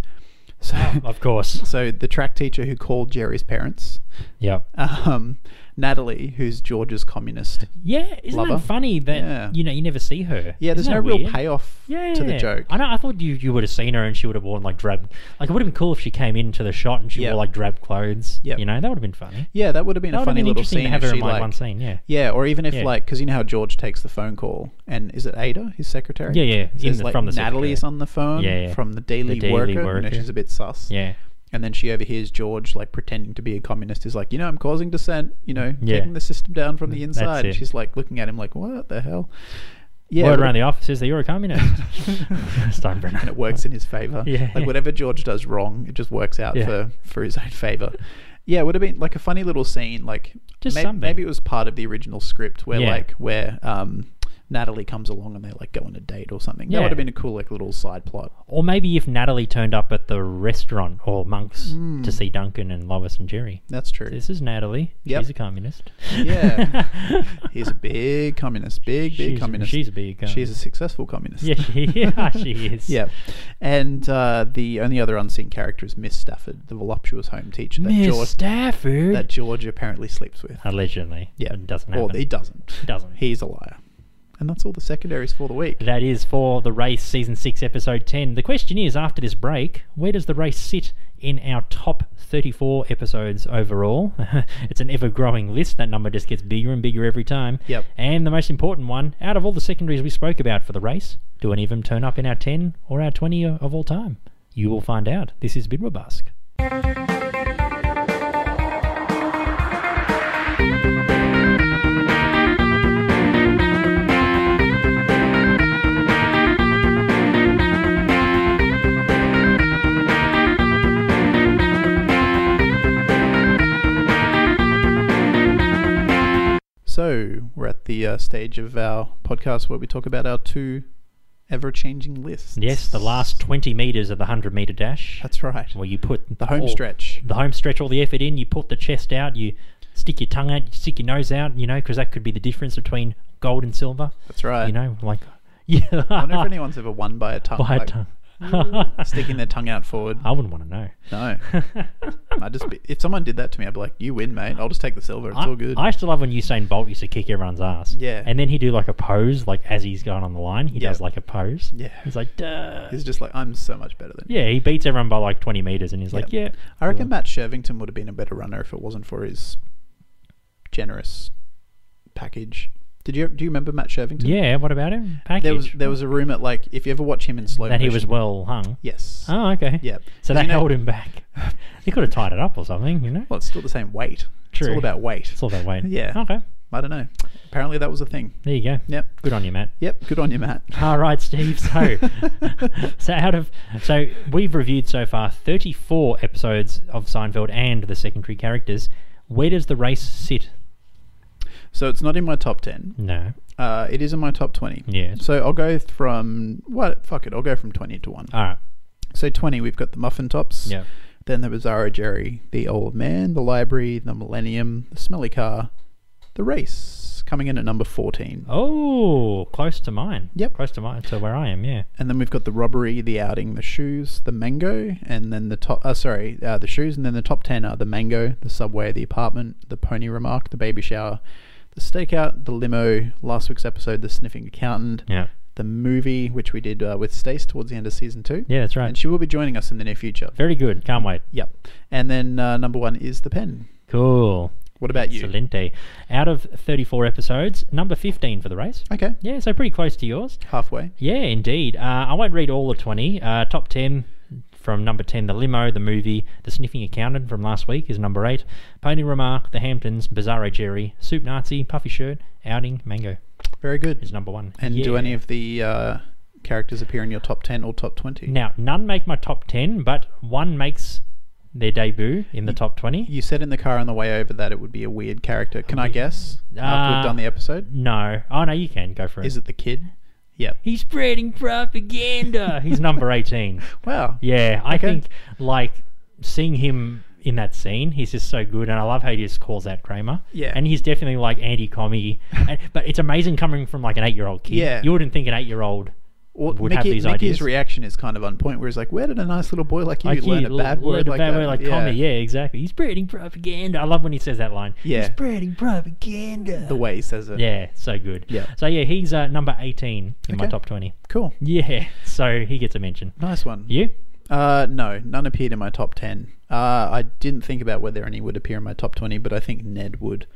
[SPEAKER 7] So
[SPEAKER 6] of course.
[SPEAKER 7] so the track teacher who called Jerry's parents,
[SPEAKER 6] Yep.
[SPEAKER 7] um, Natalie, who's George's communist.
[SPEAKER 6] Yeah. Isn't
[SPEAKER 7] Lover.
[SPEAKER 6] it funny that
[SPEAKER 7] Yeah.
[SPEAKER 6] you know you never see her?
[SPEAKER 7] Yeah, there's
[SPEAKER 6] Isn't
[SPEAKER 7] no
[SPEAKER 6] that
[SPEAKER 7] real
[SPEAKER 6] weird?
[SPEAKER 7] payoff
[SPEAKER 6] yeah.
[SPEAKER 7] to the joke.
[SPEAKER 6] I know. I thought you, you would have seen her and she would have worn like drab. Like it would have been cool if she came into the shot and she
[SPEAKER 7] Yeah.
[SPEAKER 6] wore like drab clothes.
[SPEAKER 7] Yeah.
[SPEAKER 6] You know that would have been funny.
[SPEAKER 7] Yeah, that would have been
[SPEAKER 6] That
[SPEAKER 7] a
[SPEAKER 6] would have
[SPEAKER 7] funny
[SPEAKER 6] been
[SPEAKER 7] little
[SPEAKER 6] interesting
[SPEAKER 7] scene.
[SPEAKER 6] to have
[SPEAKER 7] if
[SPEAKER 6] her
[SPEAKER 7] she,
[SPEAKER 6] in like,
[SPEAKER 7] like-
[SPEAKER 6] one scene. Yeah.
[SPEAKER 7] Yeah, or even if
[SPEAKER 6] Yeah.
[SPEAKER 7] like, because you know how George takes the phone call, and is it Ada, his secretary?
[SPEAKER 6] Yeah, yeah, in
[SPEAKER 7] Says,
[SPEAKER 6] the-
[SPEAKER 7] like,
[SPEAKER 6] from the
[SPEAKER 7] Natalie's
[SPEAKER 6] secretary.
[SPEAKER 7] on the phone.
[SPEAKER 6] Yeah, yeah.
[SPEAKER 7] from the Daily,
[SPEAKER 6] The Daily
[SPEAKER 7] Worker. you know,
[SPEAKER 6] Worker.
[SPEAKER 7] she's a bit sus.
[SPEAKER 6] Yeah.
[SPEAKER 7] And then she overhears George like pretending to be a communist. Is like, you know, I'm causing dissent. You know,
[SPEAKER 6] Yeah.
[SPEAKER 7] taking the system down from the inside. And
[SPEAKER 6] it.
[SPEAKER 7] she's like looking at him like, what the hell? Yeah,
[SPEAKER 6] Word
[SPEAKER 7] but-
[SPEAKER 6] around the office is that you're a communist. Stone
[SPEAKER 7] and it works in his favor.
[SPEAKER 6] Yeah.
[SPEAKER 7] Like whatever George does wrong, it just works out
[SPEAKER 6] Yeah.
[SPEAKER 7] for, for his own favor. Yeah, it would have been like a funny little scene. Like
[SPEAKER 6] Just
[SPEAKER 7] may-
[SPEAKER 6] something.
[SPEAKER 7] maybe it was part of the original script where
[SPEAKER 6] Yeah.
[SPEAKER 7] like where um, Natalie comes along and they like go on a date or something. That
[SPEAKER 6] Yeah.
[SPEAKER 7] would have been a cool like little side plot.
[SPEAKER 6] Or maybe if Natalie turned up at the restaurant or Monk's
[SPEAKER 7] Hmm.
[SPEAKER 6] to see Duncan and Lois and Jerry.
[SPEAKER 7] That's true.
[SPEAKER 6] This is Natalie.
[SPEAKER 7] Yep.
[SPEAKER 6] She's a communist.
[SPEAKER 7] Yeah. He's a big communist, big big
[SPEAKER 6] She's-
[SPEAKER 7] communist.
[SPEAKER 6] she's a big
[SPEAKER 7] She's a
[SPEAKER 6] communist.
[SPEAKER 7] successful communist.
[SPEAKER 6] yeah, she, yeah, she is.
[SPEAKER 7] Yeah, and uh, the only other unseen character is Miss Stafford, the voluptuous home teacher that
[SPEAKER 6] Miss
[SPEAKER 7] George
[SPEAKER 6] Stafford.
[SPEAKER 7] that George apparently sleeps with.
[SPEAKER 6] Allegedly.
[SPEAKER 7] Yeah,
[SPEAKER 6] It doesn't
[SPEAKER 7] Or
[SPEAKER 6] happen.
[SPEAKER 7] he doesn't.
[SPEAKER 6] Doesn't.
[SPEAKER 7] He's a liar. And that's all the secondaries for the week.
[SPEAKER 6] That is for The Race Season 6, Episode 10. The question is after this break, where does The Race sit in our top 34 episodes overall? it's an ever growing list. That number just gets bigger and bigger every time.
[SPEAKER 7] Yep.
[SPEAKER 6] And the most important one out of all the secondaries we spoke about for The Race, do any of them turn up in our 10 or our 20 o- of all time? You will find out. This is Bidwabusk.
[SPEAKER 7] So we're at the uh, stage of our podcast where we talk about our two ever-changing lists.
[SPEAKER 6] Yes, the last 20 metres of the 100 metre dash.
[SPEAKER 7] That's right.
[SPEAKER 6] where you put
[SPEAKER 7] The home
[SPEAKER 6] all-
[SPEAKER 7] stretch.
[SPEAKER 6] the home stretch, all the effort in. You put the chest out, you stick your tongue out, you stick your nose out, you know, because that could be the difference between gold and silver.
[SPEAKER 7] That's right.
[SPEAKER 6] You know, like yeah,
[SPEAKER 7] I wonder if anyone's ever won by a tongue.
[SPEAKER 6] by a
[SPEAKER 7] like, mm,
[SPEAKER 6] tongue.
[SPEAKER 7] Sticking their tongue out forward.
[SPEAKER 6] I wouldn't want to know.
[SPEAKER 7] No. I just be, if someone did that to me, I'd be like, "You win, mate. I'll just take the silver. It's
[SPEAKER 6] I,
[SPEAKER 7] all good."
[SPEAKER 6] I used to love when Usain Bolt used to kick everyone's ass.
[SPEAKER 7] Yeah.
[SPEAKER 6] and then he do like a pose, like as he's going on the line, he
[SPEAKER 7] Yeah.
[SPEAKER 6] does like a pose.
[SPEAKER 7] Yeah.
[SPEAKER 6] he's like, duh.
[SPEAKER 7] He's just like, "I'm so much better than." you."
[SPEAKER 6] Yeah, he beats everyone by like twenty meters, and he's like, yeah.
[SPEAKER 7] I reckon Matt Shervington would have been a better runner if it wasn't for his generous package. Did you do you remember Matt Shervington?
[SPEAKER 6] Yeah, what about him? Package.
[SPEAKER 7] There was there was a rumor like if you ever watch him in slow
[SPEAKER 6] that he was
[SPEAKER 7] motion-
[SPEAKER 6] well hung.
[SPEAKER 7] yes.
[SPEAKER 6] Oh, okay.
[SPEAKER 7] Yeah.
[SPEAKER 6] So
[SPEAKER 7] 'Cause
[SPEAKER 6] that
[SPEAKER 7] you know-
[SPEAKER 6] held him back. he could have tied it up or something, you know?
[SPEAKER 7] Well, it's still the same weight. It's
[SPEAKER 6] True.
[SPEAKER 7] all about weight.
[SPEAKER 6] It's all about weight.
[SPEAKER 7] Yeah.
[SPEAKER 6] Okay.
[SPEAKER 7] I don't know. Apparently that was a thing.
[SPEAKER 6] There you go.
[SPEAKER 7] Yep.
[SPEAKER 6] Good on you, Matt.
[SPEAKER 7] Yep. Good on you, Matt.
[SPEAKER 6] All right, Steve. So, so out of so we've reviewed so far 34 episodes of Seinfeld and the secondary characters. Where does the race sit?
[SPEAKER 7] So it's not in my top ten.
[SPEAKER 6] No.
[SPEAKER 7] Uh, it is in my top twenty.
[SPEAKER 6] Yes.
[SPEAKER 7] So I'll go from what? Fuck it. I'll go from twenty to one.
[SPEAKER 6] All right.
[SPEAKER 7] So twenty, we've got the muffin tops.
[SPEAKER 6] Ah. Yeah.
[SPEAKER 7] Then the Bizarro Jerry, the Old Man, the Library, the Millennium, the Smelly Car, the Race, coming in at number
[SPEAKER 6] Ah.
[SPEAKER 7] fourteen.
[SPEAKER 6] Oh, close to mine.
[SPEAKER 7] Yep.
[SPEAKER 6] Close to mine. To where I am. Yeah.
[SPEAKER 7] And then we've got the Robbery, the Outing, the Shoes, the Mango, and then the top. Uh, sorry, uh, the Shoes, and then the top ten are the Mango, the Subway, the Apartment, the Pony Remark, the Baby Shower, the Stakeout, the Limo, last week's episode, the Sniffing Accountant,
[SPEAKER 6] Yeah.
[SPEAKER 7] the movie which we did uh, with Stace towards the end of season two.
[SPEAKER 6] Yeah, that's right.
[SPEAKER 7] And she will be joining us in the near future.
[SPEAKER 6] Very good. Can't wait.
[SPEAKER 7] Yep. And then uh, number one is the pen.
[SPEAKER 6] Cool.
[SPEAKER 7] What about you?
[SPEAKER 6] Excelente. Out of 34 episodes, number 15 for the race.
[SPEAKER 7] Okay.
[SPEAKER 6] Yeah, so pretty close to yours.
[SPEAKER 7] Halfway.
[SPEAKER 6] Yeah, indeed. Uh, I won't read all the 20. Uh, top 10 from number 10, The Limo, the movie, The Sniffing Accountant from last week is number 8, Pony Remark, The Hamptons, Bizarro Jerry, Soup Nazi, Puffy Shirt, Outing, Mango
[SPEAKER 7] Very
[SPEAKER 6] is
[SPEAKER 7] good.
[SPEAKER 6] number 1.
[SPEAKER 7] And do
[SPEAKER 6] Yeah.
[SPEAKER 7] any of the uh, characters appear in your top ten or top twenty?
[SPEAKER 6] Now, none make my top 10, but one makes their debut in the top 20.
[SPEAKER 7] You said in the car on the way over that it would be a weird character. Can I guess? After
[SPEAKER 6] Uh,
[SPEAKER 7] we've done the episode,
[SPEAKER 6] No. Oh, no, you can. Go for it.
[SPEAKER 7] is it the kid? Yep.
[SPEAKER 6] He's spreading propaganda. He's number 18.
[SPEAKER 7] Wow.
[SPEAKER 6] Yeah, I
[SPEAKER 7] Okay.
[SPEAKER 6] think like seeing him in that scene, he's just so good, and I love how he just calls out Kramer.
[SPEAKER 7] Yeah.
[SPEAKER 6] and he's definitely like anti-commie, and, but it's amazing coming from like an eight-year-old kid.
[SPEAKER 7] Yeah.
[SPEAKER 6] you wouldn't think an eight-year-old.
[SPEAKER 7] Well,
[SPEAKER 6] would
[SPEAKER 7] Nikki,
[SPEAKER 6] have these
[SPEAKER 7] Nikki's
[SPEAKER 6] ideas.
[SPEAKER 7] reaction is kind of on point. Where he's like, "Where did a nice little boy like you
[SPEAKER 6] Like
[SPEAKER 7] learn
[SPEAKER 6] you,
[SPEAKER 7] a bad
[SPEAKER 6] l-
[SPEAKER 7] word
[SPEAKER 6] learned
[SPEAKER 7] like
[SPEAKER 6] a bad
[SPEAKER 7] that?"
[SPEAKER 6] word like commie. Yeah, exactly. He's spreading propaganda. I love when he says that line.
[SPEAKER 7] Yeah.
[SPEAKER 6] he's spreading propaganda.
[SPEAKER 7] The way he says it.
[SPEAKER 6] yeah, so good.
[SPEAKER 7] Yeah.
[SPEAKER 6] So yeah, he's uh, number eighteen in my
[SPEAKER 7] Okay.
[SPEAKER 6] top twenty.
[SPEAKER 7] Cool.
[SPEAKER 6] Yeah. So he gets a mention.
[SPEAKER 7] Nice one.
[SPEAKER 6] You?
[SPEAKER 7] Uh, no, none appeared in my top 10. Uh, I didn't think about whether any would appear in my top 20, but I think Ned would.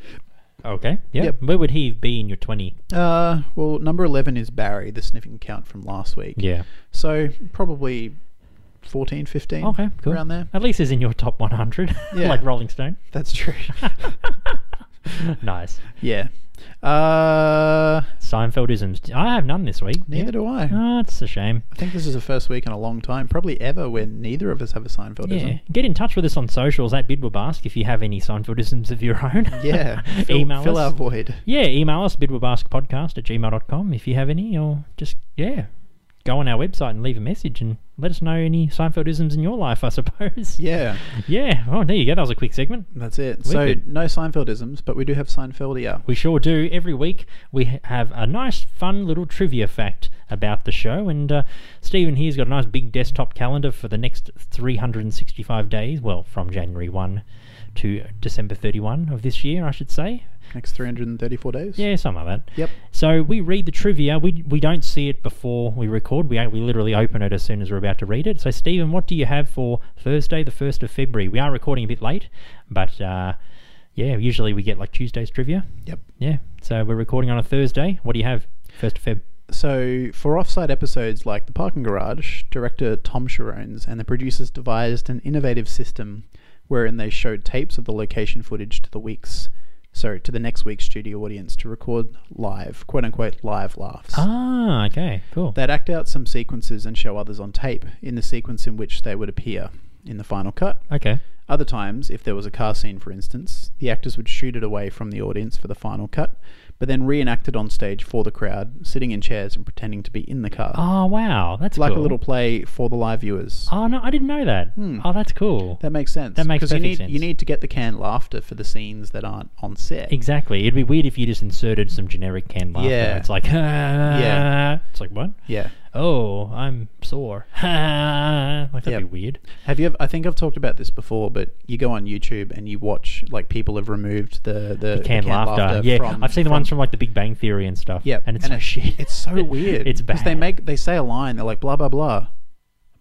[SPEAKER 6] Okay. Yeah.
[SPEAKER 7] Yep.
[SPEAKER 6] Where would he be in your twenty?
[SPEAKER 7] Uh, well, number 11 is Barry, the sniffing count from last week.
[SPEAKER 6] Yeah.
[SPEAKER 7] So probably 14, 15.
[SPEAKER 6] Okay, cool.
[SPEAKER 7] Around there.
[SPEAKER 6] At least he's in your top 100,
[SPEAKER 7] Yeah.
[SPEAKER 6] like Rolling Stone.
[SPEAKER 7] That's true.
[SPEAKER 6] Nice.
[SPEAKER 7] yeah. Uh,
[SPEAKER 6] Seinfeldisms. I have none this week.
[SPEAKER 7] neither do I.
[SPEAKER 6] Oh, it's a shame.
[SPEAKER 7] I think this is the first week in a long time, probably ever, where neither of us have a Seinfeldism.
[SPEAKER 6] Yeah. Get in touch with us on socials at Bidwabask if you have any Seinfeldisms of your own.
[SPEAKER 7] Yeah. Fill,
[SPEAKER 6] email
[SPEAKER 7] fill our
[SPEAKER 6] us.
[SPEAKER 7] void.
[SPEAKER 6] yeah, email us, bidwabaskpodcast at gmail.com if you have any, or just, yeah, go on our website and leave a message and let us know any Seinfeldisms in your life, I suppose.
[SPEAKER 7] Yeah.
[SPEAKER 6] Yeah. Well, there you go. That was a quick segment.
[SPEAKER 7] That's it. So
[SPEAKER 6] Wicked.
[SPEAKER 7] no Seinfeldisms, but we do have Seinfeldia.
[SPEAKER 6] We sure do. Every week we ha- have a nice, fun little trivia fact about the show. And uh, Stephen here's got a nice big desktop calendar for the next 365 days. Well, from January 1 to December 31 of this year, I should say.
[SPEAKER 7] Next 334 days.
[SPEAKER 6] Yeah, something like that.
[SPEAKER 7] Yep.
[SPEAKER 6] So we read the trivia. We, we don't see it before we record. We, we literally open it as soon as we're about to read it. So, Stephen, what do you have for Thursday, the 1st of February? We are recording a bit late, but uh, yeah, usually we get like Tuesday's trivia.
[SPEAKER 7] Yep.
[SPEAKER 6] Yeah. So we're recording on a Thursday. What do you have? 1st of Feb.
[SPEAKER 7] So, for offsite episodes like The Parking Garage, director Tom Sharones and the producers devised an innovative system wherein they showed tapes of the location footage to the week's, so to the next week's studio audience to record live, quote unquote, live laughs.
[SPEAKER 6] Ah, okay. Cool.
[SPEAKER 7] They'd act out some sequences and show others on tape in the sequence in which they would appear in the final cut.
[SPEAKER 6] okay.
[SPEAKER 7] Other times, if there was a car scene, for instance, the actors would shoot it away from the audience for the final cut, but then reenact it on stage for the crowd, sitting in chairs and pretending to be in the car.
[SPEAKER 6] Oh, wow. That's
[SPEAKER 7] like
[SPEAKER 6] cool.
[SPEAKER 7] a little play for the live viewers.
[SPEAKER 6] Oh, no, I didn't know that. Oh, that's cool.
[SPEAKER 7] That makes sense.
[SPEAKER 6] That makes
[SPEAKER 7] 'Cause you
[SPEAKER 6] perfect
[SPEAKER 7] need,
[SPEAKER 6] sense.
[SPEAKER 7] You need to get the canned laughter for the scenes that aren't on set.
[SPEAKER 6] Exactly. It'd be weird if you just inserted some generic Ken laughter.
[SPEAKER 7] Yeah.
[SPEAKER 6] It's like, yeah. It's like, what?
[SPEAKER 7] Yeah.
[SPEAKER 6] Oh, I'm sore. like, that'd
[SPEAKER 7] Yep.
[SPEAKER 6] be weird.
[SPEAKER 7] Have you? Ever, I think I've talked about this before, but you go on YouTube and you watch like people have removed the the, the
[SPEAKER 6] Canned laughter. Yeah.
[SPEAKER 7] from-
[SPEAKER 6] I've seen the ones from like the Big Bang Theory and stuff.
[SPEAKER 7] Yep.
[SPEAKER 6] And it's so shit.
[SPEAKER 7] It's so weird.
[SPEAKER 6] It's
[SPEAKER 7] Because
[SPEAKER 6] bad.
[SPEAKER 7] they make they say a line. They're like blah blah blah,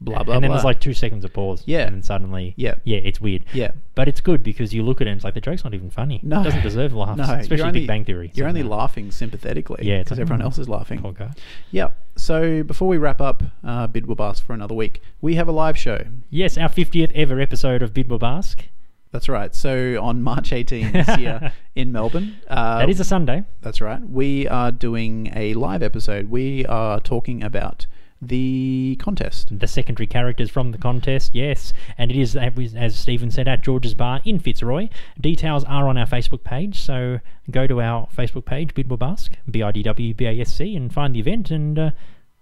[SPEAKER 7] blah blah.
[SPEAKER 6] and then
[SPEAKER 7] blah.
[SPEAKER 6] there's like two seconds of pause.
[SPEAKER 7] Yeah.
[SPEAKER 6] And then suddenly.
[SPEAKER 7] Yeah.
[SPEAKER 6] Yeah, it's weird.
[SPEAKER 7] Yeah.
[SPEAKER 6] But it's good because you look at it and it's like, the joke's not even funny.
[SPEAKER 7] No.
[SPEAKER 6] It doesn't deserve laughs.
[SPEAKER 7] No,
[SPEAKER 6] especially
[SPEAKER 7] you're only-
[SPEAKER 6] Big Bang Theory.
[SPEAKER 7] You're
[SPEAKER 6] So,
[SPEAKER 7] only
[SPEAKER 6] no.
[SPEAKER 7] laughing sympathetically.
[SPEAKER 6] Yeah, it's
[SPEAKER 7] because
[SPEAKER 6] like,
[SPEAKER 7] everyone
[SPEAKER 6] "Mm,
[SPEAKER 7] else is laughing.
[SPEAKER 6] Poor guy.
[SPEAKER 7] Yeah. So before we wrap up, uh, Bid will ask for another week. We have a live show.
[SPEAKER 6] Yes, our 50th ever episode of Bid Bask.
[SPEAKER 7] That's right. So on March 18 this year in Melbourne. Uh,
[SPEAKER 6] That is a Sunday.
[SPEAKER 7] That's right. We are doing a live episode. We are talking about the contest.
[SPEAKER 6] the secondary characters from the contest, yes. And it is, as Stephen said, at George's Bar in Fitzroy. Details are on our Facebook page, so go to our Facebook page, Bidwabask, B I D W B A S C, and find the event and uh,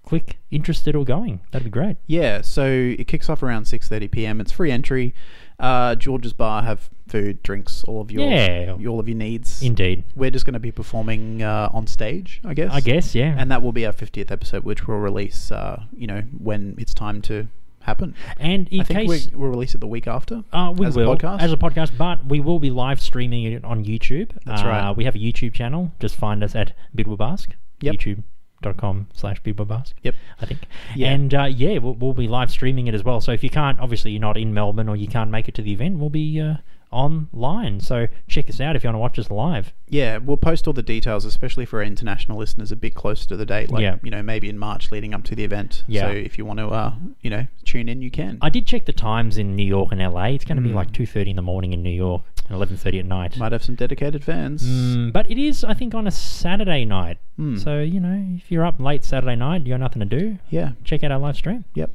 [SPEAKER 6] click interested or going. That'd be great.
[SPEAKER 7] Yeah, so it kicks off around 6:30 p.m. It's free entry. Uh, George's Bar have food, drinks, all of your
[SPEAKER 6] Yeah.
[SPEAKER 7] all of your needs.
[SPEAKER 6] Indeed.
[SPEAKER 7] We're just going to be performing uh, on stage, I guess.
[SPEAKER 6] I guess, yeah.
[SPEAKER 7] And that will be our 50th episode, which we'll release, uh, you know, when it's time to happen.
[SPEAKER 6] And in
[SPEAKER 7] I think
[SPEAKER 6] case.
[SPEAKER 7] we, we'll release it the week after.
[SPEAKER 6] Uh, we
[SPEAKER 7] as
[SPEAKER 6] will
[SPEAKER 7] a podcast.
[SPEAKER 6] as a podcast, but we will be live streaming it on YouTube.
[SPEAKER 7] That's
[SPEAKER 6] uh,
[SPEAKER 7] right.
[SPEAKER 6] We have a YouTube channel. Just find us at Bidwabask.
[SPEAKER 7] Yep.
[SPEAKER 6] YouTube.com slash Bidwabask.
[SPEAKER 7] Yep.
[SPEAKER 6] I think.
[SPEAKER 7] Yeah.
[SPEAKER 6] And uh, yeah, we'll, we'll be live streaming it as well. So if you can't, obviously you're not in Melbourne or you can't make it to the event, we'll be uh, online. So check us out if you want to watch us live.
[SPEAKER 7] Yeah, we'll post all the details, especially for our international listeners, a bit closer to the date. Like,
[SPEAKER 6] Yeah.
[SPEAKER 7] you know, maybe in March leading up to the event.
[SPEAKER 6] Yeah.
[SPEAKER 7] So if you want to, uh, you know, tune in, you can.
[SPEAKER 6] I did check the times in New York and LA. It's going to be
[SPEAKER 7] Hmm.
[SPEAKER 6] like 2.30 in the morning in New York and 11.30 at night.
[SPEAKER 7] Might have some dedicated fans.
[SPEAKER 6] Mm, but it is, I think, on a Saturday night.
[SPEAKER 7] Hmm.
[SPEAKER 6] So, you know, if you're up late Saturday night, you got nothing to do,
[SPEAKER 7] Yeah.
[SPEAKER 6] check out our live stream.
[SPEAKER 7] Yep.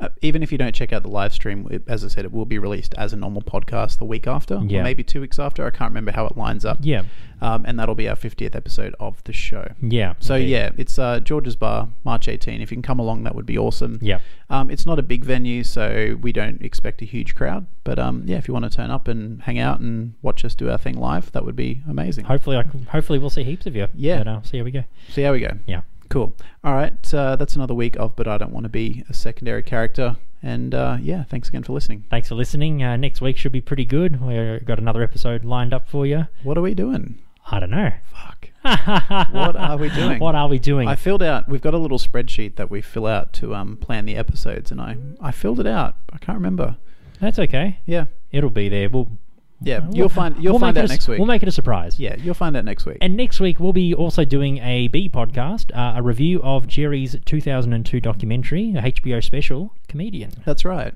[SPEAKER 7] Uh, even if you don't check out the live stream, it, as I said, it will be released as a normal podcast the week after,
[SPEAKER 6] Yeah.
[SPEAKER 7] or maybe two weeks after. I can't remember how it lines up.
[SPEAKER 6] Yeah.
[SPEAKER 7] Um, and that'll be our 50th episode of the show.
[SPEAKER 6] Yeah.
[SPEAKER 7] So
[SPEAKER 6] indeed.
[SPEAKER 7] yeah, it's uh, George's Bar, March 18. If you can come along, that would be awesome.
[SPEAKER 6] Yeah.
[SPEAKER 7] Um, it's not a big venue, so we don't expect a huge crowd. But um, yeah, if you want to turn up and hang out and watch us do our thing live, that would be amazing.
[SPEAKER 6] Hopefully, I can, hopefully we'll see heaps of you.
[SPEAKER 7] Yeah.
[SPEAKER 6] But, uh, see how we go.
[SPEAKER 7] So there we go.
[SPEAKER 6] Yeah.
[SPEAKER 7] Cool. All right, uh, that's another week of But I Don't Want to Be a Secondary Character. And uh, yeah, thanks again for listening.
[SPEAKER 6] Thanks for listening. Uh, next week should be pretty good. We've got another episode lined up for you.
[SPEAKER 7] What are we doing?
[SPEAKER 6] I don't know.
[SPEAKER 7] Fuck.
[SPEAKER 6] what
[SPEAKER 7] are we doing?
[SPEAKER 6] What are we doing?
[SPEAKER 7] I filled out. We've got a little spreadsheet that we fill out to um, plan the episodes, and I I filled it out. I can't remember.
[SPEAKER 6] That's okay.
[SPEAKER 7] Yeah.
[SPEAKER 6] It'll be there. We'll
[SPEAKER 7] Yeah,
[SPEAKER 6] we'll-
[SPEAKER 7] you'll find you'll
[SPEAKER 6] we'll
[SPEAKER 7] find
[SPEAKER 6] make it
[SPEAKER 7] out
[SPEAKER 6] a s-
[SPEAKER 7] next week.
[SPEAKER 6] We'll make it a surprise.
[SPEAKER 7] yeah, you'll find out next week.
[SPEAKER 6] And next week we'll be also doing a B podcast, uh, a review of Jerry's 2002 documentary, a HBO special, comedian.
[SPEAKER 7] That's right.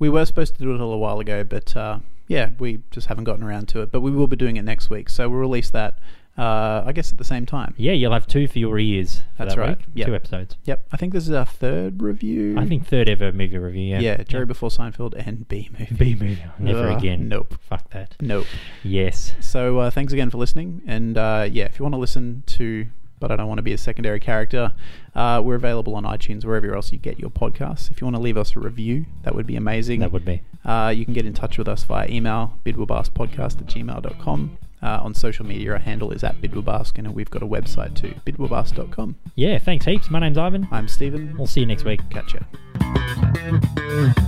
[SPEAKER 7] We were supposed to do it a little while ago, but uh, yeah, we just haven't gotten around to it. But we will be doing it next week, so we'll release that. Uh, I guess at the same time.
[SPEAKER 6] Yeah, you'll have two for your ears. For
[SPEAKER 7] That's
[SPEAKER 6] that
[SPEAKER 7] right.
[SPEAKER 6] Week.
[SPEAKER 7] Yep.
[SPEAKER 6] Two episodes.
[SPEAKER 7] Yep, I think this is our third review.
[SPEAKER 6] I think third ever movie review. Yeah.
[SPEAKER 7] yeah, Jerry before Seinfeld and B movie.
[SPEAKER 6] B movie. Never
[SPEAKER 7] Uh,
[SPEAKER 6] again.
[SPEAKER 7] Nope.
[SPEAKER 6] Fuck that.
[SPEAKER 7] Nope.
[SPEAKER 6] Yes.
[SPEAKER 7] So uh, thanks again for listening, and uh, yeah, if you want to listen to, but I don't want to be a secondary character, uh, we're available on iTunes wherever else you get your podcasts. If you want to leave us a review, that would be amazing.
[SPEAKER 6] That would be.
[SPEAKER 7] Uh, you can get in touch with us via email, bidwabaskpodcast at gmail.com. Uh, on social media, our handle is at bidwabask, and we've got a website too, bidwabask.com.
[SPEAKER 6] Yeah, thanks heaps. My name's Ivan.
[SPEAKER 7] I'm Stephen.
[SPEAKER 6] We'll see you next week.
[SPEAKER 7] Catch ya.